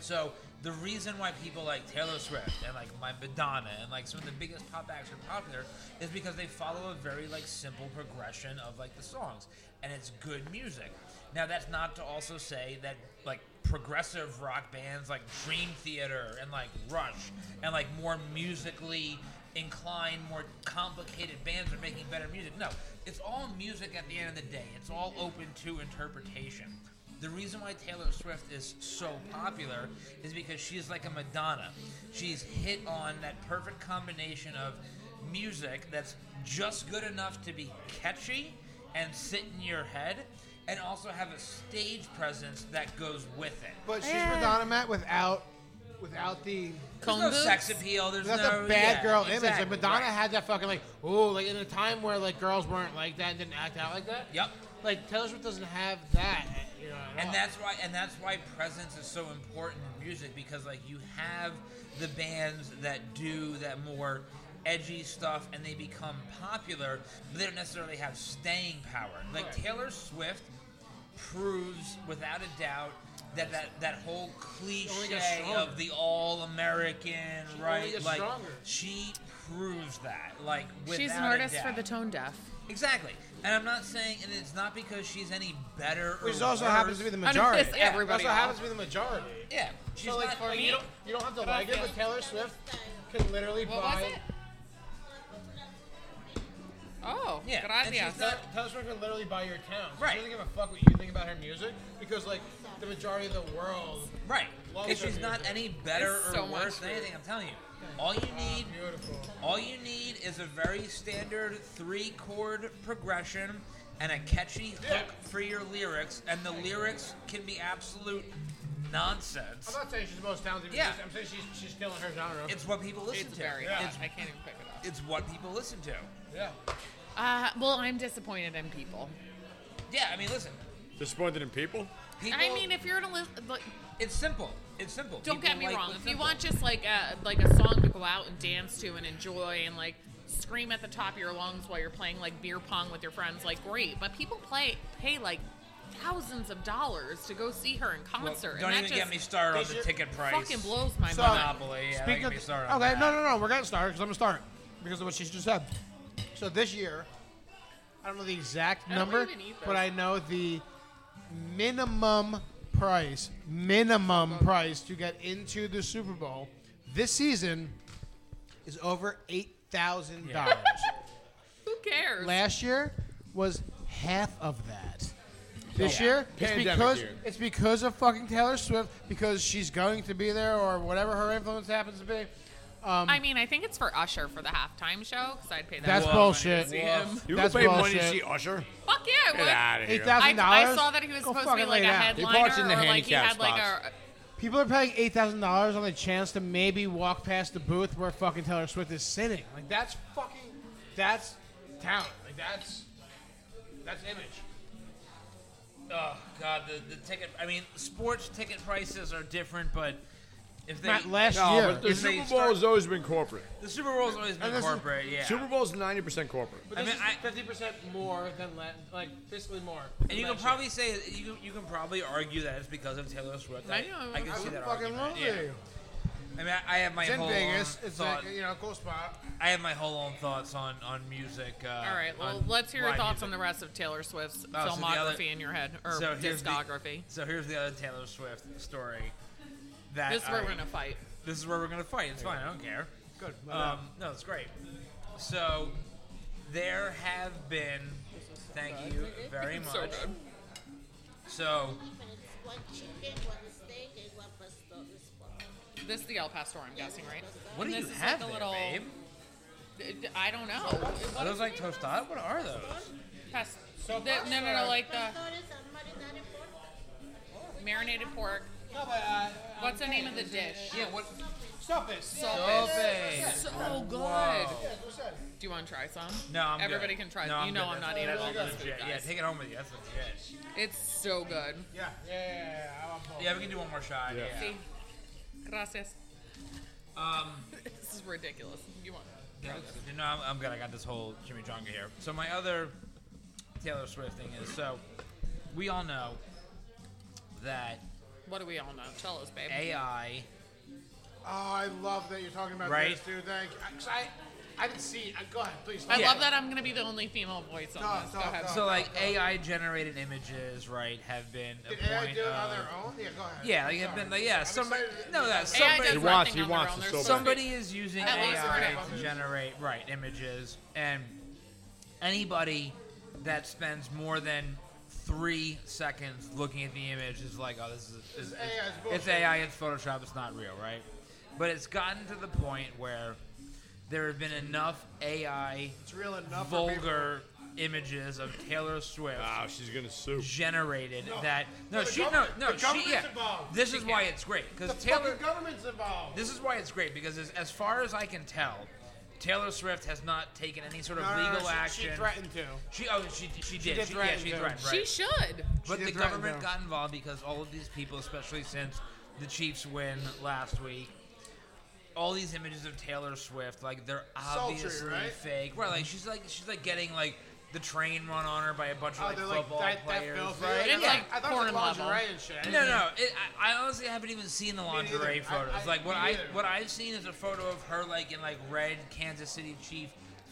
[SPEAKER 2] So the reason why people like Taylor Swift and like my Madonna and like some of the biggest pop acts are popular is because they follow a very like simple progression of like the songs, and it's good music. Now that's not to also say that like progressive rock bands like Dream Theater and like Rush and like more musically inclined, more complicated bands are making better music. No, it's all music at the end of the day. It's all open to interpretation. The reason why Taylor Swift is so popular is because she's like a Madonna. She's hit on that perfect combination of music that's just good enough to be catchy and sit in your head, and also have a stage presence that goes with it.
[SPEAKER 1] But she's Madonna Matt without without the
[SPEAKER 4] Cone
[SPEAKER 2] there's no
[SPEAKER 4] boots?
[SPEAKER 2] sex appeal. There's
[SPEAKER 1] without
[SPEAKER 2] no
[SPEAKER 1] the bad
[SPEAKER 2] yeah,
[SPEAKER 1] girl image.
[SPEAKER 2] exactly,
[SPEAKER 1] Like Madonna
[SPEAKER 2] right.
[SPEAKER 1] had that fucking like oh like in a time where like girls weren't like that and didn't act out like that.
[SPEAKER 2] Yep.
[SPEAKER 1] Like Taylor Swift doesn't have that. You know, at all.
[SPEAKER 2] and that's why and that's why presence is so important in music because like you have the bands that do that more edgy stuff and they become popular but they don't necessarily have staying power like taylor swift proves without a doubt that that, that whole
[SPEAKER 1] only gets
[SPEAKER 2] cliche
[SPEAKER 1] stronger.
[SPEAKER 2] of the all-american
[SPEAKER 1] only
[SPEAKER 2] right
[SPEAKER 1] gets
[SPEAKER 2] like
[SPEAKER 1] stronger.
[SPEAKER 2] she proves that like without
[SPEAKER 4] She's an
[SPEAKER 2] a
[SPEAKER 4] artist for
[SPEAKER 2] doubt.
[SPEAKER 4] the tone deaf.
[SPEAKER 2] exactly and i'm not saying and it's not because she's any better or
[SPEAKER 1] which also happens to be the
[SPEAKER 4] I mean,
[SPEAKER 1] majority.
[SPEAKER 4] this everybody
[SPEAKER 1] also
[SPEAKER 4] else.
[SPEAKER 1] happens to be the majority.
[SPEAKER 2] yeah she's
[SPEAKER 1] So like
[SPEAKER 2] not
[SPEAKER 1] for
[SPEAKER 2] like,
[SPEAKER 1] me,
[SPEAKER 2] you
[SPEAKER 1] you
[SPEAKER 2] don't-
[SPEAKER 1] don't, you don't have to like it, but Taylor Swift can literally
[SPEAKER 4] What was
[SPEAKER 1] buy.
[SPEAKER 4] it? Oh,
[SPEAKER 2] Yeah,
[SPEAKER 4] good
[SPEAKER 2] and
[SPEAKER 4] idea.
[SPEAKER 2] she's
[SPEAKER 1] Taylor Taylor Swift can literally buy your account. She
[SPEAKER 2] Right.
[SPEAKER 1] doesn't give a fuck what you think about her music because like the majority of the world.
[SPEAKER 2] Right.
[SPEAKER 1] Love
[SPEAKER 2] Because
[SPEAKER 1] that
[SPEAKER 2] she's not
[SPEAKER 1] music.
[SPEAKER 2] any better
[SPEAKER 4] It's
[SPEAKER 2] or
[SPEAKER 4] so
[SPEAKER 2] worse
[SPEAKER 4] much
[SPEAKER 2] than anything. I'm telling you. All you need,
[SPEAKER 1] Beautiful.
[SPEAKER 2] all you need is a very standard three chord progression and a catchy hook for your lyrics, and the lyrics can be absolute
[SPEAKER 1] I'm
[SPEAKER 2] nonsense.
[SPEAKER 1] not saying she's the most talented.
[SPEAKER 2] Yeah.
[SPEAKER 1] musician. I'm saying she's she's still in her genre.
[SPEAKER 2] It's what people listen
[SPEAKER 4] It's
[SPEAKER 2] to.
[SPEAKER 4] very
[SPEAKER 1] Yeah.
[SPEAKER 4] hot.
[SPEAKER 2] It's,
[SPEAKER 4] I can't even pick it up.
[SPEAKER 2] it's what people listen to.
[SPEAKER 1] yeah.
[SPEAKER 4] Uh, well, I'm disappointed in people.
[SPEAKER 2] Yeah, I mean, listen.
[SPEAKER 3] Disappointed in people?
[SPEAKER 2] People,
[SPEAKER 4] I mean, if you're gonna li- like,
[SPEAKER 2] it's simple. It's simple.
[SPEAKER 4] don't
[SPEAKER 2] People
[SPEAKER 4] get me
[SPEAKER 2] like
[SPEAKER 4] wrong.
[SPEAKER 2] what's
[SPEAKER 4] If you
[SPEAKER 2] simple.
[SPEAKER 4] want just like a like a song to go out and dance to and enjoy and like scream at the top of your lungs while you're playing like beer pong with your friends, like great. But people play pay like thousands of dollars to go see her in
[SPEAKER 2] Well,
[SPEAKER 4] concert.
[SPEAKER 2] don't
[SPEAKER 4] and
[SPEAKER 2] even
[SPEAKER 4] that
[SPEAKER 2] get me
[SPEAKER 4] just
[SPEAKER 2] started on
[SPEAKER 1] Is
[SPEAKER 2] the
[SPEAKER 1] your-
[SPEAKER 2] ticket price.
[SPEAKER 4] Fucking blows my
[SPEAKER 1] So-
[SPEAKER 4] mind.
[SPEAKER 2] Monopoly. Yeah, don't get me started on
[SPEAKER 1] okay,
[SPEAKER 2] that.
[SPEAKER 1] no, no, no, we're getting started because I'm gonna start because of what she just said. So this year, I don't know the exact
[SPEAKER 4] I don't
[SPEAKER 1] number,
[SPEAKER 4] even eat
[SPEAKER 1] but
[SPEAKER 4] those.
[SPEAKER 1] I know the minimum price, minimum price to get into the Super Bowl this season is over eight thousand dollars.
[SPEAKER 4] Who cares?
[SPEAKER 1] Last year was half of that. This
[SPEAKER 2] Yeah.
[SPEAKER 1] year, it's
[SPEAKER 3] Pandemic
[SPEAKER 1] because
[SPEAKER 3] year.
[SPEAKER 1] it's because of fucking Taylor Swift because she's going to be there or whatever her influence happens to be.
[SPEAKER 4] I mean, I think it's for Usher for the halftime show because I'd pay that.
[SPEAKER 1] That's
[SPEAKER 4] much
[SPEAKER 2] Woof.
[SPEAKER 1] bullshit.
[SPEAKER 4] money to see him.
[SPEAKER 3] You
[SPEAKER 1] That's
[SPEAKER 3] can pay money to
[SPEAKER 1] bullshit.
[SPEAKER 3] see Usher?
[SPEAKER 4] Fuck yeah, I
[SPEAKER 3] Get
[SPEAKER 4] would.
[SPEAKER 3] out of here.
[SPEAKER 1] Eight thousand
[SPEAKER 4] I,
[SPEAKER 1] dollars.
[SPEAKER 4] I saw that he was
[SPEAKER 1] Go
[SPEAKER 4] supposed to be
[SPEAKER 1] fucking
[SPEAKER 4] like
[SPEAKER 1] lay
[SPEAKER 4] a
[SPEAKER 1] down.
[SPEAKER 3] He
[SPEAKER 4] headliner,
[SPEAKER 3] parks in the
[SPEAKER 4] or like he
[SPEAKER 3] handicap
[SPEAKER 4] had like
[SPEAKER 3] spots.
[SPEAKER 4] a
[SPEAKER 1] People are paying eight thousand dollars on the chance to maybe walk past the booth where fucking Taylor Swift is sitting. Like that's fucking, that's talent. Like that's, that's image.
[SPEAKER 2] Oh God, the, the ticket. I mean, sports ticket prices are different, but if they
[SPEAKER 1] Not last
[SPEAKER 3] No,
[SPEAKER 1] year.
[SPEAKER 3] but the
[SPEAKER 2] If they
[SPEAKER 3] Super Bowl
[SPEAKER 2] start-
[SPEAKER 3] has always been corporate.
[SPEAKER 2] the Super Bowl's always been
[SPEAKER 1] And this is-
[SPEAKER 2] corporate, yeah.
[SPEAKER 3] Super Bowl's 90% corporate.
[SPEAKER 1] But
[SPEAKER 2] I
[SPEAKER 1] this
[SPEAKER 2] mean, I-
[SPEAKER 1] is fifty percent more than la- like fiscally more.
[SPEAKER 2] and you can probably say you can, you can probably argue that it's because of Taylor Swift. I,
[SPEAKER 4] I know,
[SPEAKER 2] I can
[SPEAKER 4] I
[SPEAKER 2] see that
[SPEAKER 1] fucking
[SPEAKER 2] argument.
[SPEAKER 1] love
[SPEAKER 2] Yeah.
[SPEAKER 1] you.
[SPEAKER 2] I mean, I, I have my
[SPEAKER 1] It's in
[SPEAKER 2] whole
[SPEAKER 1] Vegas.
[SPEAKER 2] Own
[SPEAKER 1] It's
[SPEAKER 2] thought,
[SPEAKER 1] like, you know, cool spot.
[SPEAKER 2] I have my whole own thoughts on on music. Uh,
[SPEAKER 4] All right. Well,
[SPEAKER 2] on
[SPEAKER 4] let's hear your
[SPEAKER 2] live
[SPEAKER 4] thoughts on
[SPEAKER 2] music.
[SPEAKER 4] the rest of Taylor Swift's
[SPEAKER 2] Oh, so the
[SPEAKER 4] filmography
[SPEAKER 2] other-
[SPEAKER 4] in your head or
[SPEAKER 2] here's the-
[SPEAKER 4] discography.
[SPEAKER 2] so here's the other Taylor Swift story. That
[SPEAKER 4] This is where
[SPEAKER 2] I-
[SPEAKER 4] we're gonna fight.
[SPEAKER 2] This is where we're gonna fight. It's fine. I don't care. Good. Um, no, it's great. So there have been. Thank you very much.
[SPEAKER 4] So good.
[SPEAKER 2] So
[SPEAKER 5] What chicken, what steak, and what pesto is what.
[SPEAKER 4] This is the El Pastor, I'm guessing, right?
[SPEAKER 2] what do
[SPEAKER 4] And
[SPEAKER 2] you
[SPEAKER 4] this is
[SPEAKER 2] have
[SPEAKER 4] like a
[SPEAKER 2] there,
[SPEAKER 4] little-
[SPEAKER 2] babe?
[SPEAKER 4] D- I don't know. What
[SPEAKER 2] Are
[SPEAKER 4] is
[SPEAKER 2] those like tostada? What are those?
[SPEAKER 4] past- the- no, no, no, like the
[SPEAKER 5] Pesto is a marinated pork.
[SPEAKER 4] marinated pork.
[SPEAKER 1] No, but uh,
[SPEAKER 4] What's the name of the dish?
[SPEAKER 2] Yeah. What?
[SPEAKER 1] stop it.
[SPEAKER 2] Sobe.
[SPEAKER 4] So good.
[SPEAKER 2] Whoa.
[SPEAKER 4] Do you want to try some?
[SPEAKER 2] Oh. No, I'm good.
[SPEAKER 4] Everybody can try.
[SPEAKER 2] No,
[SPEAKER 4] you know
[SPEAKER 2] good.
[SPEAKER 4] I'm not
[SPEAKER 2] That's-
[SPEAKER 4] eating all
[SPEAKER 2] that's
[SPEAKER 4] this food,
[SPEAKER 2] legit. Yeah,
[SPEAKER 4] guys.
[SPEAKER 2] take it home with you. That's legit.
[SPEAKER 4] It's so good.
[SPEAKER 1] Yeah, yeah, yeah, yeah. I want both.
[SPEAKER 2] Yeah, we can do one more shot. Yeah.
[SPEAKER 4] See, gracias.
[SPEAKER 2] Um.
[SPEAKER 4] This is ridiculous. You want?
[SPEAKER 2] Yeah, it's- No, I'm, I'm good. I got this whole Jimmy Jonga here. So my other Taylor Swift thing is so we all know that
[SPEAKER 4] What do we all know? Tell us, babe.
[SPEAKER 2] AI.
[SPEAKER 1] Oh, I love that you're talking about
[SPEAKER 2] Right?
[SPEAKER 1] this, dude. Thank you. 'Cause I, I didn't see. I, go ahead, please.
[SPEAKER 4] I
[SPEAKER 2] Yeah.
[SPEAKER 4] love that I'm gonna be the only female voice on
[SPEAKER 1] No,
[SPEAKER 4] this.
[SPEAKER 1] no,
[SPEAKER 4] Go ahead.
[SPEAKER 1] no.
[SPEAKER 2] So like AI generated images, right, have been a
[SPEAKER 1] Did
[SPEAKER 2] point
[SPEAKER 1] AI do it on
[SPEAKER 2] of-
[SPEAKER 1] their own? Yeah, go ahead.
[SPEAKER 2] yeah, like have
[SPEAKER 1] Sorry.
[SPEAKER 2] been like yeah,
[SPEAKER 1] I'm
[SPEAKER 2] somebody
[SPEAKER 1] excited.
[SPEAKER 2] no that
[SPEAKER 4] AI
[SPEAKER 2] somebody
[SPEAKER 4] does
[SPEAKER 3] He wants-
[SPEAKER 4] nothing
[SPEAKER 3] he
[SPEAKER 4] on
[SPEAKER 3] wants
[SPEAKER 4] their own.
[SPEAKER 3] to
[SPEAKER 4] They're
[SPEAKER 3] sober.
[SPEAKER 4] smart.
[SPEAKER 2] somebody is using
[SPEAKER 4] At least
[SPEAKER 2] AI
[SPEAKER 4] we're
[SPEAKER 2] to generate right images, and anybody that spends more than three seconds looking at the image is like, oh, this is, is, is-
[SPEAKER 1] AI is
[SPEAKER 2] it's
[SPEAKER 1] bullshit.
[SPEAKER 2] AI, it's Photoshop, it's not real, right? But it's gotten to the point where there have been enough AI
[SPEAKER 1] It's real enough. for people.
[SPEAKER 2] vulgar images of Taylor Swift
[SPEAKER 3] Wow, she's gonna sue.
[SPEAKER 2] generated that no,
[SPEAKER 1] the
[SPEAKER 2] she no
[SPEAKER 1] government-
[SPEAKER 2] no
[SPEAKER 1] the
[SPEAKER 2] she
[SPEAKER 1] government's
[SPEAKER 2] yeah
[SPEAKER 1] involved.
[SPEAKER 2] this is why it's great
[SPEAKER 1] The
[SPEAKER 2] because Taylor
[SPEAKER 1] fucking government's involved.
[SPEAKER 2] this is why it's great because as, as far as I can tell, Taylor Swift has not taken any sort of
[SPEAKER 1] No, no, no,
[SPEAKER 2] legal
[SPEAKER 1] she-
[SPEAKER 2] action.
[SPEAKER 1] She threatened to.
[SPEAKER 2] She oh she she did,
[SPEAKER 1] did
[SPEAKER 2] she, yeah
[SPEAKER 1] threaten
[SPEAKER 2] she
[SPEAKER 1] to.
[SPEAKER 2] threatened
[SPEAKER 4] She
[SPEAKER 2] right.
[SPEAKER 4] should.
[SPEAKER 2] but
[SPEAKER 1] did
[SPEAKER 2] the
[SPEAKER 1] threaten
[SPEAKER 2] government
[SPEAKER 1] to.
[SPEAKER 2] got involved because all of these people, especially since the Chiefs win last week, all these images of Taylor Swift like they're
[SPEAKER 1] Sultry,
[SPEAKER 2] obviously
[SPEAKER 1] right?
[SPEAKER 2] fake. Right, like she's like she's like getting like the train run on her by a bunch of
[SPEAKER 1] Oh,
[SPEAKER 2] like
[SPEAKER 1] they're
[SPEAKER 2] football
[SPEAKER 1] like that, that
[SPEAKER 2] players.
[SPEAKER 1] filthy.
[SPEAKER 2] right?
[SPEAKER 4] It's
[SPEAKER 1] I
[SPEAKER 4] like
[SPEAKER 1] thought- I thought it was
[SPEAKER 4] porn
[SPEAKER 1] lingerie
[SPEAKER 4] level.
[SPEAKER 1] and shit. I
[SPEAKER 2] No,
[SPEAKER 1] didn't-
[SPEAKER 2] no. It, I, I honestly haven't even seen the
[SPEAKER 1] neither. I-
[SPEAKER 2] lingerie photos.
[SPEAKER 1] I-
[SPEAKER 2] like what
[SPEAKER 1] me
[SPEAKER 2] I
[SPEAKER 1] neither.
[SPEAKER 2] what I've seen is a photo of her like in like red Kansas City Chief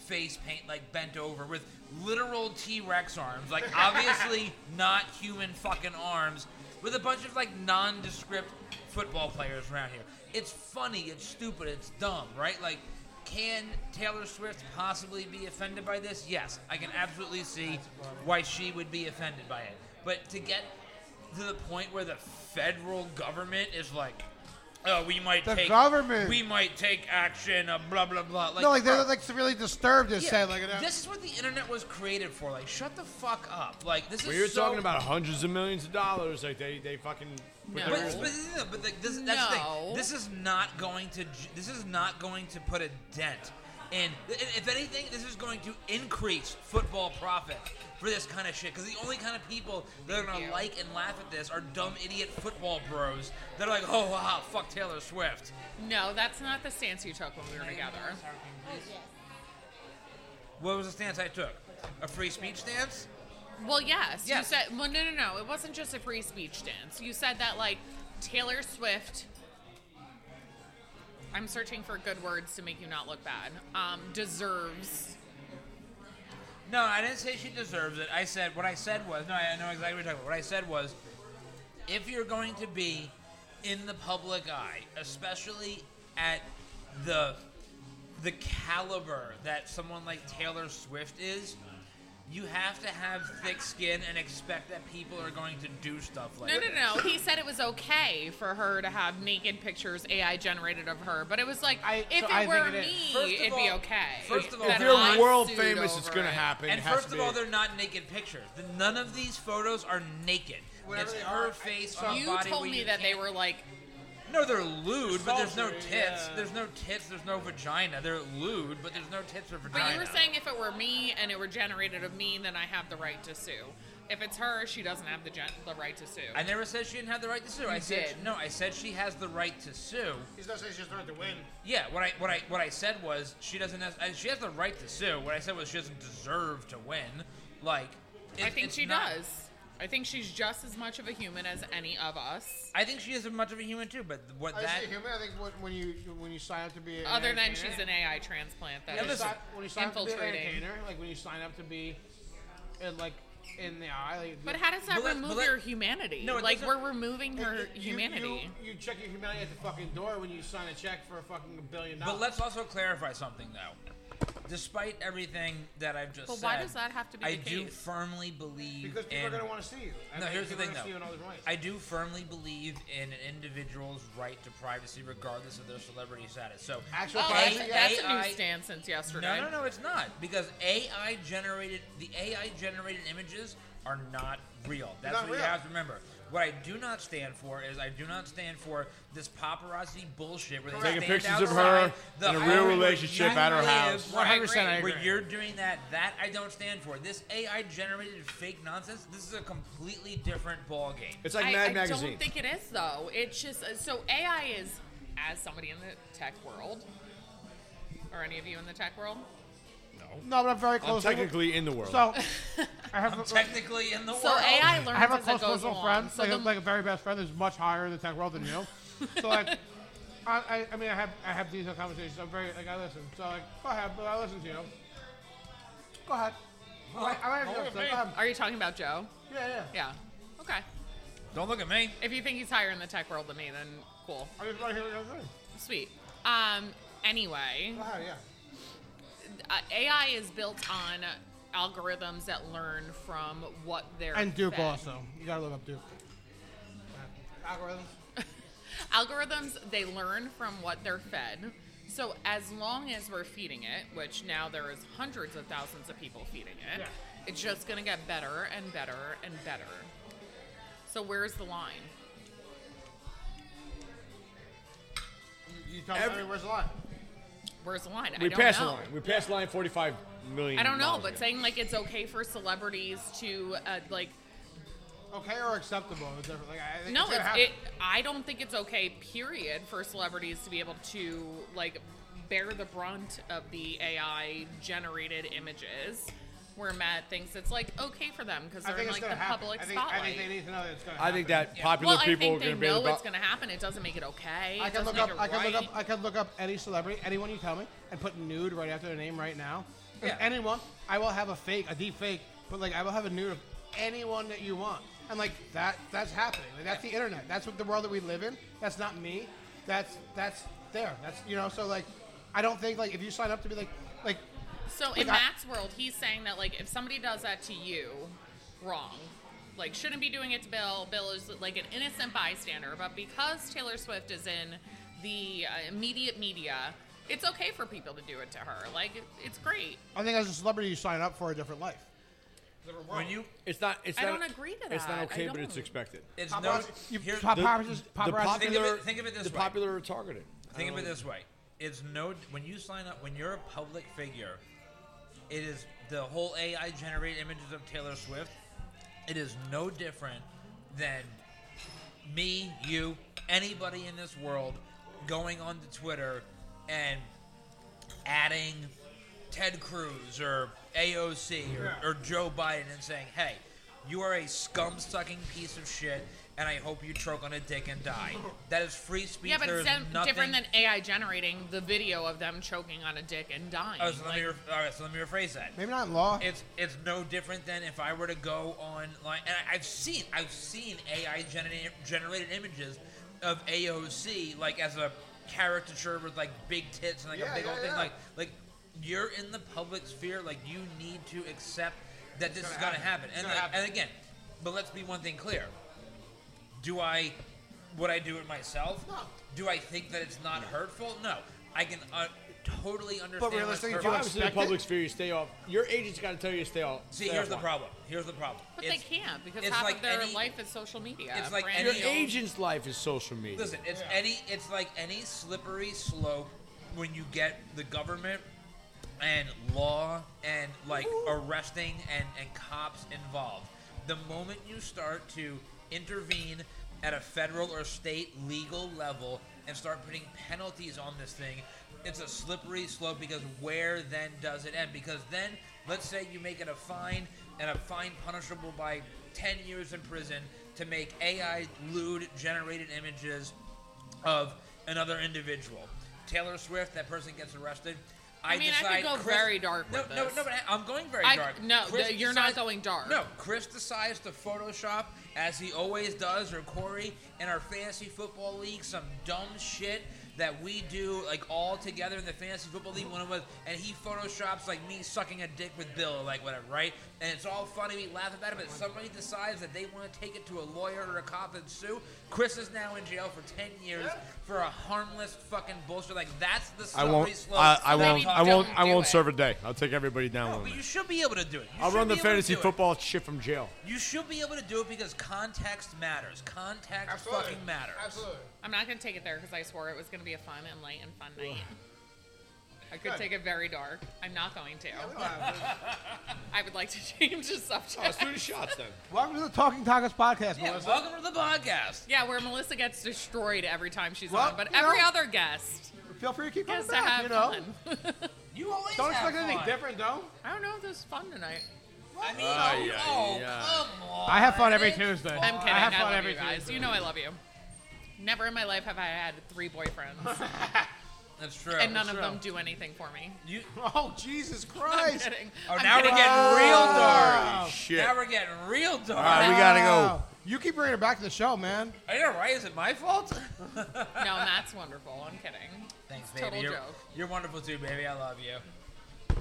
[SPEAKER 2] face paint, like bent over with literal T Rex arms, like obviously not human fucking arms, with a bunch of like nondescript football players around here. It's funny. It's stupid. It's dumb. Right? Like. Can Taylor Swift possibly be offended by this? Yes, I can absolutely see why she would be offended by it. But to get to the point where the federal government is like, oh, we might
[SPEAKER 6] The
[SPEAKER 2] take
[SPEAKER 6] government.
[SPEAKER 2] we might take action, uh, blah blah blah. Like,
[SPEAKER 6] No, like they're
[SPEAKER 2] bro,
[SPEAKER 6] like really disturbed. It
[SPEAKER 2] yeah,
[SPEAKER 6] said like uh,
[SPEAKER 2] this is what the internet was created for. Like, shut the fuck up. Like, this
[SPEAKER 3] We
[SPEAKER 2] is
[SPEAKER 3] were
[SPEAKER 2] so-
[SPEAKER 3] talking about hundreds of millions of dollars. Like they, they fucking. put
[SPEAKER 4] No.
[SPEAKER 2] But,
[SPEAKER 3] their-
[SPEAKER 2] but, yeah, but like, this, that's the
[SPEAKER 4] No.
[SPEAKER 2] thing. This is not going to. j- This is not going to put a dent in. i- If anything, this is going to increase football profit for this kind of shit. Because the only kind of people that are gonna
[SPEAKER 4] you.
[SPEAKER 2] like and laugh at this are dumb idiot football bros that are like, oh wow, fuck Taylor Swift.
[SPEAKER 4] No, that's not the stance you took when we were together.
[SPEAKER 2] What was the stance I took? A free speech stance?
[SPEAKER 4] Well, yes.
[SPEAKER 2] Yes.
[SPEAKER 4] You said, well, no, no, no. It wasn't just a free speech dance. You said that, like, Taylor Swift. I'm searching for good words to make you not look bad. Um, deserves.
[SPEAKER 2] No, I didn't say she deserves it. I said what I said was no. I know exactly what you're talking about. What I said was, if you're going to be in the public eye, especially at the the caliber that someone like Taylor Swift is, you have to have thick skin and expect that people are going to do stuff like
[SPEAKER 4] No,
[SPEAKER 2] that.
[SPEAKER 4] no, no. He said it was okay for her to have naked pictures AI generated of her, but it was like,
[SPEAKER 1] I-
[SPEAKER 4] if
[SPEAKER 1] so
[SPEAKER 4] it
[SPEAKER 1] I think
[SPEAKER 4] were
[SPEAKER 1] it is.
[SPEAKER 4] me,
[SPEAKER 2] First of
[SPEAKER 4] it'd be
[SPEAKER 2] all-
[SPEAKER 4] okay.
[SPEAKER 2] first of all-
[SPEAKER 4] That
[SPEAKER 3] if
[SPEAKER 4] I
[SPEAKER 3] you're world
[SPEAKER 4] sued
[SPEAKER 3] famous, it's
[SPEAKER 4] over
[SPEAKER 3] gonna
[SPEAKER 4] it.
[SPEAKER 3] happen.
[SPEAKER 2] And
[SPEAKER 3] It has
[SPEAKER 2] first
[SPEAKER 3] to
[SPEAKER 2] of all,
[SPEAKER 3] be.
[SPEAKER 2] they're not naked pictures. The, none of these photos are naked.
[SPEAKER 1] Whatever
[SPEAKER 2] it's
[SPEAKER 1] they
[SPEAKER 2] her
[SPEAKER 1] are, I-
[SPEAKER 2] face
[SPEAKER 1] so-
[SPEAKER 2] on a
[SPEAKER 4] You
[SPEAKER 2] body
[SPEAKER 4] told
[SPEAKER 2] where
[SPEAKER 4] me
[SPEAKER 2] you
[SPEAKER 4] that they
[SPEAKER 2] can't-
[SPEAKER 4] were like,
[SPEAKER 2] No, they're lewd, but there's no tits.
[SPEAKER 1] Sultry, yeah.
[SPEAKER 2] There's no tits. There's no vagina. They're lewd, but there's no tits or vagina.
[SPEAKER 4] But you were saying if it were me and it were generated of me, then I have the right to sue. If it's her, she doesn't have the gen- the right to sue.
[SPEAKER 2] I never said she didn't have the right to sue. I said
[SPEAKER 4] did.
[SPEAKER 2] no. I said she has the right to sue.
[SPEAKER 1] He's not saying she's trying to win.
[SPEAKER 2] Yeah. What I what I what I said was she doesn't. Have, uh, she has the right to sue. What I said was she doesn't deserve to win. Like,
[SPEAKER 4] I
[SPEAKER 2] it-
[SPEAKER 4] think
[SPEAKER 2] it's
[SPEAKER 4] she
[SPEAKER 2] not-
[SPEAKER 4] does. I think she's just as much of a human as any of us.
[SPEAKER 2] I think she is as much of a human too, but what
[SPEAKER 1] I
[SPEAKER 2] that
[SPEAKER 1] say human. I think when, when you when you sign up to be an
[SPEAKER 4] Other than
[SPEAKER 1] entertainer-
[SPEAKER 4] she's an AI transplant. That
[SPEAKER 2] Yeah,
[SPEAKER 1] when you
[SPEAKER 4] is-
[SPEAKER 2] listen.
[SPEAKER 1] sign- when you sign up to be an
[SPEAKER 4] Infiltrating.
[SPEAKER 1] entertainer, like when you sign up to be, and like in the eye. Like,
[SPEAKER 4] But how does that
[SPEAKER 2] But let-
[SPEAKER 4] remove
[SPEAKER 2] but let-
[SPEAKER 4] your humanity?
[SPEAKER 2] No, it
[SPEAKER 4] like
[SPEAKER 2] doesn't-
[SPEAKER 4] we're removing
[SPEAKER 1] You-
[SPEAKER 4] her
[SPEAKER 1] you- you-
[SPEAKER 4] humanity.
[SPEAKER 1] You, check your humanity at the fucking door when you sign a check for a fucking billion dollars.
[SPEAKER 2] But let's also clarify something, though. Despite everything that I've just
[SPEAKER 4] But
[SPEAKER 2] said,
[SPEAKER 4] why does that have to be
[SPEAKER 2] I
[SPEAKER 4] the
[SPEAKER 2] do
[SPEAKER 4] case?
[SPEAKER 2] firmly believe
[SPEAKER 1] because people
[SPEAKER 2] in,
[SPEAKER 1] are gonna want to see you. I
[SPEAKER 2] No,
[SPEAKER 1] mean,
[SPEAKER 2] here's the
[SPEAKER 1] people are
[SPEAKER 2] thing,
[SPEAKER 1] gonna see you in
[SPEAKER 2] though.
[SPEAKER 1] all these ways.
[SPEAKER 2] I do firmly believe in an individual's right to privacy, regardless of their celebrity status. So,
[SPEAKER 1] Actual
[SPEAKER 4] Oh,
[SPEAKER 1] privacy,
[SPEAKER 4] that's,
[SPEAKER 2] A-
[SPEAKER 1] yeah.
[SPEAKER 4] that's a
[SPEAKER 2] AI
[SPEAKER 4] new stand since yesterday.
[SPEAKER 2] no, no, no, it's not because AI generated the AI generated images are not real. That's
[SPEAKER 1] not
[SPEAKER 2] what you
[SPEAKER 1] real.
[SPEAKER 2] have to remember. What I do not stand for is I do not stand for this paparazzi bullshit where they
[SPEAKER 3] Taking
[SPEAKER 2] stand
[SPEAKER 3] pictures of
[SPEAKER 2] outside
[SPEAKER 3] her
[SPEAKER 2] the
[SPEAKER 3] in a
[SPEAKER 2] home
[SPEAKER 3] real
[SPEAKER 2] where
[SPEAKER 3] relationship
[SPEAKER 2] you
[SPEAKER 3] at her
[SPEAKER 2] live,
[SPEAKER 3] house.
[SPEAKER 2] where I
[SPEAKER 1] 100% I
[SPEAKER 2] agree, Where
[SPEAKER 1] agree.
[SPEAKER 2] you're doing that, that I don't stand for. This AI generated fake nonsense. This is a completely different ballgame.
[SPEAKER 3] It's like
[SPEAKER 4] I,
[SPEAKER 3] Mad
[SPEAKER 4] I
[SPEAKER 3] Magazine.
[SPEAKER 4] don't think it is though. It's just uh, so AI is as somebody in the tech world, or any of you in the tech world.
[SPEAKER 1] No, but I'm very
[SPEAKER 3] I'm
[SPEAKER 1] close.
[SPEAKER 3] technically in the world.
[SPEAKER 1] so I have a, like,
[SPEAKER 2] Technically, in the
[SPEAKER 4] So
[SPEAKER 2] world,
[SPEAKER 4] AI learns
[SPEAKER 1] I have a
[SPEAKER 4] as it
[SPEAKER 1] close
[SPEAKER 4] goes
[SPEAKER 1] personal
[SPEAKER 4] along.
[SPEAKER 1] friend,
[SPEAKER 4] so
[SPEAKER 1] like, a,
[SPEAKER 4] the-
[SPEAKER 1] like a very best friend, who's much higher in the tech world than you. so like, I, I, I mean, I have I have these conversations. I'm very like I listen. So like, go ahead, but I listen to you. Go ahead. I, I might have to- go ahead.
[SPEAKER 4] are you talking about Joe?
[SPEAKER 1] Yeah, yeah.
[SPEAKER 4] Yeah. Okay.
[SPEAKER 2] don't look at me.
[SPEAKER 4] If you think he's higher in the tech world than me, then cool,
[SPEAKER 1] I just want to hear what you're saying.
[SPEAKER 4] sweet. Um. Anyway,
[SPEAKER 1] Go ahead, yeah.
[SPEAKER 4] uh, AI is built on algorithms that learn from what they're
[SPEAKER 1] And Duke
[SPEAKER 4] fed.
[SPEAKER 1] also. You gotta look up Duke. Algorithms.
[SPEAKER 4] algorithms they learn from what they're fed so as long as we're feeding it which now there is hundreds of thousands of people feeding it
[SPEAKER 1] Yeah.
[SPEAKER 4] it's just going to get better and better and better so where's the line
[SPEAKER 1] You tell me
[SPEAKER 3] Every-
[SPEAKER 1] everywhere's a lot.
[SPEAKER 4] where's the line i
[SPEAKER 3] we
[SPEAKER 4] don't
[SPEAKER 3] passed
[SPEAKER 4] know
[SPEAKER 3] the line. We passed the line 45 million.
[SPEAKER 4] i don't know
[SPEAKER 3] miles
[SPEAKER 4] but
[SPEAKER 3] ago.
[SPEAKER 4] saying like it's okay for celebrities to uh, like
[SPEAKER 1] Okay or acceptable? It's different. Like, I think
[SPEAKER 4] no
[SPEAKER 1] it's
[SPEAKER 4] it's,
[SPEAKER 1] gonna happen.
[SPEAKER 4] it, i don't think it's okay period for celebrities to be able to like bear the brunt of the ai generated images where matt thinks it's like okay for them because
[SPEAKER 1] I
[SPEAKER 4] they're in
[SPEAKER 1] think it's
[SPEAKER 4] like the
[SPEAKER 1] gonna happen.
[SPEAKER 4] public
[SPEAKER 1] I think,
[SPEAKER 4] spotlight
[SPEAKER 1] I think they need to know that it's gonna
[SPEAKER 3] I
[SPEAKER 1] happen.
[SPEAKER 3] think that popular
[SPEAKER 4] well i
[SPEAKER 3] people
[SPEAKER 4] think
[SPEAKER 3] are
[SPEAKER 4] they
[SPEAKER 3] going to be
[SPEAKER 4] know
[SPEAKER 3] able
[SPEAKER 4] it's going to happen it doesn't make it okay
[SPEAKER 1] I
[SPEAKER 4] it
[SPEAKER 1] can
[SPEAKER 4] doesn't
[SPEAKER 1] look
[SPEAKER 4] make
[SPEAKER 1] up.
[SPEAKER 4] it
[SPEAKER 1] I can look
[SPEAKER 4] right.
[SPEAKER 1] up. I can look up any celebrity, anyone you tell me, and put nude right after their name right now. If
[SPEAKER 2] Yeah.
[SPEAKER 1] anyone, I will have a fake, a deep fake, but like I will have a nude of anyone that you want, and like that. That's happening. Like, that's the internet. That's what the world that we live in. That's not me. That's that's there. That's you know. So like, I don't think like if you sign up to be like like
[SPEAKER 4] so in
[SPEAKER 1] Like, I-
[SPEAKER 4] matt's world he's saying that like if somebody does that to you wrong like shouldn't be doing it to bill bill is like an innocent bystander but because taylor swift is in the uh, immediate media it's okay for people to do it to her like it- it's great
[SPEAKER 1] I think as a celebrity you sign up for a different life.
[SPEAKER 2] When you,
[SPEAKER 3] It's not. It's
[SPEAKER 4] I
[SPEAKER 3] not,
[SPEAKER 4] don't agree to
[SPEAKER 3] It's
[SPEAKER 4] that. I
[SPEAKER 3] not okay, but it's
[SPEAKER 4] don't.
[SPEAKER 3] expected.
[SPEAKER 2] it's no.
[SPEAKER 1] Paparazzi, you,
[SPEAKER 2] here-
[SPEAKER 1] pop-
[SPEAKER 3] the-
[SPEAKER 1] paparazzi,
[SPEAKER 3] the
[SPEAKER 1] paparazzi-
[SPEAKER 3] pop-
[SPEAKER 2] think of
[SPEAKER 3] popular-
[SPEAKER 2] it. Think of it this
[SPEAKER 3] The
[SPEAKER 2] way.
[SPEAKER 3] popular are targeted. I
[SPEAKER 2] Think of
[SPEAKER 3] don't
[SPEAKER 2] it this way: it's no when you sign up when you're a public figure. It is the whole AI generated images of Taylor Swift. It is no different than me, you, anybody in this world going on to Twitter and adding Ted Cruz or AOC or, or Joe Biden and saying, "Hey, you are a scum sucking piece of shit." And I hope you choke on a dick and die. That is free speech.
[SPEAKER 4] Yeah, but
[SPEAKER 2] There
[SPEAKER 4] it's
[SPEAKER 2] is
[SPEAKER 4] di-
[SPEAKER 2] nothing-
[SPEAKER 4] different than AI generating the video of them choking on a dick and dying.
[SPEAKER 2] Oh, so let me
[SPEAKER 4] Like,
[SPEAKER 2] re- all right. So let me rephrase that.
[SPEAKER 1] maybe not in law.
[SPEAKER 2] It's it's no different than if I were to go online, and I, I've seen I've seen AI generated generated images of AOC like as a caricature with like big tits and like
[SPEAKER 1] Yeah,
[SPEAKER 2] a big
[SPEAKER 1] yeah,
[SPEAKER 2] old thing.
[SPEAKER 1] yeah.
[SPEAKER 2] Like like you're in the public sphere. Like you need to accept that this is
[SPEAKER 1] gonna
[SPEAKER 2] gonna
[SPEAKER 1] happen.
[SPEAKER 2] happen.
[SPEAKER 1] It's
[SPEAKER 2] And
[SPEAKER 1] gonna
[SPEAKER 2] like,
[SPEAKER 1] happen.
[SPEAKER 2] and again, but let's be one thing clear. Do I would I do it myself?
[SPEAKER 1] No.
[SPEAKER 2] Do I think that it's not hurtful? No. I can uh, totally understand. what's
[SPEAKER 1] realistically,
[SPEAKER 3] If
[SPEAKER 1] if
[SPEAKER 2] hurtful.
[SPEAKER 3] you're
[SPEAKER 1] you
[SPEAKER 3] obviously in the
[SPEAKER 1] expect it-
[SPEAKER 3] public sphere, you stay off. Your agent's got to tell you to stay off.
[SPEAKER 2] See,
[SPEAKER 3] stay
[SPEAKER 2] here's
[SPEAKER 3] off
[SPEAKER 2] the
[SPEAKER 3] line.
[SPEAKER 2] problem. Here's the problem.
[SPEAKER 4] but
[SPEAKER 2] It's-
[SPEAKER 4] they can't because
[SPEAKER 2] it's
[SPEAKER 4] half
[SPEAKER 2] like
[SPEAKER 4] of their
[SPEAKER 2] any-
[SPEAKER 4] life is social media.
[SPEAKER 2] it's like
[SPEAKER 4] brand
[SPEAKER 2] any
[SPEAKER 4] new.
[SPEAKER 3] Your agent's life is social media.
[SPEAKER 2] Listen, it's any it's like any slippery slope when you get the government and law and like arresting and, and cops involved. The moment you start to intervene at a federal or state legal level and start putting penalties on this thing, it's a slippery slope because where then does it end? Because then let's say you make it a fine and a fine punishable by 10 years in prison to make AI lewd generated images of another individual. Taylor Swift, that person gets arrested. I,
[SPEAKER 4] mean, I could
[SPEAKER 2] decide
[SPEAKER 4] go
[SPEAKER 2] Chris-
[SPEAKER 4] very dark
[SPEAKER 2] No,
[SPEAKER 4] with
[SPEAKER 2] no,
[SPEAKER 4] this.
[SPEAKER 2] no, but I'm going very
[SPEAKER 4] I-
[SPEAKER 2] dark.
[SPEAKER 4] no, th- you're not
[SPEAKER 2] decides-
[SPEAKER 4] going dark.
[SPEAKER 2] No, Chris decides to Photoshop, as he always does, or Corey in our fantasy football league, some dumb shit that we do like all together in the fantasy football league. One of us, and he photoshops like me sucking a dick with Bill, or like whatever, right? And it's all funny. We laugh about it, but somebody decides that they want to take it to a lawyer or a cop and sue. Chris is now in jail for ten years for a harmless fucking bullshit. Like that's the
[SPEAKER 3] I
[SPEAKER 2] slippery
[SPEAKER 3] won't.
[SPEAKER 2] slope.
[SPEAKER 3] I, I
[SPEAKER 2] that I'm
[SPEAKER 4] Maybe
[SPEAKER 3] won't. I
[SPEAKER 2] talking
[SPEAKER 3] won't.
[SPEAKER 4] don't
[SPEAKER 3] I
[SPEAKER 4] do
[SPEAKER 3] won't
[SPEAKER 4] it.
[SPEAKER 3] serve a day. I'll take everybody down
[SPEAKER 2] about.
[SPEAKER 3] with
[SPEAKER 2] But you
[SPEAKER 3] me.
[SPEAKER 2] should be able to do it. You
[SPEAKER 3] I'll
[SPEAKER 2] should
[SPEAKER 3] run the
[SPEAKER 2] be able to
[SPEAKER 3] fantasy
[SPEAKER 2] do it.
[SPEAKER 3] football shit from jail.
[SPEAKER 2] You should be able to do it because context matters. Context fucking matters.
[SPEAKER 1] Absolutely.
[SPEAKER 4] I'm not going to take it there because I swore it was going to be a fun and light and fun night. I could
[SPEAKER 1] Good.
[SPEAKER 4] take it very dark. I'm not going to.
[SPEAKER 1] We don't have-
[SPEAKER 4] I would like to change the
[SPEAKER 1] Oh,
[SPEAKER 3] Let's
[SPEAKER 4] subject.
[SPEAKER 3] do the shots then.
[SPEAKER 1] Welcome to the Talking Tacos podcast,
[SPEAKER 2] Yeah,
[SPEAKER 1] Melissa.
[SPEAKER 2] welcome to the podcast.
[SPEAKER 4] Yeah, where Melissa gets destroyed every time she's
[SPEAKER 1] Well,
[SPEAKER 4] on, but
[SPEAKER 1] you
[SPEAKER 4] every
[SPEAKER 1] know-
[SPEAKER 4] other guest
[SPEAKER 1] Feel free to keep coming
[SPEAKER 4] gets to have
[SPEAKER 1] back. You know,
[SPEAKER 4] fun.
[SPEAKER 2] You always
[SPEAKER 1] don't
[SPEAKER 2] have
[SPEAKER 1] expect anything
[SPEAKER 2] fun.
[SPEAKER 1] different, though.
[SPEAKER 4] I don't know if this is fun tonight.
[SPEAKER 2] I mean,
[SPEAKER 3] Ay,
[SPEAKER 2] oh,
[SPEAKER 3] ay,
[SPEAKER 2] oh,
[SPEAKER 3] ay.
[SPEAKER 2] come on.
[SPEAKER 1] I have fun every
[SPEAKER 2] It's
[SPEAKER 1] Tuesday.
[SPEAKER 2] fun.
[SPEAKER 4] I'm kidding.
[SPEAKER 1] Oh, I
[SPEAKER 4] I,
[SPEAKER 1] have fun
[SPEAKER 4] love
[SPEAKER 1] every
[SPEAKER 4] you guys.
[SPEAKER 1] Tuesday.
[SPEAKER 4] You know I love you. Never in my life have I had three boyfriends,
[SPEAKER 2] That's true.
[SPEAKER 4] and none of
[SPEAKER 1] true.
[SPEAKER 4] them do anything for me.
[SPEAKER 2] You,
[SPEAKER 1] Oh Jesus
[SPEAKER 4] I'm
[SPEAKER 1] Christ!
[SPEAKER 4] kidding.
[SPEAKER 2] oh,
[SPEAKER 4] I'm
[SPEAKER 2] now we're
[SPEAKER 4] kidding.
[SPEAKER 2] getting real dark.
[SPEAKER 3] Holy Oh, shit.
[SPEAKER 2] Now we're getting real dark.
[SPEAKER 3] All right, we gotta
[SPEAKER 1] Wow.
[SPEAKER 3] go.
[SPEAKER 1] You keep bringing it back to the show, man.
[SPEAKER 2] Are you all right? Is it my fault?
[SPEAKER 4] No, that's wonderful. I'm kidding.
[SPEAKER 2] Thanks,
[SPEAKER 4] Total
[SPEAKER 2] baby. You're,
[SPEAKER 4] joke.
[SPEAKER 2] you're wonderful too, baby. I love you.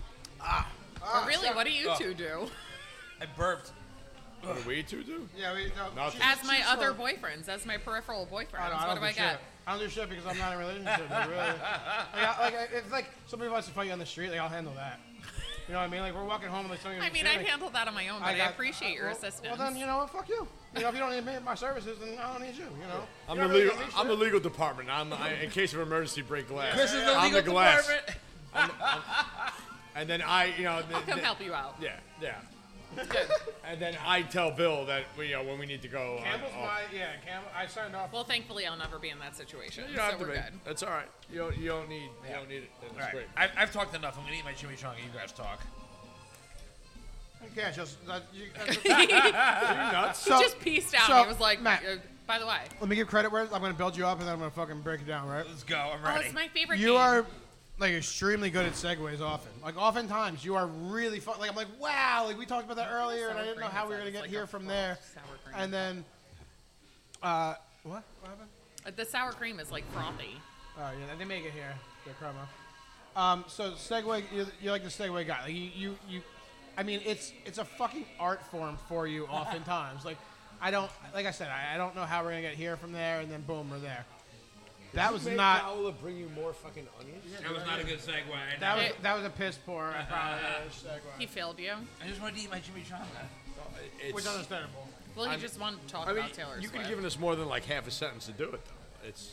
[SPEAKER 1] Ah,
[SPEAKER 4] but really, what do you
[SPEAKER 2] Oh.
[SPEAKER 4] two do?
[SPEAKER 2] I burped.
[SPEAKER 3] What do we two do?
[SPEAKER 1] Yeah, we don't.
[SPEAKER 3] Nothing.
[SPEAKER 4] As my other boyfriends, as my peripheral boyfriends, what do I
[SPEAKER 1] shit.
[SPEAKER 4] get?
[SPEAKER 1] I don't do shit because I'm not in a relationship. like, really. Like, I, like I- if like somebody wants to fight you on the street, like I'll handle that. You know what I mean? Like we're walking home and like somebody.
[SPEAKER 4] I mean,
[SPEAKER 1] like,
[SPEAKER 4] I'd handle that on my own, but I,
[SPEAKER 1] got- uh,
[SPEAKER 4] appreciate your
[SPEAKER 1] well-
[SPEAKER 4] assistance.
[SPEAKER 1] Well, then you know what? Fuck you. You know, if you don't need me, my services, then I don't need you. You know.
[SPEAKER 3] I'm
[SPEAKER 1] You
[SPEAKER 3] the
[SPEAKER 1] don't really
[SPEAKER 3] legal.
[SPEAKER 1] need me,
[SPEAKER 3] I'm the
[SPEAKER 1] shit.
[SPEAKER 3] legal department. I'm I, in case of emergency, break glass.
[SPEAKER 2] This is the
[SPEAKER 3] I'm
[SPEAKER 2] legal
[SPEAKER 3] the glass.
[SPEAKER 2] department.
[SPEAKER 3] And then I, you know, the,
[SPEAKER 4] I'll come
[SPEAKER 3] the-
[SPEAKER 4] help you out.
[SPEAKER 3] Yeah, yeah. and then I tell Bill that we, you know, when we need to go. uh, oh. on-
[SPEAKER 1] Campbell's
[SPEAKER 3] off.
[SPEAKER 1] my yeah. Campbell, I signed off.
[SPEAKER 4] Well, thankfully, I'll never be in that situation,
[SPEAKER 3] You don't
[SPEAKER 4] so
[SPEAKER 3] have to
[SPEAKER 4] we're
[SPEAKER 3] be.
[SPEAKER 4] good.
[SPEAKER 3] That's all right. You don't, you don't need. You don't need it. That's
[SPEAKER 2] All right.
[SPEAKER 3] great.
[SPEAKER 2] I've, I've talked enough. I'm gonna eat my chimichanga. You guys talk.
[SPEAKER 1] You can't just. That, you,
[SPEAKER 3] Are you nuts?
[SPEAKER 1] So-
[SPEAKER 4] he just pieced out.
[SPEAKER 1] so,
[SPEAKER 4] and he was like,
[SPEAKER 1] Matt.
[SPEAKER 4] uh, "By the way,
[SPEAKER 1] let me give credit where it's- I'm gonna build you up and then I'm gonna fucking break it down, right?
[SPEAKER 2] Let's go. I'm
[SPEAKER 4] oh,
[SPEAKER 2] ready.
[SPEAKER 4] it's my favorite."
[SPEAKER 1] You
[SPEAKER 4] game.
[SPEAKER 1] are like extremely good at segues often. Like oftentimes you are really fun. Like I'm like wow. Like we talked about that earlier, and I didn't know how we were gonna get here from there. And then, uh, what? What happened?
[SPEAKER 4] Uh, the sour cream is like frothy.
[SPEAKER 1] Oh yeah, they make it here. The crema. Um, so segue, you're, you're like the segue guy. Like you, you, you, I mean, it's it's a fucking art form for you. Oftentimes, like I don't, like I said, I, I don't know how we're gonna get here from there, and then boom, we're there. That was not.
[SPEAKER 3] Paola bring you more fucking onions?
[SPEAKER 2] That was not a good segue.
[SPEAKER 1] That was
[SPEAKER 4] It-
[SPEAKER 1] that was a piss poor. I probably
[SPEAKER 4] He failed you.
[SPEAKER 2] I just wanted to eat my chimichanga.
[SPEAKER 3] It's,
[SPEAKER 1] which is understandable.
[SPEAKER 4] Well, he
[SPEAKER 3] I'm-
[SPEAKER 4] just wanted to talk
[SPEAKER 3] I mean,
[SPEAKER 4] about Taylor
[SPEAKER 3] you could
[SPEAKER 4] Swift.
[SPEAKER 3] have given us more than like half a sentence to do it though. It's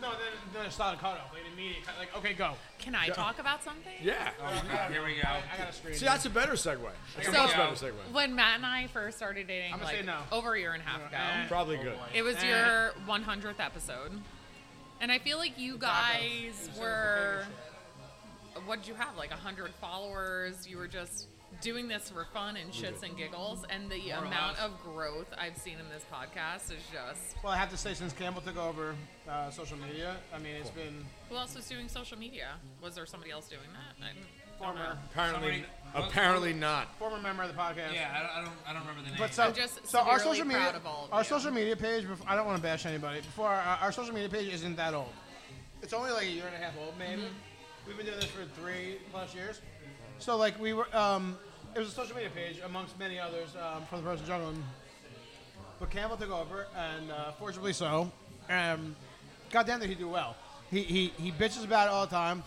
[SPEAKER 1] No, then then a solid cutoff, like an immediate cut, like okay, go.
[SPEAKER 4] Can I talk about something?
[SPEAKER 3] yeah.
[SPEAKER 2] Here we go.
[SPEAKER 1] I got a screen.
[SPEAKER 3] See, that's a better segue. It's a
[SPEAKER 4] So-
[SPEAKER 3] much better segue.
[SPEAKER 4] When Matt and I first started dating,
[SPEAKER 1] I'm gonna
[SPEAKER 4] like
[SPEAKER 1] say no. eh.
[SPEAKER 4] over a year and a half ago,
[SPEAKER 3] Probably good.
[SPEAKER 4] It was your 100th episode. And I feel like you guys were. What did you have? Like 100 followers? You were just doing this for fun and shits and giggles. And the amount of growth I've seen in this podcast is just.
[SPEAKER 1] well, I have to say, since Campbell took over uh, social media, I mean, it's been
[SPEAKER 4] Who else was doing social media? Was there somebody else doing that? I don't- don't
[SPEAKER 1] former
[SPEAKER 4] know.
[SPEAKER 3] Apparently,
[SPEAKER 2] Somebody-
[SPEAKER 3] apparently not.
[SPEAKER 1] former member of the podcast.
[SPEAKER 2] Yeah, I don't, I don't, I don't remember the name.
[SPEAKER 1] But so,
[SPEAKER 4] I'm just
[SPEAKER 1] so our
[SPEAKER 4] severely
[SPEAKER 1] social
[SPEAKER 4] proud
[SPEAKER 1] media,
[SPEAKER 4] of all of
[SPEAKER 1] our
[SPEAKER 4] you.
[SPEAKER 1] social media page. Before, I don't want to bash anybody. Before our, our social media page isn't that old. It's only like a year and a half old, maybe. We've been doing this for three plus years. So like we were, um, it was a social media page amongst many others um, for the person juggling. But Campbell took over, and uh, fortunately so. Um, goddamn, did he do well? He he he bitches about it all the time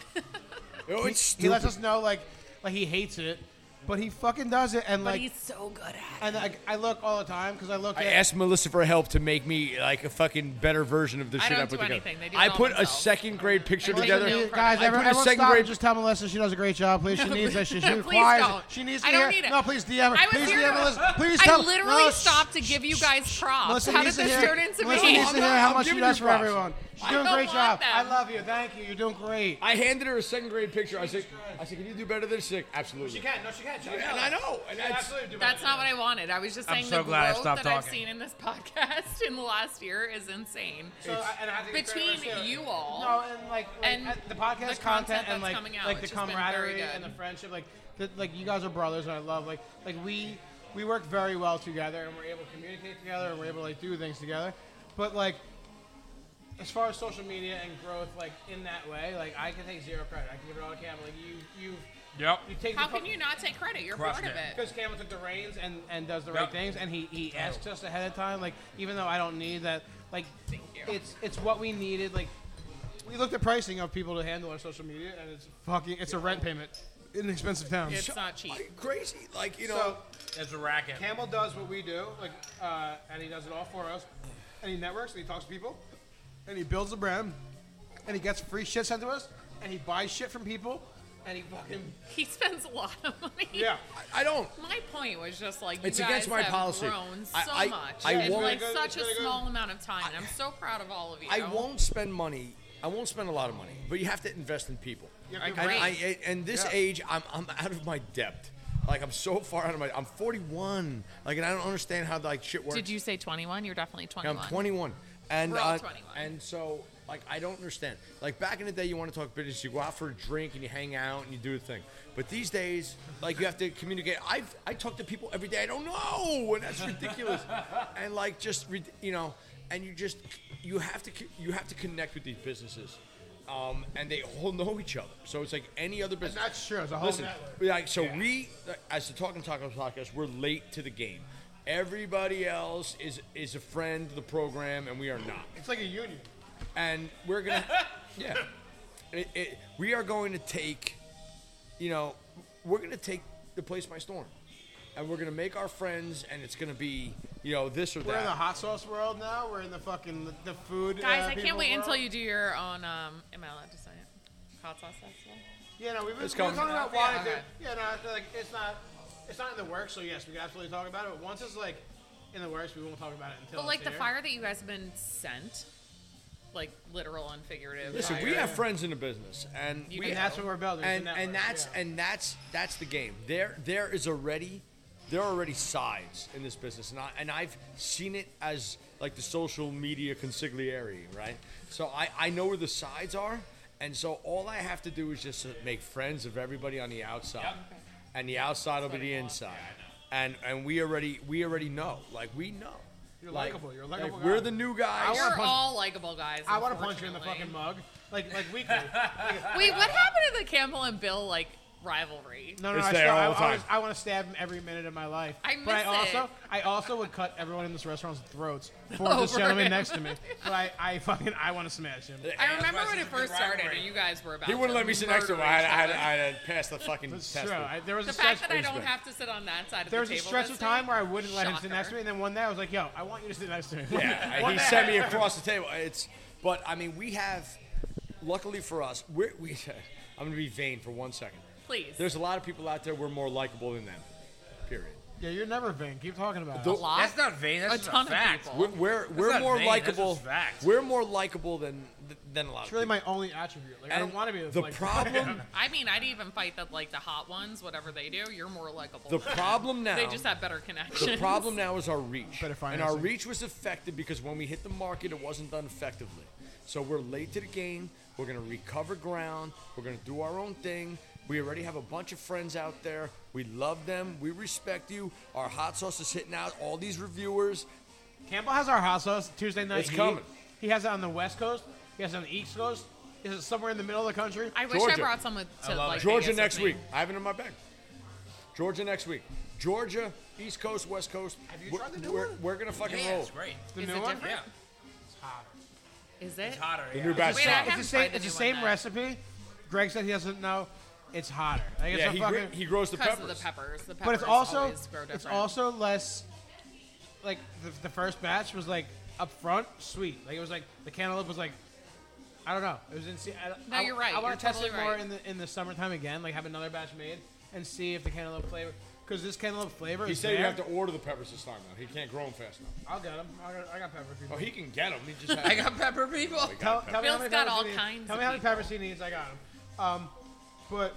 [SPEAKER 3] Oh, it's
[SPEAKER 1] he lets
[SPEAKER 3] stupid.
[SPEAKER 1] us know like like he hates it, but he fucking does it, and
[SPEAKER 4] But
[SPEAKER 1] like
[SPEAKER 4] he's so good at it.
[SPEAKER 1] and like I look all the time because I look.
[SPEAKER 3] I
[SPEAKER 1] at,
[SPEAKER 3] asked Melissa for help to make me like a fucking better version of the
[SPEAKER 4] I
[SPEAKER 3] shit
[SPEAKER 4] don't
[SPEAKER 3] I put
[SPEAKER 4] do
[SPEAKER 3] together.
[SPEAKER 4] anything. They do it
[SPEAKER 3] I
[SPEAKER 4] all
[SPEAKER 3] put a
[SPEAKER 4] themselves.
[SPEAKER 3] second grade picture
[SPEAKER 4] Well, they
[SPEAKER 3] together.
[SPEAKER 4] should
[SPEAKER 1] Melissa, you-
[SPEAKER 4] do-
[SPEAKER 1] guys,
[SPEAKER 3] I put
[SPEAKER 1] every-
[SPEAKER 3] a
[SPEAKER 1] everyone
[SPEAKER 3] second
[SPEAKER 1] stop
[SPEAKER 3] grade-
[SPEAKER 1] and just tell Melissa she does a great job. Please, she needs this. She, she
[SPEAKER 4] Please
[SPEAKER 1] requires
[SPEAKER 4] don't.
[SPEAKER 1] it. She needs to
[SPEAKER 4] I don't
[SPEAKER 1] hear.
[SPEAKER 4] need it.
[SPEAKER 1] No, please DM her.
[SPEAKER 4] I was
[SPEAKER 1] please
[SPEAKER 4] here
[SPEAKER 1] DM
[SPEAKER 4] to-
[SPEAKER 1] Melissa. Please
[SPEAKER 4] I
[SPEAKER 1] tell.
[SPEAKER 4] literally
[SPEAKER 1] no,
[SPEAKER 4] stopped to
[SPEAKER 1] shh,
[SPEAKER 4] give you
[SPEAKER 1] shh,
[SPEAKER 4] guys props.
[SPEAKER 1] Melissa
[SPEAKER 4] How did
[SPEAKER 1] needs to
[SPEAKER 4] this
[SPEAKER 1] hear,
[SPEAKER 4] turn into
[SPEAKER 1] Melissa
[SPEAKER 4] me?
[SPEAKER 1] needs to
[SPEAKER 3] I'm
[SPEAKER 1] hear
[SPEAKER 3] not-
[SPEAKER 1] how
[SPEAKER 3] I'm
[SPEAKER 1] much she
[SPEAKER 3] giving you
[SPEAKER 1] does for
[SPEAKER 3] props.
[SPEAKER 1] everyone. She's doing a
[SPEAKER 4] don't
[SPEAKER 1] great
[SPEAKER 4] want
[SPEAKER 1] job.
[SPEAKER 4] them.
[SPEAKER 1] I love you. Thank you. You're doing great.
[SPEAKER 3] I handed her a second grade picture. I said, I said, can you do better than sick? Absolutely.
[SPEAKER 1] No, she can. She
[SPEAKER 3] And I know. And that's,
[SPEAKER 1] do
[SPEAKER 4] That's not what I wanted. I was just
[SPEAKER 2] I'm
[SPEAKER 4] saying
[SPEAKER 2] so
[SPEAKER 4] the
[SPEAKER 2] glad I
[SPEAKER 4] growth that
[SPEAKER 2] stopped
[SPEAKER 4] I've
[SPEAKER 2] talking.
[SPEAKER 4] seen in this podcast in the last year is insane.
[SPEAKER 1] So, I- and I have to give
[SPEAKER 4] Between
[SPEAKER 1] credit where it's due.
[SPEAKER 4] you all
[SPEAKER 1] no, and like, like
[SPEAKER 4] and
[SPEAKER 1] uh, the
[SPEAKER 4] the
[SPEAKER 1] podcast
[SPEAKER 4] content
[SPEAKER 1] content
[SPEAKER 4] that's
[SPEAKER 1] and like,
[SPEAKER 4] coming out,
[SPEAKER 1] like the
[SPEAKER 4] it's just been very
[SPEAKER 1] camaraderie
[SPEAKER 4] good.
[SPEAKER 1] and the friendship, like, the, like you guys are brothers, and I love like, like we we work very well together, and we're able to communicate together, and we're able to like do things together, but like. As far as social media and growth, like in that way, like I can take zero credit. I can give it all to Cam. Like you, you,
[SPEAKER 2] Yep.
[SPEAKER 1] you take.
[SPEAKER 4] How
[SPEAKER 1] the fu-
[SPEAKER 4] can you not take credit? You're
[SPEAKER 2] Crushed
[SPEAKER 4] part of
[SPEAKER 2] it.
[SPEAKER 4] it.
[SPEAKER 1] because Cameron took the reins and, and does the
[SPEAKER 2] Yep.
[SPEAKER 1] right things, and he, he asks us ahead of time, like even though I don't need that, like
[SPEAKER 4] Thank you.
[SPEAKER 1] it's it's what we needed. Like we looked at pricing of people to handle our social media, and it's fucking it's a rent payment in an expensive town.
[SPEAKER 4] It's not cheap.
[SPEAKER 3] crazy. Like, you know.
[SPEAKER 1] So
[SPEAKER 2] It's a racket.
[SPEAKER 1] Campbell does what we do, like uh, and he does it all for us, and he networks and he talks to people, and he builds a brand, and he gets free shit sent to us, and he buys shit from people, and he fucking
[SPEAKER 4] He spends a lot of money.
[SPEAKER 1] yeah.
[SPEAKER 3] I- I don't.
[SPEAKER 4] My point was just like you
[SPEAKER 3] It's
[SPEAKER 4] guys
[SPEAKER 3] against my
[SPEAKER 4] have
[SPEAKER 3] policy.
[SPEAKER 4] grown so
[SPEAKER 3] I- I-
[SPEAKER 4] much
[SPEAKER 3] I
[SPEAKER 4] in
[SPEAKER 3] won't-
[SPEAKER 4] like
[SPEAKER 1] It's
[SPEAKER 4] such a
[SPEAKER 1] really good.
[SPEAKER 4] small amount of time. and I'm so proud of all of you.
[SPEAKER 3] I won't spend money. I won't spend a lot of money, but you have to invest in people.
[SPEAKER 1] You have
[SPEAKER 3] and,
[SPEAKER 1] to
[SPEAKER 4] agree.
[SPEAKER 3] I, I- and this
[SPEAKER 1] Yeah.
[SPEAKER 3] age, I'm, I'm out of my depth. Like I'm so far out of my. I'm 41. Like and I don't understand how like shit works.
[SPEAKER 4] Did you say 21? You're definitely 21.
[SPEAKER 3] I'm 21. And
[SPEAKER 4] We're all
[SPEAKER 3] uh,
[SPEAKER 4] 21.
[SPEAKER 3] and so like I don't understand. Like back in the day, you want to talk business, you go out for a drink and you hang out and you do a thing. But these days, like you have to communicate. I have I talk to people every day I don't know, and that's ridiculous. and like just re- you know, and you just you have to co- you have to connect with these businesses. Um, and they all know each other, so it's like any other business.
[SPEAKER 1] that's true, it's a whole
[SPEAKER 3] Listen,
[SPEAKER 1] network.
[SPEAKER 3] like so we as the Talking Tacos podcast, we're late to the game. Everybody else is is a friend to the program, and we are not.
[SPEAKER 1] It's like a union.
[SPEAKER 3] And we're gonna, yeah, it, it, we are going to take, you know, we're gonna take the place by storm, and we're gonna make our friends, and it's gonna be, you know, this or
[SPEAKER 1] We're in the
[SPEAKER 3] that.
[SPEAKER 1] hot sauce world now. We're in the fucking the, the food.
[SPEAKER 4] Guys,
[SPEAKER 1] uh,
[SPEAKER 4] I can't
[SPEAKER 1] people
[SPEAKER 4] wait
[SPEAKER 1] world.
[SPEAKER 4] until you do your own. Um, am I allowed to say it? Hot sauce festival.
[SPEAKER 1] Yeah, no, we've been,
[SPEAKER 3] It's
[SPEAKER 1] we've been
[SPEAKER 3] coming.
[SPEAKER 1] talking about
[SPEAKER 4] Yeah,
[SPEAKER 1] why.
[SPEAKER 4] okay.
[SPEAKER 1] Yeah, no, like it's not, it's not in the works. So yes, we can absolutely talk about it. But once it's like in the works, we won't talk about it until.
[SPEAKER 4] But like
[SPEAKER 1] it's
[SPEAKER 4] the
[SPEAKER 1] here.
[SPEAKER 4] fire that you guys have been sent, like literal and figurative.
[SPEAKER 3] Listen,
[SPEAKER 4] fire.
[SPEAKER 3] we have friends in the business, and
[SPEAKER 4] You
[SPEAKER 3] we
[SPEAKER 4] do.
[SPEAKER 1] And that's what we're building.
[SPEAKER 3] and and that's and that's that's the game. There there is already there are already sides in this business, and I and I've seen it as like the social media consigliere, right? So I I know where the sides are, and so all I have to do is just to make friends of everybody on the outside, and the outside will be the inside, and and we already we already know, like we know.
[SPEAKER 1] You're
[SPEAKER 3] like,
[SPEAKER 1] likable, you're a likable
[SPEAKER 3] like, We're
[SPEAKER 1] guy.
[SPEAKER 3] the new guys.
[SPEAKER 1] wanna
[SPEAKER 4] You're
[SPEAKER 1] punch-
[SPEAKER 4] all likable guys.
[SPEAKER 1] I want to punch you in the fucking
[SPEAKER 4] unfortunately.
[SPEAKER 1] mug, like like weekly. Like,
[SPEAKER 4] Wait, what happened to the Campbell and Bill like rivalry?
[SPEAKER 1] no, no,
[SPEAKER 3] It's
[SPEAKER 1] I,
[SPEAKER 3] there
[SPEAKER 1] still, I,
[SPEAKER 3] all the
[SPEAKER 1] I,
[SPEAKER 3] time.
[SPEAKER 1] was- I want to stab him every minute of my life.
[SPEAKER 4] I
[SPEAKER 1] but I
[SPEAKER 4] miss
[SPEAKER 1] also
[SPEAKER 4] it.
[SPEAKER 1] I also would cut everyone in this restaurant's throats for
[SPEAKER 4] Over
[SPEAKER 1] this gentleman
[SPEAKER 4] him.
[SPEAKER 1] next to me. But I, I fucking I want to smash him.
[SPEAKER 4] I remember
[SPEAKER 2] That's why
[SPEAKER 4] when it
[SPEAKER 2] it's a good
[SPEAKER 4] first started
[SPEAKER 2] rivalry.
[SPEAKER 4] and you guys were about.
[SPEAKER 3] He wouldn't
[SPEAKER 4] to
[SPEAKER 3] let me sit next to him. I
[SPEAKER 4] murder
[SPEAKER 3] had,
[SPEAKER 4] each
[SPEAKER 3] I had,
[SPEAKER 4] other.
[SPEAKER 3] I had passed the fucking
[SPEAKER 1] That's
[SPEAKER 3] test.
[SPEAKER 1] true. I, there was
[SPEAKER 4] The
[SPEAKER 1] a
[SPEAKER 4] fact
[SPEAKER 1] stretch
[SPEAKER 4] that I
[SPEAKER 3] It's
[SPEAKER 4] don't
[SPEAKER 3] bad.
[SPEAKER 4] have to sit on that side of
[SPEAKER 1] There was
[SPEAKER 4] the table.
[SPEAKER 1] a stretch
[SPEAKER 4] this
[SPEAKER 1] of time
[SPEAKER 4] week.
[SPEAKER 1] where I wouldn't let him sit
[SPEAKER 4] Shocker.
[SPEAKER 1] next to me, and then one day I was like, "Yo, I want you to sit next to me."
[SPEAKER 3] Yeah,
[SPEAKER 1] One
[SPEAKER 3] he
[SPEAKER 1] day-
[SPEAKER 3] sent me across the table. It's, but I mean, we have. Luckily for us, we're, we. I'm gonna be vain for one second.
[SPEAKER 4] Please.
[SPEAKER 3] There's a lot of people out there we're more likable than them. Period.
[SPEAKER 1] Yeah, you're never vain. Keep talking about
[SPEAKER 3] The-
[SPEAKER 1] it.
[SPEAKER 4] a lot.
[SPEAKER 2] That's not vain. That's
[SPEAKER 4] A
[SPEAKER 2] just a
[SPEAKER 4] ton of
[SPEAKER 2] fact.
[SPEAKER 4] people.
[SPEAKER 3] We're we're, we're
[SPEAKER 2] not
[SPEAKER 3] more
[SPEAKER 2] vain, that's
[SPEAKER 3] likable.
[SPEAKER 2] just fact.
[SPEAKER 3] We're more likable than than a lot.
[SPEAKER 1] It's really
[SPEAKER 3] of people.
[SPEAKER 1] my only attribute. Like I don't
[SPEAKER 3] And
[SPEAKER 1] want to be
[SPEAKER 3] the
[SPEAKER 1] like,
[SPEAKER 3] problem.
[SPEAKER 4] I mean, I'd even fight that like the hot ones, whatever they do, you're more likable.
[SPEAKER 3] the problem now.
[SPEAKER 4] they just have better connections.
[SPEAKER 3] The problem now is our reach.
[SPEAKER 1] Better
[SPEAKER 3] and our
[SPEAKER 1] financing.
[SPEAKER 3] reach was affected because when we hit the market, it wasn't done effectively. So we're late to the game. We're going to recover ground. We're going to do our own thing. We already have a bunch of friends out there. We love them. We respect you. Our hot sauce is hitting out. All these reviewers.
[SPEAKER 1] Campbell has our hot sauce Tuesday night.
[SPEAKER 3] It's
[SPEAKER 1] heat.
[SPEAKER 3] coming.
[SPEAKER 1] He has it on the West Coast. He has it on the East Coast. He has it somewhere in the middle of the country.
[SPEAKER 4] I wish I
[SPEAKER 3] Georgia.
[SPEAKER 4] brought someone to
[SPEAKER 2] love
[SPEAKER 4] like
[SPEAKER 2] it.
[SPEAKER 3] Georgia
[SPEAKER 4] Vegas
[SPEAKER 3] next
[SPEAKER 4] with me.
[SPEAKER 3] week. E. I have it in my bag. Georgia next week. Georgia, East Coast, West Coast. Have
[SPEAKER 1] you
[SPEAKER 3] we're,
[SPEAKER 1] tried the new
[SPEAKER 3] we're,
[SPEAKER 1] one?
[SPEAKER 3] We're going to fucking
[SPEAKER 2] Yeah,
[SPEAKER 3] roll.
[SPEAKER 2] it's great.
[SPEAKER 1] the
[SPEAKER 4] Is
[SPEAKER 1] new
[SPEAKER 4] it
[SPEAKER 1] one.
[SPEAKER 4] different?
[SPEAKER 2] Yeah,
[SPEAKER 4] Is it?
[SPEAKER 2] it's hotter.
[SPEAKER 3] The
[SPEAKER 2] yeah.
[SPEAKER 3] new batch
[SPEAKER 4] Wait, I
[SPEAKER 3] sauce.
[SPEAKER 4] have-
[SPEAKER 1] It's the same.
[SPEAKER 4] tried the
[SPEAKER 1] It's the
[SPEAKER 4] new
[SPEAKER 1] same
[SPEAKER 4] one yet.
[SPEAKER 1] recipe. Greg said he doesn't know. It's hotter. Like it's
[SPEAKER 3] Yeah,
[SPEAKER 1] a
[SPEAKER 3] he, gr-
[SPEAKER 1] fucking.
[SPEAKER 3] he grows the
[SPEAKER 4] Because
[SPEAKER 3] peppers.
[SPEAKER 4] of the peppers. The peppers
[SPEAKER 1] but it's also
[SPEAKER 4] always grow different.
[SPEAKER 1] it's also less. Like the, the first batch was like up front sweet. Like it was like the cantaloupe was like. I don't know. It was insane.
[SPEAKER 4] No, you're right.
[SPEAKER 1] I want
[SPEAKER 4] You're
[SPEAKER 1] to test
[SPEAKER 4] totally
[SPEAKER 1] it more
[SPEAKER 4] right.
[SPEAKER 1] in the in the summertime again. Like have another batch made and see if the cantaloupe flavor. because this cantaloupe flavor.
[SPEAKER 3] He
[SPEAKER 1] is
[SPEAKER 3] said you
[SPEAKER 1] there.
[SPEAKER 3] have to order the peppers this time now. He can't grow them fast enough.
[SPEAKER 1] I'll get them. I got, I got pepper. If you
[SPEAKER 3] Oh,
[SPEAKER 1] need.
[SPEAKER 3] he can get them. He just
[SPEAKER 2] I
[SPEAKER 3] has.
[SPEAKER 2] got pepper people.
[SPEAKER 1] tell, tell me how
[SPEAKER 4] Bill's
[SPEAKER 1] many
[SPEAKER 4] got
[SPEAKER 1] peppers
[SPEAKER 4] all
[SPEAKER 1] he needs.
[SPEAKER 4] kinds
[SPEAKER 1] Tell
[SPEAKER 4] of
[SPEAKER 1] me how many
[SPEAKER 4] people.
[SPEAKER 1] peppers he needs. I got them. Um, but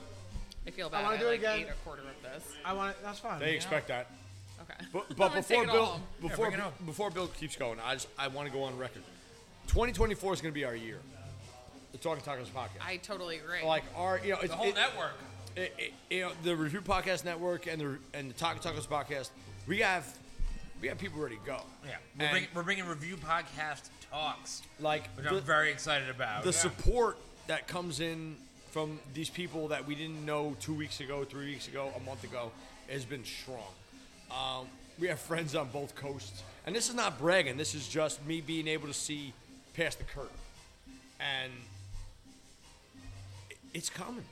[SPEAKER 4] I feel bad. I,
[SPEAKER 1] wanna do it
[SPEAKER 4] like,
[SPEAKER 1] again.
[SPEAKER 4] ate a quarter of this.
[SPEAKER 1] I want it. That's fine.
[SPEAKER 3] they expect that.
[SPEAKER 4] Okay.
[SPEAKER 3] But, but
[SPEAKER 4] I'm gonna
[SPEAKER 3] before
[SPEAKER 4] take it all
[SPEAKER 3] Bill,
[SPEAKER 4] home.
[SPEAKER 3] before
[SPEAKER 2] bring it home.
[SPEAKER 3] before Bill keeps going, I just I want to go on record. 2024 is going to be our year. The Talking Tacos podcast.
[SPEAKER 4] I totally agree.
[SPEAKER 3] like our, you know, it's,
[SPEAKER 2] The whole
[SPEAKER 3] it-
[SPEAKER 2] network.
[SPEAKER 3] it- it- you know, the Review Podcast Network and the and the Taco Tacos podcast. We have we have people ready to go.
[SPEAKER 2] Yeah, we're,
[SPEAKER 3] And,
[SPEAKER 2] bring, we're bringing review podcast talks,
[SPEAKER 3] like
[SPEAKER 2] which
[SPEAKER 3] the-
[SPEAKER 2] I'm very excited about.
[SPEAKER 1] Oh,
[SPEAKER 3] the support that comes in from these people that we didn't know two weeks ago, three weeks ago, a month ago has been strong. Um, we have friends on both coasts, and this is not bragging. This is just me being able to see past the curtain, and it- it's coming.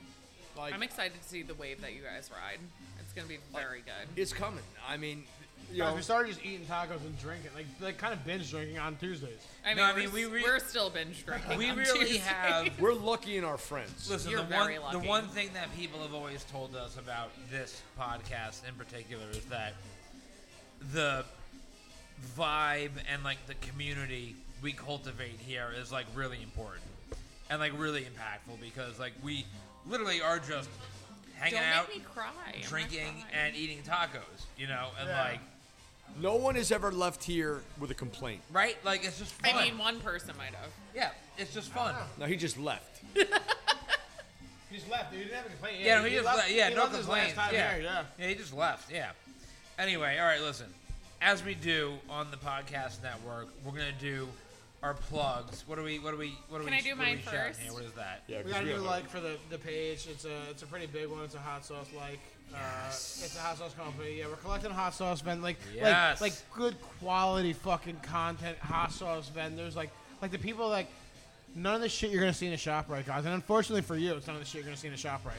[SPEAKER 3] Like
[SPEAKER 4] I'm excited to see the wave that you guys ride. It's gonna be very good.
[SPEAKER 3] it's coming. I mean, you
[SPEAKER 1] Guys,
[SPEAKER 3] know,
[SPEAKER 1] we started just eating tacos and drinking, like like kind of binge drinking on Tuesdays.
[SPEAKER 4] I mean,
[SPEAKER 2] No, I
[SPEAKER 4] we're
[SPEAKER 2] mean, we
[SPEAKER 4] s-
[SPEAKER 2] re-
[SPEAKER 4] we're still binge drinking.
[SPEAKER 2] we
[SPEAKER 4] on
[SPEAKER 2] really
[SPEAKER 4] Tuesday.
[SPEAKER 2] have.
[SPEAKER 3] we're lucky in our friends.
[SPEAKER 2] Listen,
[SPEAKER 4] You're
[SPEAKER 2] the
[SPEAKER 4] very
[SPEAKER 2] one
[SPEAKER 4] lucky.
[SPEAKER 2] the one thing that people have always told us about this podcast in particular is that the vibe and like the community we cultivate here is like really important and like really impactful because like we literally are just hanging
[SPEAKER 4] Don't
[SPEAKER 2] out,
[SPEAKER 4] make me cry. I'm not
[SPEAKER 2] drinking,
[SPEAKER 4] crying.
[SPEAKER 2] and eating tacos. You know, and
[SPEAKER 1] Yeah.
[SPEAKER 2] like
[SPEAKER 3] No one has ever left here with a complaint.
[SPEAKER 2] right, like it's just fun.
[SPEAKER 4] I mean, one person might have.
[SPEAKER 2] yeah, it's just fun.
[SPEAKER 3] No, he just left.
[SPEAKER 1] He just left. Dude. He didn't have a complaint.
[SPEAKER 2] Yeah, no, he, just
[SPEAKER 1] left-
[SPEAKER 2] left. Yeah,
[SPEAKER 1] he
[SPEAKER 2] no
[SPEAKER 1] left his
[SPEAKER 2] complaints.
[SPEAKER 1] Last time
[SPEAKER 2] yeah.
[SPEAKER 1] Here, yeah.
[SPEAKER 2] yeah, he just left. Yeah. Anyway, all right, listen. As we do on the podcast network, we're gonna do our plugs. What do we? What do we? What do
[SPEAKER 4] Can
[SPEAKER 2] we?
[SPEAKER 4] I do
[SPEAKER 2] what we
[SPEAKER 4] mine
[SPEAKER 2] shouting
[SPEAKER 4] first?
[SPEAKER 2] Here? What is that?
[SPEAKER 3] Yeah,
[SPEAKER 1] We got a new like for the, the page. It's a it's a pretty big one. It's a hot sauce like. Uh, It's a hot sauce company. Yeah, we're collecting hot sauce vendors. Like,
[SPEAKER 2] Yes.
[SPEAKER 1] like like good quality fucking content hot sauce vendors. Like like the people like none of the shit you're gonna see in a shop right guys. And unfortunately for you, it's none of the shit you're gonna see in a shop right.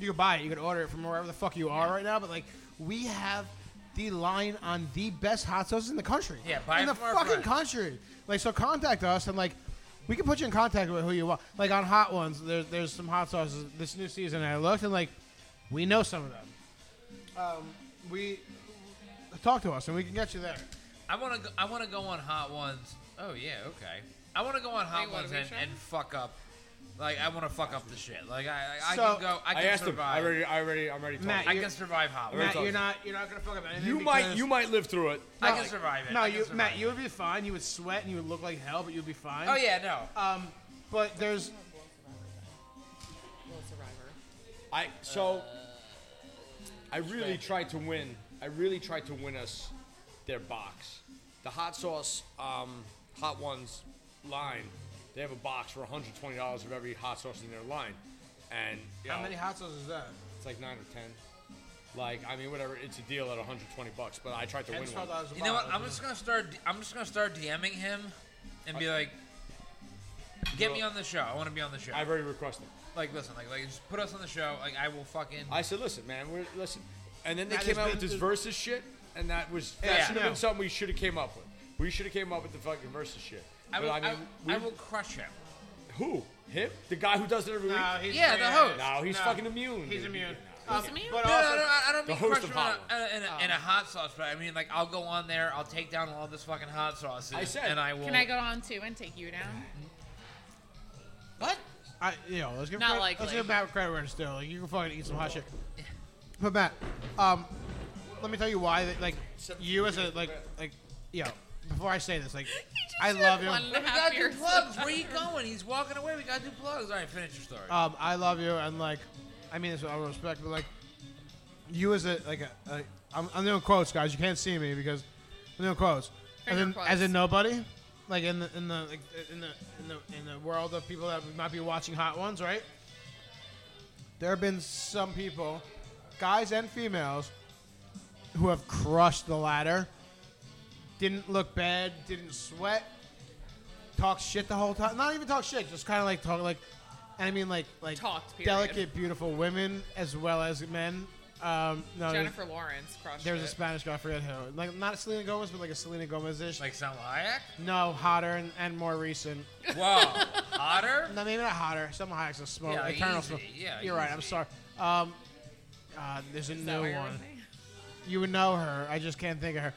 [SPEAKER 1] You can buy it. You can order it from wherever the fuck you are right now. But like we have the line on the best hot sauces in the country.
[SPEAKER 2] Yeah, buy
[SPEAKER 1] in
[SPEAKER 2] it
[SPEAKER 1] the
[SPEAKER 2] from our
[SPEAKER 1] fucking
[SPEAKER 2] friends.
[SPEAKER 1] country. Like so, contact us and like. We can put you in contact with who you want. Like on hot ones, there's there's some hot sauces this new season. And I looked and like, we know some of them. Um, we talk to us and we can get you there.
[SPEAKER 2] I want to. I want to go on Hot Ones. Oh yeah, okay. I want to go on Hot
[SPEAKER 4] Wait, what
[SPEAKER 2] Ones
[SPEAKER 4] are we
[SPEAKER 2] and,
[SPEAKER 4] shouting?
[SPEAKER 2] and fuck up. Like I want to fuck up the shit. Like I, I, I
[SPEAKER 1] So-
[SPEAKER 2] can go. I
[SPEAKER 3] I
[SPEAKER 2] can
[SPEAKER 3] asked him. I
[SPEAKER 2] survive.
[SPEAKER 3] already, I already, I'm already talking.
[SPEAKER 1] Matt,
[SPEAKER 2] I
[SPEAKER 1] you-
[SPEAKER 2] can survive Hot Ones.
[SPEAKER 1] Matt,
[SPEAKER 3] talking.
[SPEAKER 1] you're not you're not gonna fuck up anything.
[SPEAKER 3] You might
[SPEAKER 1] because-
[SPEAKER 3] you might live through it.
[SPEAKER 2] I
[SPEAKER 1] No.
[SPEAKER 2] can survive it.
[SPEAKER 1] No,
[SPEAKER 2] I
[SPEAKER 1] you
[SPEAKER 2] can
[SPEAKER 1] Matt,
[SPEAKER 2] survive
[SPEAKER 1] you
[SPEAKER 2] it.
[SPEAKER 1] would be fine. You would sweat and you would look like hell, but you'd be fine.
[SPEAKER 2] Oh yeah, no.
[SPEAKER 1] Um, but there's
[SPEAKER 4] Little survivor.
[SPEAKER 3] I so I really tried to win. I really tried to win us their box. The hot sauce, um, hot ones line. They have a box for 120 dollars of every hot sauce in their line, and you
[SPEAKER 1] how
[SPEAKER 3] know,
[SPEAKER 1] many hot sauces is that?
[SPEAKER 3] It's like nine or ten. Like I mean, whatever. It's a deal at 120 bucks, but I tried to
[SPEAKER 1] Ten
[SPEAKER 3] win
[SPEAKER 1] to
[SPEAKER 3] one.
[SPEAKER 1] twelve dollars. a
[SPEAKER 2] You know what?
[SPEAKER 1] bottle.
[SPEAKER 2] I'm just gonna start. I'm just gonna start DMing him, and be like, "Get me on the show. I want to be on the show."
[SPEAKER 3] I've already requested.
[SPEAKER 2] Like, listen, like, like, just put us on the show. Like, I will fucking.
[SPEAKER 3] I said, listen, man, we're listen. And then they
[SPEAKER 1] That
[SPEAKER 3] came
[SPEAKER 1] has
[SPEAKER 3] out
[SPEAKER 1] been
[SPEAKER 3] with this
[SPEAKER 1] the-
[SPEAKER 3] versus shit, and that was that
[SPEAKER 2] Yeah.
[SPEAKER 3] should have
[SPEAKER 1] No.
[SPEAKER 3] been something we should have came up with. We should have came up with the fucking versus shit.
[SPEAKER 2] I
[SPEAKER 3] But
[SPEAKER 2] will. I,
[SPEAKER 3] I mean,
[SPEAKER 2] I
[SPEAKER 3] we-
[SPEAKER 2] will crush him.
[SPEAKER 3] Who? Him? The guy who does it every
[SPEAKER 1] No,
[SPEAKER 3] week?
[SPEAKER 1] he's
[SPEAKER 2] Yeah, the
[SPEAKER 1] yeah,
[SPEAKER 2] host.
[SPEAKER 3] No, he's
[SPEAKER 1] no.
[SPEAKER 3] fucking immune.
[SPEAKER 1] He's
[SPEAKER 3] dude.
[SPEAKER 1] immune.
[SPEAKER 3] No.
[SPEAKER 4] He's immune?
[SPEAKER 1] Um, But uh,
[SPEAKER 2] No, no, no,
[SPEAKER 1] also,
[SPEAKER 2] I I don't
[SPEAKER 3] The
[SPEAKER 2] mean
[SPEAKER 3] host
[SPEAKER 2] crush
[SPEAKER 3] of
[SPEAKER 2] him
[SPEAKER 3] Hot
[SPEAKER 2] in a, in, a, in a hot sauce, but I mean, like, I'll go on there. I'll take down all this fucking hot sauces.
[SPEAKER 3] I said-
[SPEAKER 2] and I will.
[SPEAKER 4] Can I go on too and take you down?
[SPEAKER 2] What?
[SPEAKER 1] I, you know, let's give
[SPEAKER 4] Not
[SPEAKER 1] credit,
[SPEAKER 4] likely.
[SPEAKER 1] let's give Matt credit where it's due. Like you can fucking eat some hot shit. But Matt, um, let me tell you why. That, like you as a like like, you know, before I say this, like I love you.
[SPEAKER 4] One and
[SPEAKER 2] We
[SPEAKER 4] a half
[SPEAKER 2] gotta do
[SPEAKER 4] years.
[SPEAKER 2] plugs. Where you going? He's walking away. We gotta do plugs. All right, finish your
[SPEAKER 3] Uh,
[SPEAKER 2] story.
[SPEAKER 1] um, I love you, and like, I mean this with all respect, but like, you as a like a, a I'm, I'm doing quotes, guys. You can't see me because I'm doing quotes. As
[SPEAKER 4] Finger
[SPEAKER 1] in,
[SPEAKER 4] quotes.
[SPEAKER 1] as in nobody, like in the in the like in the in the in the world of people that might be watching hot ones, right? There have been some people, guys and females, who have crushed the ladder. Didn't look bad. Didn't sweat. Talk shit the whole time. Not even talk shit. Just kind of like talk like, and I mean like like
[SPEAKER 4] Talked, period.
[SPEAKER 1] delicate, beautiful women as well as men. Um, no, there's-
[SPEAKER 4] Jennifer Lawrence crushed
[SPEAKER 1] there's
[SPEAKER 4] it.
[SPEAKER 1] a Spanish girl I forget who. Like not Selena Gomez, but like a Selena Gomez ish.
[SPEAKER 2] like Salma Hayek?
[SPEAKER 1] no, hotter and, and more recent.
[SPEAKER 2] Whoa, hotter?
[SPEAKER 1] No, maybe not hotter. Some Hayek's a smoke.
[SPEAKER 2] Yeah,
[SPEAKER 1] eternal
[SPEAKER 2] easy.
[SPEAKER 1] smoke.
[SPEAKER 2] Yeah,
[SPEAKER 1] You're right. I'm
[SPEAKER 2] easy.
[SPEAKER 1] sorry. Um, uh, there's a
[SPEAKER 4] Is that why
[SPEAKER 1] new
[SPEAKER 4] you're
[SPEAKER 1] one.
[SPEAKER 4] with me?
[SPEAKER 1] you would know her. I just can't think of her.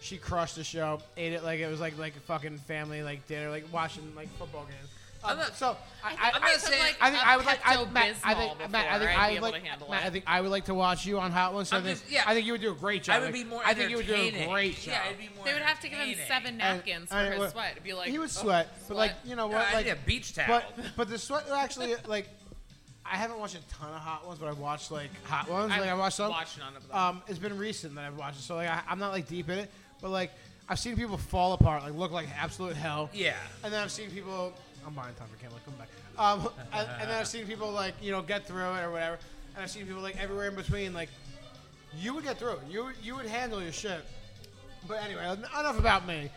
[SPEAKER 1] She crushed the show, ate it like it was like like a fucking family like dinner, like watching like football games. Um,
[SPEAKER 4] I'm not-
[SPEAKER 1] so I, I,
[SPEAKER 4] I'm
[SPEAKER 1] I-
[SPEAKER 4] not saying
[SPEAKER 1] I think
[SPEAKER 4] I
[SPEAKER 1] I would like I, Matt, I think Matt, I think I
[SPEAKER 4] be
[SPEAKER 1] would
[SPEAKER 4] able
[SPEAKER 1] like
[SPEAKER 4] to handle
[SPEAKER 1] Matt, I
[SPEAKER 4] it.
[SPEAKER 1] think I would like to watch you on Hot Ones. So I
[SPEAKER 2] I'm
[SPEAKER 1] think,
[SPEAKER 2] just- yeah.
[SPEAKER 1] I think you would do a great job.
[SPEAKER 2] I would
[SPEAKER 1] Like,
[SPEAKER 2] be more.
[SPEAKER 1] I think you would do a
[SPEAKER 2] entertaining.
[SPEAKER 1] great job.
[SPEAKER 2] Yeah, I'd be more.
[SPEAKER 4] They would have to give him
[SPEAKER 2] entertaining.
[SPEAKER 4] seven napkins
[SPEAKER 1] I-
[SPEAKER 4] for
[SPEAKER 1] well,
[SPEAKER 4] his sweat. It'd be like
[SPEAKER 1] he would
[SPEAKER 4] oh,
[SPEAKER 1] sweat, but like you know
[SPEAKER 2] Yeah,
[SPEAKER 1] what,
[SPEAKER 2] I
[SPEAKER 1] like
[SPEAKER 2] need a beach towel.
[SPEAKER 1] But but the sweat actually like I haven't watched a ton of hot ones, but I've watched like hot ones.
[SPEAKER 4] I
[SPEAKER 1] like I watched some.
[SPEAKER 4] watched none of them.
[SPEAKER 1] Um, it's been recent that I've watched it, so like I, I'm not like deep in it, but like I've seen people fall apart, like look like absolute hell.
[SPEAKER 2] yeah.
[SPEAKER 1] And then I've seen people. I'm buying time for Kendall. Come back. Um, and, and then I've seen people like you know get through it or whatever. And I've seen people like everywhere in between. Like you would get through it. You you would handle your shit. But anyway, enough about me.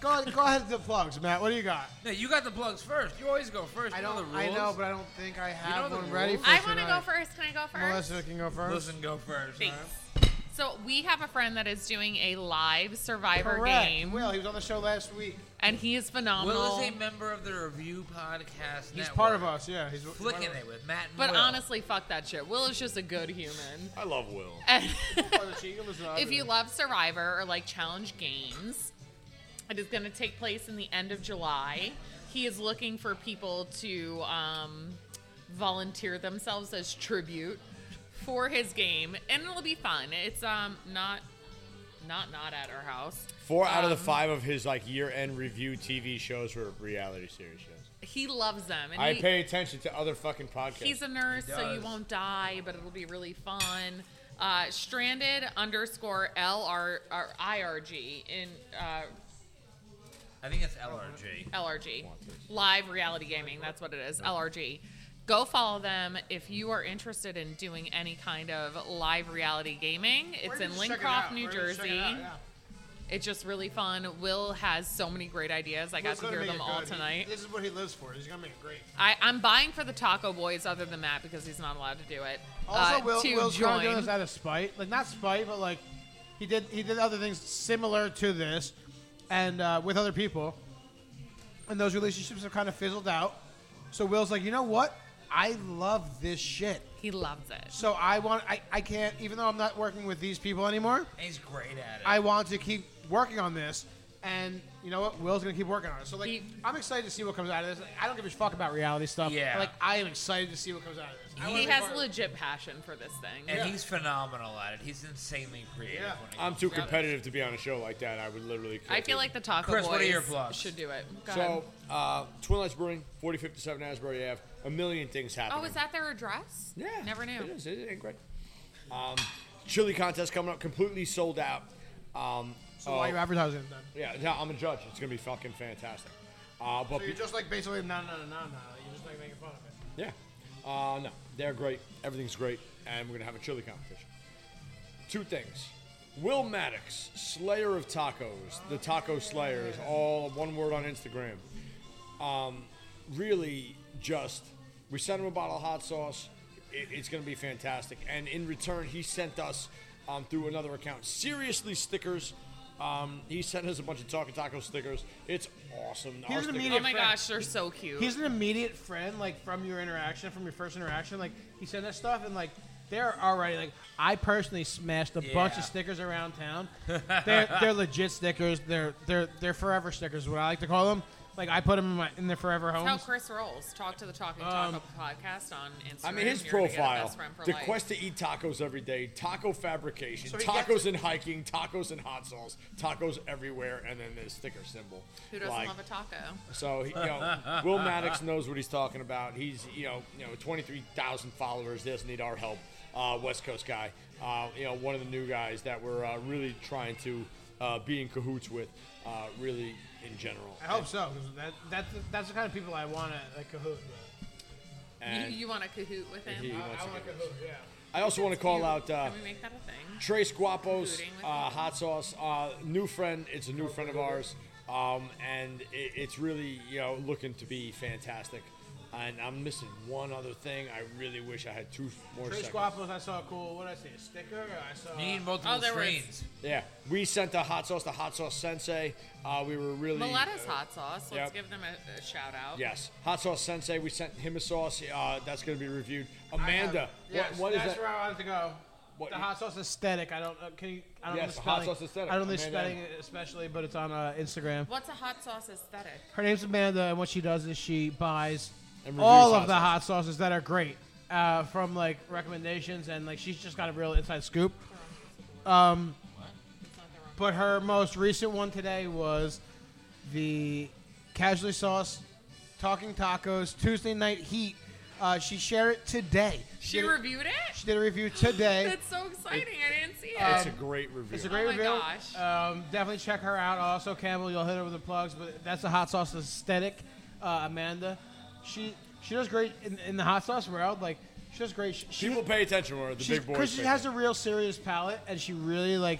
[SPEAKER 1] Go go ahead to the plugs, Matt. What do you got?
[SPEAKER 2] No, you got the plugs first. You always go first.
[SPEAKER 1] I
[SPEAKER 2] you know
[SPEAKER 1] don't.
[SPEAKER 2] the
[SPEAKER 1] I
[SPEAKER 2] rules.
[SPEAKER 1] know, but I don't think I have
[SPEAKER 2] know the
[SPEAKER 1] one ready
[SPEAKER 2] rules?
[SPEAKER 1] for
[SPEAKER 4] I want to
[SPEAKER 1] tonight.
[SPEAKER 4] go first. Can I go first?
[SPEAKER 1] Melissa can go first.
[SPEAKER 2] Listen, go first.
[SPEAKER 4] Thanks.
[SPEAKER 2] alright?
[SPEAKER 4] So we have a friend that is doing a live Survivor
[SPEAKER 1] Correct.
[SPEAKER 4] game,
[SPEAKER 1] Will he was on the show last week.
[SPEAKER 4] and he is phenomenal.
[SPEAKER 2] Will is a member of the Review Podcast
[SPEAKER 1] He's
[SPEAKER 2] Network.
[SPEAKER 1] part of us. Yeah, he's
[SPEAKER 2] Flicking it with Matt and
[SPEAKER 4] but
[SPEAKER 2] Will.
[SPEAKER 4] honestly, fuck that shit. Will is just a good human.
[SPEAKER 3] I love Will.
[SPEAKER 4] And
[SPEAKER 1] if uh,
[SPEAKER 4] if you love Survivor or like challenge games, it is going to take place in the end of July. He is looking for people to um, volunteer themselves as tribute for his game, and it'll be fun. It's um not not not at our house.
[SPEAKER 3] Four out of the five of his like year-end review TV shows were reality series shows.
[SPEAKER 4] He loves them. And
[SPEAKER 3] I
[SPEAKER 4] he-
[SPEAKER 3] pay attention to other fucking podcasts.
[SPEAKER 4] He's a nurse,
[SPEAKER 2] He
[SPEAKER 4] so you
[SPEAKER 2] does.
[SPEAKER 4] won't die, but it'll be really fun. Uh, stranded underscore L R R I R G in uh,
[SPEAKER 2] I think it's LRG.
[SPEAKER 4] LRG. Live reality gaming. That's what it is. LRG. Go follow them if you are interested in doing any kind of live reality gaming. It's in Lincroft, New Jersey. It's just really fun. Will has so many great ideas. I got to hear them all tonight.
[SPEAKER 1] This is what he lives for. He's gonna make it great.
[SPEAKER 4] I, I'm buying for the Taco Boys other than that because he's not allowed to do it.
[SPEAKER 1] Also,
[SPEAKER 4] uh,
[SPEAKER 1] Will,
[SPEAKER 4] to
[SPEAKER 1] Will's
[SPEAKER 4] join.
[SPEAKER 1] trying to do this out of spite, like not spite, but like he did he did other things similar to this, and uh, with other people, and those relationships have kind of fizzled out. So Will's like, you know what? I love this shit.
[SPEAKER 4] He loves it.
[SPEAKER 1] So I want I, I can't even though I'm not working with these people anymore.
[SPEAKER 2] And he's great at it.
[SPEAKER 1] I want to keep working on this, and you know what? Will's gonna keep working on it. So like,
[SPEAKER 4] He-
[SPEAKER 1] I'm excited to see what comes out of this. Like, I don't give a fuck about reality stuff.
[SPEAKER 2] Yeah.
[SPEAKER 1] Like I am excited to see what comes out of this. I wanna
[SPEAKER 4] He
[SPEAKER 1] be
[SPEAKER 4] has
[SPEAKER 1] part of it.
[SPEAKER 4] legit passion for this thing.
[SPEAKER 2] and
[SPEAKER 1] yeah.
[SPEAKER 2] he's phenomenal at it. He's insanely creative.
[SPEAKER 1] Yeah.
[SPEAKER 2] When it
[SPEAKER 3] I'm
[SPEAKER 2] comes
[SPEAKER 3] too competitive to be on a show like that. I would literally. kill
[SPEAKER 4] I feel
[SPEAKER 3] people.
[SPEAKER 4] like the Taco
[SPEAKER 2] Chris,
[SPEAKER 4] Boys
[SPEAKER 2] what are your plugs?
[SPEAKER 4] should do it. Go ahead.
[SPEAKER 3] So, uh, Twin Lights Brewing, 4057 Asbury Ave. A million things happening.
[SPEAKER 4] Oh, is that their address?
[SPEAKER 3] Yeah.
[SPEAKER 4] Never knew.
[SPEAKER 3] It is. It ain't great. Um, chili contest coming up, completely sold out. Um,
[SPEAKER 1] So why are
[SPEAKER 3] uh,
[SPEAKER 1] you advertising it then?
[SPEAKER 3] yeah, no, I'm a judge. It's gonna be fucking fantastic. Uh, but
[SPEAKER 1] So
[SPEAKER 3] be-
[SPEAKER 1] you're just like basically no no no no no. You're just like making fun of it.
[SPEAKER 3] yeah, uh, no, they're great. Everything's great, and we're gonna have a chili competition. Two things. Will Maddox, Slayer of Tacos, the Taco Slayer is all one word on Instagram. Um, really, just we sent him a bottle of hot sauce. It, it's going to be fantastic. And in return, he sent us um, through another account seriously stickers. Um, he sent us a bunch of Taco Taco stickers. It's awesome.
[SPEAKER 1] He's
[SPEAKER 3] Our
[SPEAKER 1] an
[SPEAKER 3] stickers-
[SPEAKER 1] immediate
[SPEAKER 4] Oh my
[SPEAKER 1] friend.
[SPEAKER 4] gosh, they're so cute.
[SPEAKER 1] He's an immediate friend, like from your interaction, from your first interaction. Like he sent us stuff, and like they're already like I personally smashed a bunch
[SPEAKER 2] Yeah.
[SPEAKER 1] of stickers around town. they're, they're legit stickers. They're they're they're forever stickers. is What I like to call them. Like I put them in, my, in their forever
[SPEAKER 4] That's how
[SPEAKER 1] homes.
[SPEAKER 4] Chris rolls. Talk to the Talking Taco podcast on
[SPEAKER 3] Um,
[SPEAKER 4] Instagram.
[SPEAKER 3] I mean, his
[SPEAKER 4] You're gonna get a
[SPEAKER 3] profile,
[SPEAKER 4] best friend for
[SPEAKER 3] the
[SPEAKER 4] life.
[SPEAKER 3] quest to eat tacos every day, taco fabrication,
[SPEAKER 1] So he gets
[SPEAKER 3] tacos
[SPEAKER 1] it.
[SPEAKER 3] and hiking, tacos and hot sauce, tacos everywhere, and then the sticker symbol.
[SPEAKER 4] Who doesn't
[SPEAKER 3] Like,
[SPEAKER 4] love a taco?
[SPEAKER 3] So he, you know, Will Maddox knows what he's talking about. He's you know you know 23,000 followers. Doesn't need our help. Uh, West Coast guy. Uh, you know one of the new guys that we're uh, really trying to uh, be in cahoots with. Uh, really in general.
[SPEAKER 1] I hope so. 'cause That, that's the, that's the kind of people I want to like cahoot. with.
[SPEAKER 3] And
[SPEAKER 4] you you want to cahoot with him? Uh,
[SPEAKER 3] he
[SPEAKER 1] I,
[SPEAKER 3] wants
[SPEAKER 1] I
[SPEAKER 3] to
[SPEAKER 1] want
[SPEAKER 3] get
[SPEAKER 1] to
[SPEAKER 3] it.
[SPEAKER 1] cahoot. Yeah.
[SPEAKER 3] I also want to call
[SPEAKER 4] Cute.
[SPEAKER 3] out. Uh,
[SPEAKER 4] Can we make that a thing?
[SPEAKER 3] Trace Guapos
[SPEAKER 4] Including with
[SPEAKER 3] uh, hot sauce, uh, new friend. It's a new friend of ours, um, and it, it's really you know looking to be fantastic. And I'm missing one other thing. I really wish I had two more
[SPEAKER 1] Trace
[SPEAKER 3] seconds.
[SPEAKER 1] Guapos, I saw a cool. What did I see? A sticker. or I saw.
[SPEAKER 2] out. You need multiple
[SPEAKER 4] Oh, there was-
[SPEAKER 2] screens.
[SPEAKER 3] Yeah, we sent the hot sauce to Hot Sauce Sensei. Uh, we were really
[SPEAKER 4] Miletta's
[SPEAKER 3] uh,
[SPEAKER 4] hot sauce. Let's
[SPEAKER 3] yep.
[SPEAKER 4] give them a, a shout out.
[SPEAKER 3] Yes, Hot Sauce Sensei. We sent him a sauce. Uh, that's going to be reviewed. Amanda,
[SPEAKER 1] Yes,
[SPEAKER 3] what, what is
[SPEAKER 1] that's
[SPEAKER 3] that?
[SPEAKER 1] where I wanted to go.
[SPEAKER 3] what
[SPEAKER 1] The
[SPEAKER 3] you-
[SPEAKER 1] hot sauce aesthetic. I don't. Uh, can you? I don't
[SPEAKER 3] Yes,
[SPEAKER 1] know
[SPEAKER 3] the hot
[SPEAKER 1] spelling.
[SPEAKER 3] sauce aesthetic.
[SPEAKER 1] I don't know
[SPEAKER 3] Amanda-
[SPEAKER 1] spelling it especially, but it's on uh, Instagram.
[SPEAKER 4] What's a hot sauce aesthetic?
[SPEAKER 1] Her name's Amanda, and what she does is she buys
[SPEAKER 3] And reviews
[SPEAKER 1] all
[SPEAKER 3] hot
[SPEAKER 1] of the
[SPEAKER 3] sauces.
[SPEAKER 1] hot sauces that are great uh, from like recommendations, and like she's just got a real inside scoop. Um, but her most recent one today was the casually sauce talking tacos Tuesday night heat. Uh, she shared it today.
[SPEAKER 4] She
[SPEAKER 1] did,
[SPEAKER 4] reviewed it.
[SPEAKER 1] she did a review today.
[SPEAKER 4] That's so exciting. I didn't see it.
[SPEAKER 3] It's a great review.
[SPEAKER 1] It's a great
[SPEAKER 4] Oh my
[SPEAKER 1] review.
[SPEAKER 4] gosh.
[SPEAKER 1] Um, definitely check her out. Also, Campbell, you'll hit her with the plugs, but that's the hot sauce aesthetic. Uh, Amanda, she she does great in, in the hot sauce world. Like she does great. She, she-
[SPEAKER 3] People pay attention more. The
[SPEAKER 1] she's,
[SPEAKER 3] big boys.
[SPEAKER 1] Because she
[SPEAKER 3] pay
[SPEAKER 1] has a
[SPEAKER 3] attention.
[SPEAKER 1] real serious palate, and she really like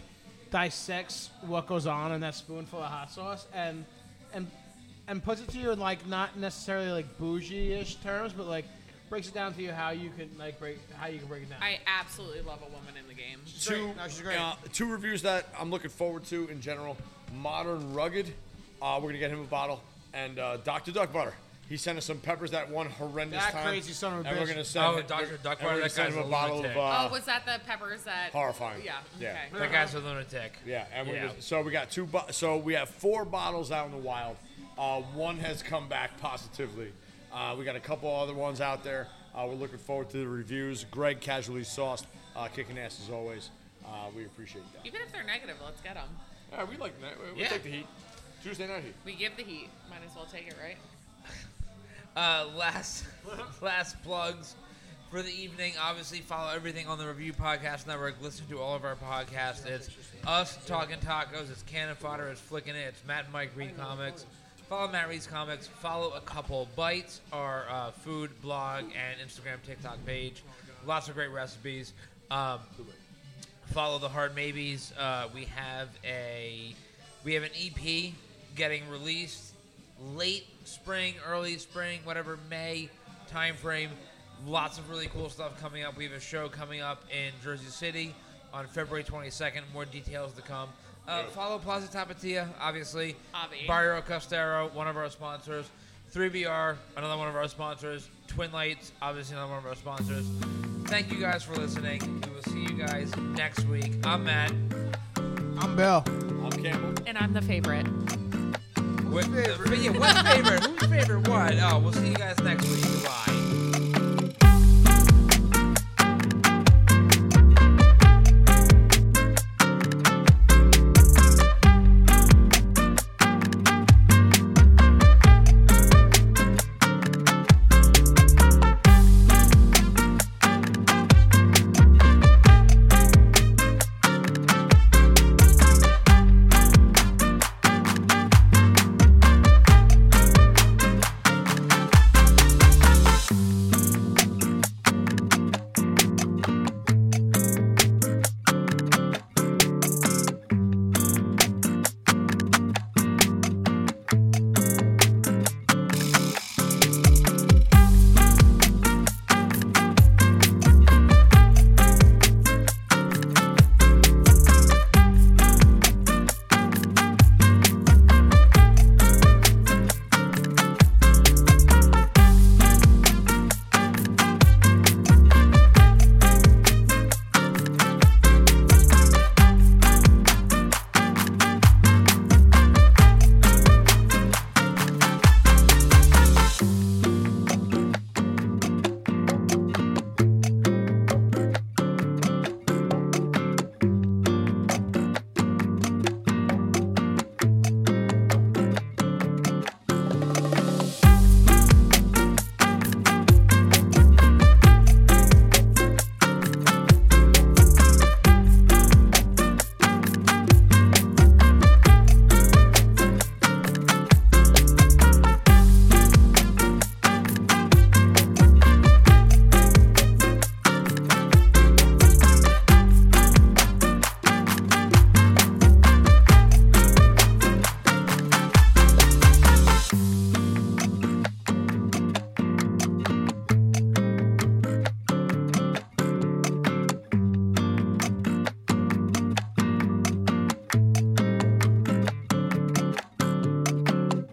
[SPEAKER 1] dissects what goes on in that spoonful of hot sauce, and and and puts it to you in like not necessarily like bougie-ish terms, but like breaks it down to you how you can like break how you can break it down.
[SPEAKER 4] I absolutely love a woman in the game.
[SPEAKER 3] two,
[SPEAKER 1] great. No, she's great.
[SPEAKER 3] uh, two reviews that I'm looking forward to in general. Modern Rugged, uh, we're gonna get him a bottle, and uh, Dr. Duck Butter. He sent us some peppers that one horrendous
[SPEAKER 1] That
[SPEAKER 3] time.
[SPEAKER 1] crazy son of a
[SPEAKER 3] and we're
[SPEAKER 1] bitch.
[SPEAKER 3] gonna send
[SPEAKER 2] Oh,
[SPEAKER 3] him-
[SPEAKER 2] Dr. Duck
[SPEAKER 3] and we're
[SPEAKER 2] Butter,
[SPEAKER 3] gonna
[SPEAKER 2] that
[SPEAKER 3] send
[SPEAKER 2] guy's
[SPEAKER 3] him
[SPEAKER 2] a
[SPEAKER 3] a bottle of
[SPEAKER 2] lunatic.
[SPEAKER 3] uh,
[SPEAKER 4] oh, was that the peppers that?
[SPEAKER 3] horrifying.
[SPEAKER 4] Yeah.
[SPEAKER 3] Yeah. uh,
[SPEAKER 4] Okay.
[SPEAKER 2] That guy's a lunatic.
[SPEAKER 3] Yeah, and we're
[SPEAKER 2] Yeah.
[SPEAKER 3] Just, so we got two. Bo- so we have four bottles out in the wild. Uh, one has come back positively. Uh, we got a couple other ones out there. Uh, we're looking forward to the reviews. Greg casually sauced, uh, kicking ass as always. Uh, we appreciate that.
[SPEAKER 4] Even if they're negative, let's get them.
[SPEAKER 3] Yeah, we like that. We
[SPEAKER 2] Yeah. take the
[SPEAKER 3] heat. Tuesday night heat.
[SPEAKER 4] We give the heat. Might as well take it, right?
[SPEAKER 2] Uh, last, last plugs for the evening. Obviously, follow everything on the Review Podcast Network. Listen to all of our podcasts. It's us talking tacos. It's Cannon Fodder. It's flicking it. It's Matt and Mike Read Comics. Follow Matt Reed's comics. Follow a couple bites. Our uh, food blog and Instagram, TikTok page. Lots of great recipes. Um, follow the hard maybes. Uh, we have a we have an EP getting released late spring, early spring, whatever May time frame. Lots of really cool stuff coming up. We have a show coming up in Jersey City on February 22nd. More details to come. Uh, follow Plaza Tapatia, obviously.
[SPEAKER 4] Avi.
[SPEAKER 2] Barrio Costero, one of our sponsors. 3BR, another one of our sponsors. Twin Lights, obviously another one of our sponsors. Thank you guys for listening. We will see you guys next week. I'm Matt.
[SPEAKER 1] I'm Bill.
[SPEAKER 3] I'm Campbell.
[SPEAKER 4] And I'm the favorite.
[SPEAKER 2] What, favorite? yeah, what favorite? Who's favorite? What? Oh, we'll see you guys next week. Bye.